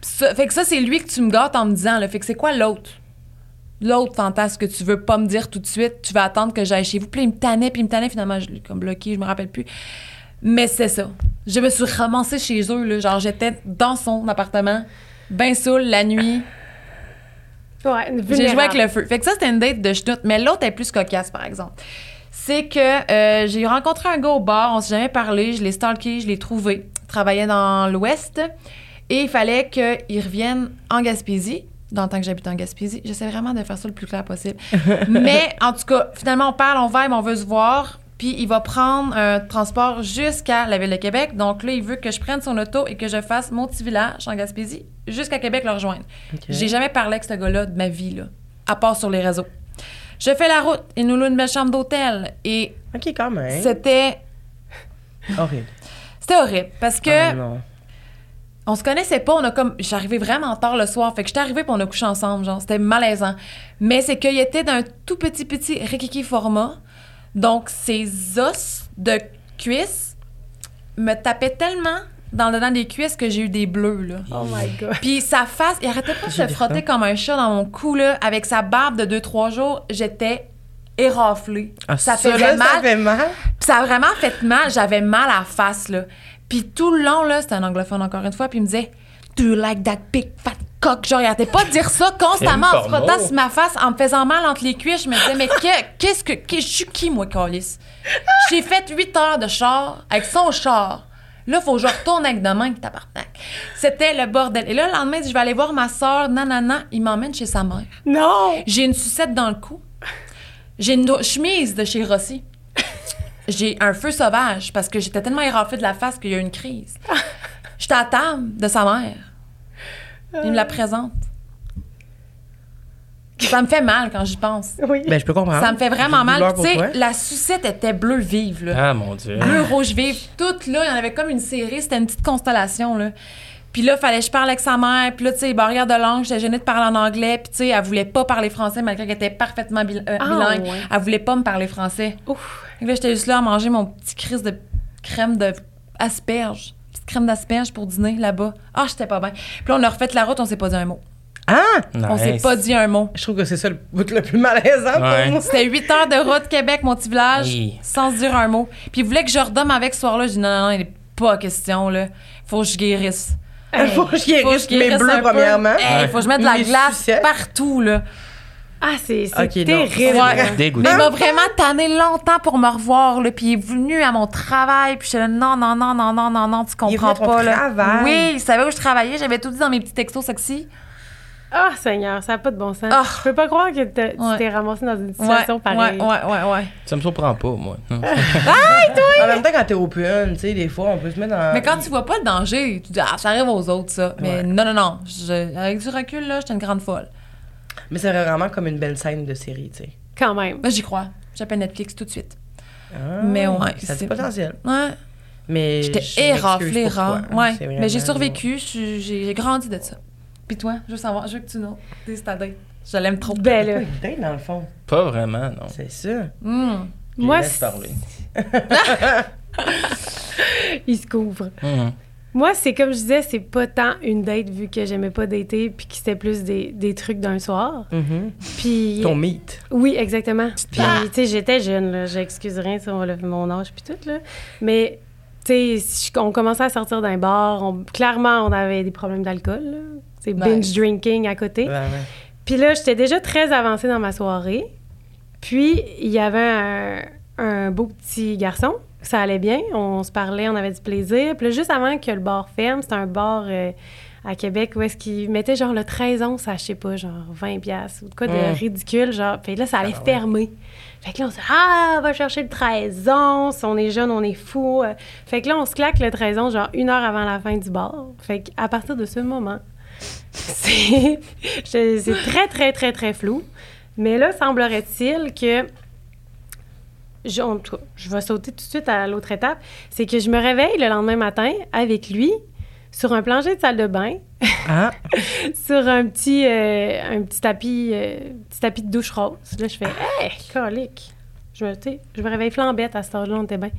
Speaker 3: Ça- fait que ça, c'est lui que tu me gâtes en me disant, là. Fait que c'est quoi l'autre? l'autre fantasme que tu veux pas me dire tout de suite, tu vas attendre que j'aille chez vous. Puis là, il me tannait, puis il me tannait. Finalement, je l'ai comme bloqué, je me rappelle plus. Mais c'est ça. Je me suis ramassée chez eux, là. Genre, j'étais dans son appartement, ben saoul, la nuit.
Speaker 5: Ouais, une
Speaker 3: J'ai joué
Speaker 5: vulnérable.
Speaker 3: avec le feu. Fait que ça, c'était une date de schnout. Mais l'autre est plus cocasse, par exemple. C'est que euh, j'ai rencontré un gars au bar, on s'est jamais parlé, je l'ai stalké, je l'ai trouvé. Il travaillait dans l'Ouest et il fallait qu'il revienne en Gaspésie, dans le temps que j'habite en Gaspésie. J'essaie vraiment de faire ça le plus clair possible. Mais en tout cas, finalement, on parle, on vibe, on veut se voir. Puis il va prendre un transport jusqu'à la ville de Québec. Donc là, il veut que je prenne son auto et que je fasse mon petit village en Gaspésie jusqu'à Québec le rejoindre. J'ai jamais parlé avec ce gars-là de ma vie, là, à part sur les réseaux. Je fais la route, il nous loue une belle chambre d'hôtel et
Speaker 2: Ok, quand même.
Speaker 3: c'était
Speaker 2: horrible.
Speaker 3: c'était horrible parce que
Speaker 2: Ah, non.
Speaker 3: on se connaissait pas, on a comme j'arrivais vraiment tard le soir, fait que j'étais arrivée pour on a couché ensemble, genre c'était malaisant. Mais c'est qu'il était d'un tout petit petit rikiki format, donc ses os de cuisse me tapaient tellement dans le dedans des cuisses que j'ai eu des bleus là.
Speaker 5: Oh my God.
Speaker 3: Puis sa face, il arrêtait pas de se
Speaker 2: vu
Speaker 3: frotter comme un chat dans mon cou, là. Avec sa barbe de 2-3 jours, j'étais éraflée.
Speaker 2: Ah,
Speaker 3: ça
Speaker 2: ça,
Speaker 3: faisait
Speaker 2: là,
Speaker 3: mal.
Speaker 2: Ça fait mal.
Speaker 3: Puis ça a vraiment fait mal. J'avais mal à la face, là. Puis tout le long, là, c'était un anglophone encore une fois, puis il me disait « Do you like that big fat cock? » Genre, il arrêtait pas de dire ça constamment en se
Speaker 4: Film porno.
Speaker 3: frottant sur ma face, en me faisant mal entre les cuisses. Je me disais « Mais que- qu'est-ce que... que- Je suis qui, moi, Calis? J'ai fait 8 heures de char avec son char. Là, faut que je retourne avec demain, tabarnak. » C'était le bordel. Et là, le lendemain, il dit « Je vais aller voir ma soeur, nanana. » Il m'emmène chez sa mère.
Speaker 5: Non!
Speaker 3: J'ai une sucette dans le cou. J'ai une do- chemise de chez Rossi. J'ai un feu sauvage parce que j'étais tellement éraflée de la face qu'il y a eu une crise. J'étais à table de sa mère. Il me la présente. Ça me fait mal quand j'y pense.
Speaker 5: Oui.
Speaker 2: Ben, je peux comprendre.
Speaker 3: Ça me fait
Speaker 2: J'ai
Speaker 3: vraiment mal.
Speaker 2: douleur
Speaker 3: Tu
Speaker 2: pour toi.
Speaker 3: sais, la sucette était bleue vive. Là
Speaker 4: Ah mon dieu.
Speaker 3: bleu, rouge vif, toutes là, il y en avait comme une série, c'était une petite constellation là. Puis là, fallait que je parle avec sa mère. Puis là, tu sais, barrière de langue, j'étais gênée de parler en anglais. Puis tu sais, elle voulait pas parler français malgré qu'elle était parfaitement bil- euh,
Speaker 5: Ah,
Speaker 3: bilingue.
Speaker 5: ouais.
Speaker 3: Elle voulait pas me parler français.
Speaker 5: Ouf.
Speaker 3: Fait que là, j'étais juste là à manger mon petit crise de crème de asperge. Petite crème d'asperge pour dîner là-bas. Ah, j'étais pas bien. Puis là, on a refait la route, on s'est pas dit un mot.
Speaker 2: Hein?
Speaker 3: On s'est
Speaker 4: Nice.
Speaker 3: pas dit un mot.
Speaker 2: Je trouve que c'est ça le bout le plus malaisant
Speaker 4: Ouais.
Speaker 2: pour moi.
Speaker 3: C'était 8 heures de route Québec, mon petit village,
Speaker 4: Oui.
Speaker 3: sans se dire un mot. Puis il voulait que je redorme avec ce soir-là. J'ai dit non, non, non, il n'est pas question, là. Faut que je guérisse.
Speaker 2: Il faut que je
Speaker 3: Faut que je
Speaker 2: guérisse mes
Speaker 3: guérisse un
Speaker 2: bleus,
Speaker 3: peu.
Speaker 2: premièrement.
Speaker 3: Hey, faut que je mette de la
Speaker 2: Mes
Speaker 3: glace
Speaker 2: sucettes.
Speaker 3: partout, là.
Speaker 5: Ah, c'est c'est
Speaker 2: Ok, non.
Speaker 5: terrible.
Speaker 3: Ouais. Mais
Speaker 4: Dégoûtant.
Speaker 3: il m'a vraiment tanné longtemps pour me revoir, là. Puis il est venu à mon travail, puis je suis là, non, non, non, non, non, non, non, tu
Speaker 2: Il est venu
Speaker 3: comprends
Speaker 2: à ton
Speaker 3: pas, là.
Speaker 2: travail.
Speaker 3: Oui, il savait où je travaillais. J'avais tout dit dans mes petits textos sexy.
Speaker 5: Ah, Seigneur, ça n'a pas de bon sens.
Speaker 3: Ah.
Speaker 5: Je peux pas croire que t'as-
Speaker 3: Ouais.
Speaker 5: tu t'es ramassé dans une
Speaker 3: Ouais,
Speaker 5: situation
Speaker 3: ouais, ouais,
Speaker 5: pareille.
Speaker 3: ouais, ouais.
Speaker 2: Euh,
Speaker 4: Ça me surprend pas, moi. Hum. Non.
Speaker 2: En même temps, quand t'es open, tu sais, des fois, on peut se mettre dans.
Speaker 3: Mais quand tu vois pas le danger, tu dis, ah, ça arrive aux autres, ça. Mais
Speaker 2: Ouais.
Speaker 3: non, non, non. Je- avec du recul, là, j'étais une grande folle.
Speaker 2: Mais c'est vraiment comme une belle scène de série, tu sais.
Speaker 5: Quand même.
Speaker 3: Moi, j'y crois. J'appelle Netflix tout de suite.
Speaker 2: Ah,
Speaker 3: Mais ouais,
Speaker 2: Ça a du
Speaker 3: c'est-
Speaker 2: potentiel.
Speaker 3: Ouais.
Speaker 2: Mais. je
Speaker 3: J'étais
Speaker 2: m'excuse
Speaker 3: éraflée,
Speaker 2: pour toi,
Speaker 3: rare.
Speaker 2: hein,
Speaker 3: Ouais.
Speaker 2: c'est
Speaker 3: Mais j'ai
Speaker 2: vraiment-
Speaker 3: survécu. je suis- J'ai j'ai grandi de ça. Puis toi, je veux savoir, je veux que tu nous dises ta date. Je l'aime trop.
Speaker 5: Ben
Speaker 2: C'est
Speaker 5: là.
Speaker 2: pas une date, dans le fond.
Speaker 4: Pas vraiment, non.
Speaker 2: C'est ça.
Speaker 3: Hmm.
Speaker 4: Je
Speaker 5: Moi,
Speaker 4: laisse parler.
Speaker 5: il se couvre.
Speaker 4: Mhm.
Speaker 5: Moi, c'est comme je disais, c'est pas tant une date vu que j'aimais pas dater puis que c'était plus des, des trucs d'un soir.
Speaker 2: Mm-hmm.
Speaker 5: Puis.
Speaker 2: Ton meet.
Speaker 5: Oui, exactement. Puis, tu sais, j'étais jeune, là. J'excuse rien sur le- mon âge puis tout, là. Mais, tu sais, si je- on commençait à sortir d'un bar. on- clairement, on avait des problèmes d'alcool, là. C'est
Speaker 3: Ouais.
Speaker 5: binge drinking à côté.
Speaker 2: Ouais, ouais.
Speaker 5: Puis là, j'étais déjà très avancée dans ma soirée. Puis, il y avait un, un beau petit garçon. Ça allait bien. On se parlait, on avait du plaisir. Puis là, juste avant que le bar ferme, c'était un bar euh, à Québec où est-ce qu'ils mettaient genre le 13 onces à, je sais pas, genre 20 piastres ou de quoi de
Speaker 2: Mm.
Speaker 5: ridicule. Genre, puis là, ça allait
Speaker 2: Ah ouais.
Speaker 5: fermer. Fait que là, on se dit, ah, on va chercher le 13 onces. On est jeune, on est fou. Euh, Fait que là, on se claque le 13 onces genre une heure avant la fin du bar. Fait qu'à partir de ce moment, c'est je- c'est très, très, très, très flou. Mais là, semblerait-il que. Je, en tout cas, je vais sauter tout de suite à l'autre étape. C'est que je me réveille le lendemain matin avec lui sur un plancher de salle de bain,
Speaker 2: Ah,
Speaker 5: sur un petit, euh, un petit, tapis, euh, petit tapis de douche rose. Là, je fais Hey, colique! Je me, tu sais, je me réveille flambette à cet âge-là, on était bien.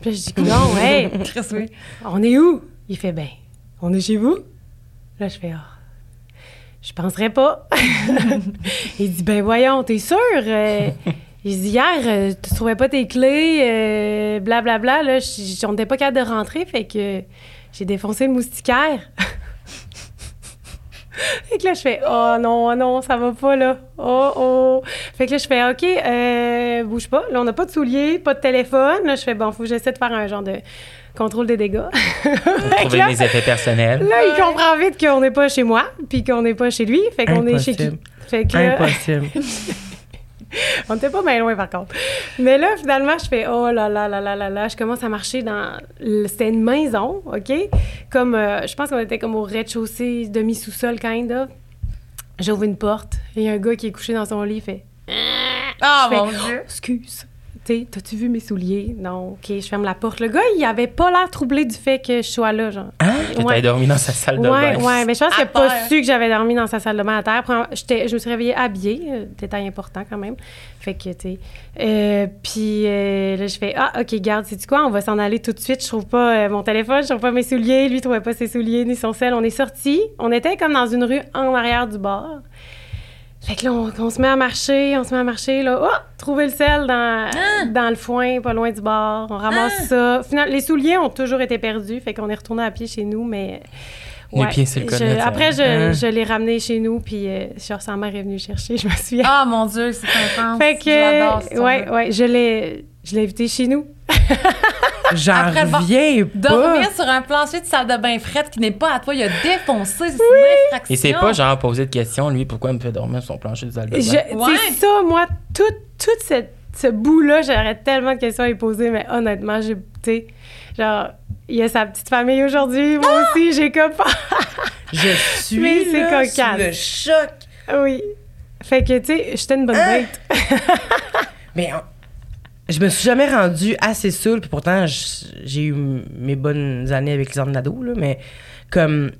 Speaker 5: Puis là, je dis Non, hey,
Speaker 3: Chris, oui.
Speaker 5: on est où? Il fait, ben, on est chez vous? Là, je fais, ah, je penserais pas. il dit, ben voyons, t'es sûr? Euh, il dit, hier, euh, tu trouvais pas tes clés, euh, blablabla. là, j- j- on n'était pas capable de rentrer, fait que j'ai défoncé le moustiquaire. Fait que là, je fais Oh non, oh non, ça va pas là. Oh oh. Fait que là, je fais OK, euh, bouge pas. Là, on n'a pas de souliers, pas de téléphone. Là, je fais Bon, faut que j'essaie de faire un genre de contrôle des dégâts. fait que
Speaker 4: Trouver
Speaker 5: là,
Speaker 4: mes effets personnels.
Speaker 5: là, il comprend vite qu'on n'est pas chez moi, puis qu'on n'est pas chez lui. Fait qu'on est chez qui?
Speaker 2: Impossible.
Speaker 5: Fait que là,
Speaker 2: impossible.
Speaker 5: on était pas bien loin par contre. Mais là, finalement, je fais oh là là là là là là, je commence à marcher dans. le- C'était une maison, OK? Comme, euh, je pense qu'on était comme au rez-de-chaussée, demi-sous-sol, kind of. J'ouvre une porte et il y a un gars qui est couché dans son lit, il fait
Speaker 3: Ah,
Speaker 5: Je fais, oh,
Speaker 3: mon Dieu.
Speaker 5: excuse. T'sais, T'as-tu vu mes souliers? Non, OK, je ferme la porte. Le gars, il avait pas l'air troublé du fait que je sois là, genre.
Speaker 2: Hein?
Speaker 4: Que t'ailles dormi dans sa salle de
Speaker 5: Ouais,
Speaker 4: bain.
Speaker 5: ouais, mais je pense qu'il
Speaker 3: À
Speaker 5: a pas
Speaker 3: terre.
Speaker 5: su que j'avais dormi dans sa salle de bain à terre. Premièrement, j'étais- je me suis réveillée habillée, euh, détail important quand même. Fait que, tu sais. Euh, puis euh, là, je fais Ah, OK, garde, sais-tu quoi? On va s'en aller tout de suite. Je trouve pas euh, mon téléphone, je trouve pas mes souliers. Lui, il trouvait pas ses souliers ni son sel. On est sortis. On était comme dans une rue en arrière du bar. Fait que là, on, on se met à marcher, on se met à marcher, là. Oh! Trouver le sel dans,
Speaker 3: Hein?
Speaker 5: dans le foin, pas loin du bar. On ramasse ça. Finalement, les souliers ont toujours été perdus. Fait qu'on est retourné à pied chez nous, mais.
Speaker 4: Les pieds sur le
Speaker 5: Je-
Speaker 4: connaît, ça.
Speaker 5: Après, je,
Speaker 2: Hein?
Speaker 5: je l'ai ramené chez nous, puis euh, genre, sa mère est venue le chercher, je me souviens.
Speaker 3: Ah, mon Dieu, c'est intense.
Speaker 5: fait que.
Speaker 3: Ah, J'adore ce
Speaker 5: ouais,
Speaker 3: temps-là.
Speaker 5: ouais, je l'ai, je l'ai invité chez nous.
Speaker 2: J'en
Speaker 3: Après avoir
Speaker 2: reviens
Speaker 3: Dormir
Speaker 2: pas.
Speaker 3: sur un plancher de salle de bain frette qui n'est pas à toi, il a défoncé, c'est une infraction.
Speaker 4: Et c'est pas genre poser de questions, lui, pourquoi il me fait dormir sur son plancher de salle de
Speaker 5: Je-
Speaker 4: bain.
Speaker 3: Ouais.
Speaker 5: C'est ça, moi, tout, tout cette- ce bout-là, j'aurais tellement de questions à lui poser, mais honnêtement, j'ai. Tu sais, genre, il y a sa petite famille aujourd'hui, moi
Speaker 3: Ah!
Speaker 5: aussi, j'ai comme.
Speaker 2: Je suis
Speaker 5: Mais c'est
Speaker 2: là, sous
Speaker 5: cocasse.
Speaker 2: le choc.
Speaker 5: oui. Fait que, tu sais, j'étais une bonne
Speaker 2: Hein?
Speaker 5: bête.
Speaker 2: Mais on- je me suis jamais rendue assez saoule, puis pourtant, je- j'ai eu m- mes bonnes années avec les ornados, là, mais comme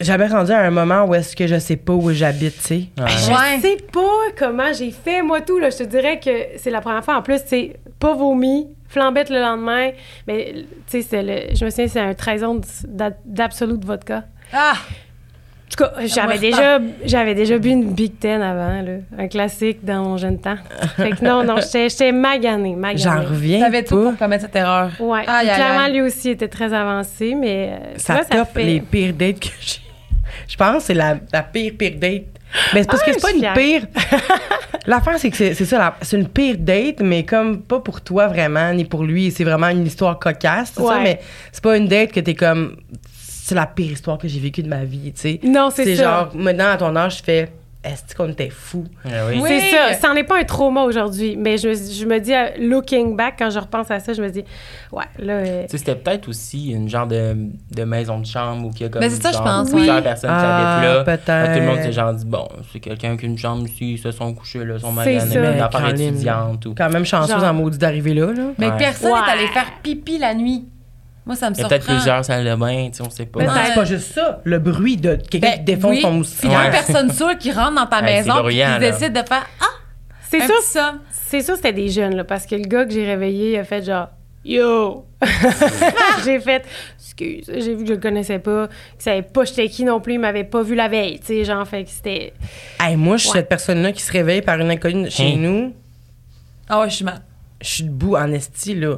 Speaker 2: jamais rendu à un moment où est-ce que je sais pas où j'habite, tu sais.
Speaker 4: Ouais.
Speaker 5: Ah, Je
Speaker 3: Ouais.
Speaker 5: sais pas comment j'ai fait, moi, tout. Là. Je te dirais que c'est la première fois. En plus, c'est pas vomi, flambette le lendemain. Mais, tu sais, c'est le- je me souviens, c'est un 13 onces d'a- d'absolute vodka.
Speaker 3: Ah!
Speaker 5: En tout cas, j'avais
Speaker 3: moi,
Speaker 5: déjà, j'avais déjà bu une Big Ten avant, là, un classique dans mon jeune temps. Fait que non, non, j'étais j'étais maganée,
Speaker 2: J'en
Speaker 5: maganée.
Speaker 2: reviens.
Speaker 3: T'avais tout
Speaker 2: pas.
Speaker 3: pour commettre cette erreur.
Speaker 5: Ouais,
Speaker 3: Aïe, aïe,
Speaker 5: clairement,
Speaker 3: aïe.
Speaker 5: lui aussi était très avancé, mais euh, tu
Speaker 2: Ça
Speaker 5: vois, ça
Speaker 2: top
Speaker 5: fait...
Speaker 2: les pires dates que j'ai. Je pense que c'est la, la pire, pire date. Mais c'est parce
Speaker 5: Ah,
Speaker 2: que c'est pas
Speaker 5: je
Speaker 2: une
Speaker 5: suis fière.
Speaker 2: pire. L'affaire, c'est que c'est c'est ça, la- c'est une pire date, mais comme pas pour toi vraiment, ni pour lui. C'est vraiment une histoire cocasse, c'est ça,
Speaker 5: Ouais.
Speaker 2: mais c'est pas une date que t'es comme. C'est la pire histoire que j'ai vécue de ma vie, tu sais.
Speaker 5: Non, c'est ça.
Speaker 2: genre, maintenant, à ton âge, je fais. Est-ce qu'on était fou?
Speaker 4: Ah oui.
Speaker 3: Oui.
Speaker 5: C'est ça, ça n'en est pas un trauma aujourd'hui, mais je, me- je me dis, euh, looking back, quand je repense à ça, je me dis, ouais, là, euh,
Speaker 4: Tu sais, c'était peut-être aussi une genre de, de maison de chambre où il y a comme
Speaker 3: Mais c'est ça, je
Speaker 4: genre
Speaker 3: pense,
Speaker 4: plusieurs
Speaker 3: oui.
Speaker 4: personnes
Speaker 2: Ah,
Speaker 4: qui habitent là.
Speaker 2: peut-être.
Speaker 4: Fait que Tout le monde s'est genre dit, bon, c'est quelqu'un qui a une chambre ici, ils se sont couchés, là, sont
Speaker 5: C'est
Speaker 4: maganés,
Speaker 5: ça.
Speaker 4: mais une
Speaker 5: Mais
Speaker 4: affaire
Speaker 2: Caroline,
Speaker 4: étudiante ou...
Speaker 2: Quand même chanceuse
Speaker 5: Genre.
Speaker 2: en maudit d'arriver là, là.
Speaker 3: Mais
Speaker 4: Ouais.
Speaker 3: personne
Speaker 5: Ouais.
Speaker 3: est allé faire pipi la nuit. Moi, ça me
Speaker 4: Il y a
Speaker 3: surprend.
Speaker 4: peut-être plusieurs salles de bain, tu sais, on sait pas.
Speaker 2: Non,
Speaker 3: Peut-être.
Speaker 2: c'est pas juste ça. Le bruit de quelqu'un
Speaker 5: Ben
Speaker 2: qui défonce
Speaker 3: Ben, oui,
Speaker 2: son
Speaker 3: Puis
Speaker 2: moustique.
Speaker 3: il y a
Speaker 4: Ouais.
Speaker 3: une personne sûre qui rentre dans ta
Speaker 4: Ouais, c'est
Speaker 3: maison
Speaker 4: bruyant,
Speaker 3: et
Speaker 4: là.
Speaker 3: décide de faire Ah,
Speaker 5: c'est
Speaker 3: un
Speaker 5: sûr,
Speaker 3: petit somme.
Speaker 5: c'est sûr, c'était des jeunes, là, parce que le gars que j'ai réveillé il a fait genre, yo, j'ai fait, excuse, j'ai vu que je le connaissais pas, qu'il savait pas j'étais qui non plus, il m'avait pas vu la veille, tu sais, genre, fait que c'était,
Speaker 2: Hey, moi, je suis
Speaker 5: Ouais.
Speaker 2: cette personne-là qui se réveille par une inconnue chez
Speaker 4: Hein.
Speaker 2: nous.
Speaker 3: Ah ouais, je suis mal.
Speaker 2: Je suis debout en esti, là.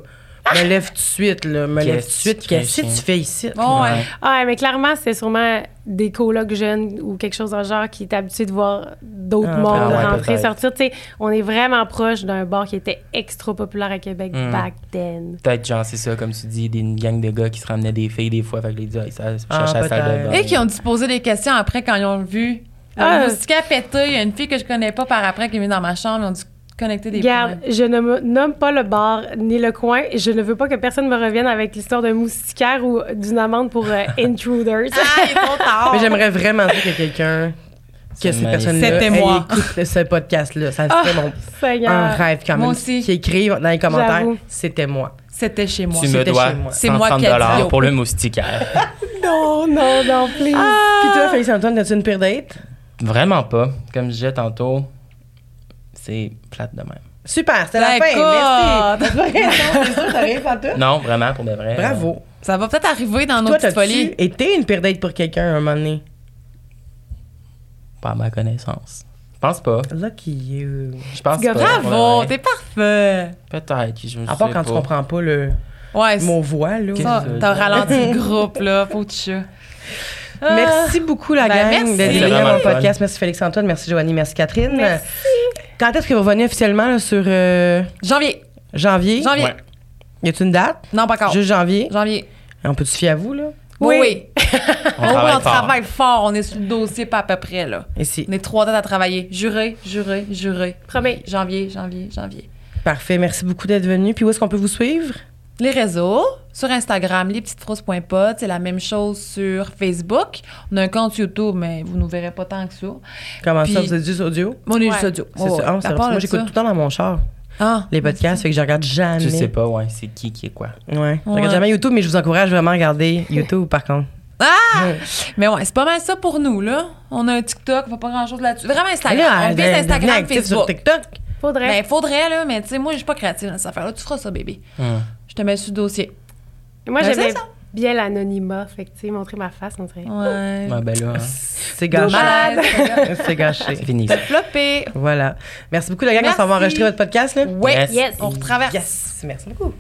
Speaker 2: Me lève tout de suite, là. Me lève tout de
Speaker 4: Qu'est-ce
Speaker 2: suite.
Speaker 4: que
Speaker 2: Qu'est-ce
Speaker 4: c'est?
Speaker 2: que tu fais ici?
Speaker 3: Bon, ouais.
Speaker 4: Ouais.
Speaker 5: ah, ouais, mais clairement, c'était sûrement des colocs jeunes ou quelque chose dans le genre qui est habitué de voir d'autres
Speaker 2: Ah,
Speaker 5: mondes
Speaker 4: ah ouais,
Speaker 5: rentrer,
Speaker 4: peut-être.
Speaker 5: sortir, tu sais, on est vraiment proche d'un bar qui était extra populaire à Québec
Speaker 4: Hmm.
Speaker 5: back then.
Speaker 4: Peut-être, genre, c'est ça, comme tu dis, des une gang de gars qui se ramenaient des filles des fois, fait que les gars, ils cherchaient
Speaker 2: Ah,
Speaker 4: la salle de
Speaker 2: peut-être.
Speaker 4: bain.
Speaker 3: Et qui ont dû se poser des questions après quand ils ont vu.
Speaker 5: Ah.
Speaker 3: Ah, je suis pété, il y a une fille que je connais pas par après qui est venue dans ma chambre, ils ont dû connecter des
Speaker 5: Regarde,
Speaker 3: points.
Speaker 5: je ne me nomme pas le bar ni le coin. et Je ne veux pas que personne me revienne avec l'histoire d'un moustiquaire ou d'une amende pour euh, intruders.
Speaker 3: Ah, ils sont tard.
Speaker 2: Mais j'aimerais vraiment dire que quelqu'un, que
Speaker 4: C'est
Speaker 2: ces
Speaker 4: magnifique.
Speaker 2: personnes-là,
Speaker 3: C'était
Speaker 2: elles
Speaker 3: moi.
Speaker 2: écoutent ce podcast-là. Ça
Speaker 5: Ah,
Speaker 2: serait mon,
Speaker 5: Seigneur.
Speaker 2: un rêve quand même.
Speaker 3: Moi aussi.
Speaker 2: Qui écrivent dans les commentaires,
Speaker 5: J'avoue.
Speaker 2: c'était moi.
Speaker 3: C'était chez moi.
Speaker 4: Tu me
Speaker 2: C'était
Speaker 4: dois
Speaker 2: chez moi.
Speaker 3: C'est moi
Speaker 4: 130
Speaker 3: qui ai dit yo.
Speaker 4: dollars pour le moustiquaire.
Speaker 5: Non, non, non, please.
Speaker 3: Ah!
Speaker 2: Puis toi, Félix-Antoine, as-tu une pire date?
Speaker 4: Vraiment pas. Comme je disais tantôt, c'est plate de même.
Speaker 2: Super, c'est
Speaker 3: Ben,
Speaker 2: la fin.
Speaker 3: D'accord.
Speaker 2: Merci. T'as pas raison, c'est sûr, t'as rien fait tout.
Speaker 4: Non, vraiment, pour de vrai.
Speaker 2: Bravo.
Speaker 3: Ça va peut-être arriver dans nos
Speaker 2: Toi,
Speaker 3: petites folies.
Speaker 2: t'as-tu été une pire date pour quelqu'un à un moment donné?
Speaker 4: euh, Pas à ma connaissance. Je pense pas.
Speaker 2: Lucky you.
Speaker 4: Je pense pas.
Speaker 5: Gars,
Speaker 4: pour de
Speaker 3: Bravo,
Speaker 4: vrai.
Speaker 3: t'es parfait.
Speaker 4: Peut-être. Je
Speaker 2: À part quand tu comprends pas le
Speaker 3: Ouais, c'est-
Speaker 2: mot voix, là.
Speaker 3: Ah,
Speaker 4: Qu'est-ce que-
Speaker 3: t'as ralenti le groupe, là, faut de chat. Ah.
Speaker 2: Merci beaucoup, la
Speaker 3: Ben,
Speaker 2: gang,
Speaker 3: merci.
Speaker 2: d'être venue
Speaker 4: C'était
Speaker 2: à
Speaker 4: vraiment
Speaker 2: mon
Speaker 4: le fun.
Speaker 2: podcast. Merci Félix-Antoine, merci Joanie, merci Catherine.
Speaker 5: Merci.
Speaker 2: Quand est-ce que vous revenez officiellement là, sur euh,
Speaker 3: Janvier.
Speaker 2: janvier?
Speaker 3: Janvier.
Speaker 4: Ouais.
Speaker 2: Y a-t-il une date?
Speaker 3: Non, pas encore.
Speaker 2: Juste janvier?
Speaker 3: Janvier.
Speaker 2: On peut se fier à vous, là?
Speaker 5: Oui.
Speaker 3: Oui.
Speaker 4: On
Speaker 3: Oh,
Speaker 4: travaille
Speaker 3: on
Speaker 4: fort.
Speaker 3: travaille fort. On est sur le dossier, pas à peu près, là.
Speaker 2: Ici.
Speaker 3: On est trois dates à travailler. Juré, juré, juré.
Speaker 5: Promis.
Speaker 3: Janvier, janvier, janvier.
Speaker 2: Parfait. Merci beaucoup d'être venu. Puis où est-ce qu'on peut vous suivre?
Speaker 3: Les réseaux, sur Instagram, lespetitesfroses.pod, c'est la même chose sur Facebook. On a un compte YouTube, mais vous nous verrez pas tant que ça.
Speaker 2: Comment ça,
Speaker 3: Puis-
Speaker 2: vous êtes juste audio?
Speaker 3: On est
Speaker 5: Ouais.
Speaker 3: juste audio.
Speaker 2: C'est
Speaker 3: Ouais, ouais.
Speaker 2: ça. Ah,
Speaker 3: À
Speaker 2: c'est vrai,
Speaker 3: part
Speaker 2: moi,
Speaker 3: de
Speaker 2: j'écoute
Speaker 3: ça-
Speaker 2: tout le temps dans mon char
Speaker 3: Ah,
Speaker 2: les podcasts, fait que je regarde jamais.
Speaker 4: Tu sais pas, ouais, c'est qui qui est quoi.
Speaker 2: Ouais. Je regarde
Speaker 3: Ouais.
Speaker 2: jamais YouTube, mais je vous encourage vraiment à regarder YouTube, par contre.
Speaker 3: Ah!
Speaker 2: Ouais.
Speaker 3: Mais ouais, c'est pas mal ça pour nous, là. On a un TikTok, on fait pas grand-chose là-dessus. Vraiment Instagram. on vise
Speaker 2: elle- elle devient
Speaker 3: Instagram,
Speaker 2: active euh, sur
Speaker 3: Facebook.
Speaker 2: TikTok.
Speaker 5: Faudrait.
Speaker 3: Ben, faudrait, là, mais tu sais, moi, je suis pas créative dans cette affaire-là. Tu feras ça, bébé.
Speaker 2: Hmm.
Speaker 4: Hum.
Speaker 3: Je te mets sur le dossier.
Speaker 5: Moi,
Speaker 3: ben,
Speaker 5: j'aimais
Speaker 3: c'est ça.
Speaker 5: bien l'anonymat. Fait que, tu sais, montrer ma face, on dirait.
Speaker 3: Ouais.
Speaker 4: Ah, ben là, hein.
Speaker 2: C'est gâché.
Speaker 3: Malade.
Speaker 2: C'est gâché.
Speaker 4: c'est fini.
Speaker 3: Floppé.
Speaker 2: Voilà. Merci beaucoup, la gang. On s'en va
Speaker 3: Merci.
Speaker 2: enregistrer votre podcast, là.
Speaker 3: Ouais.
Speaker 4: Yes.
Speaker 5: Yes.
Speaker 3: On retraverse.
Speaker 2: Yes. Merci beaucoup.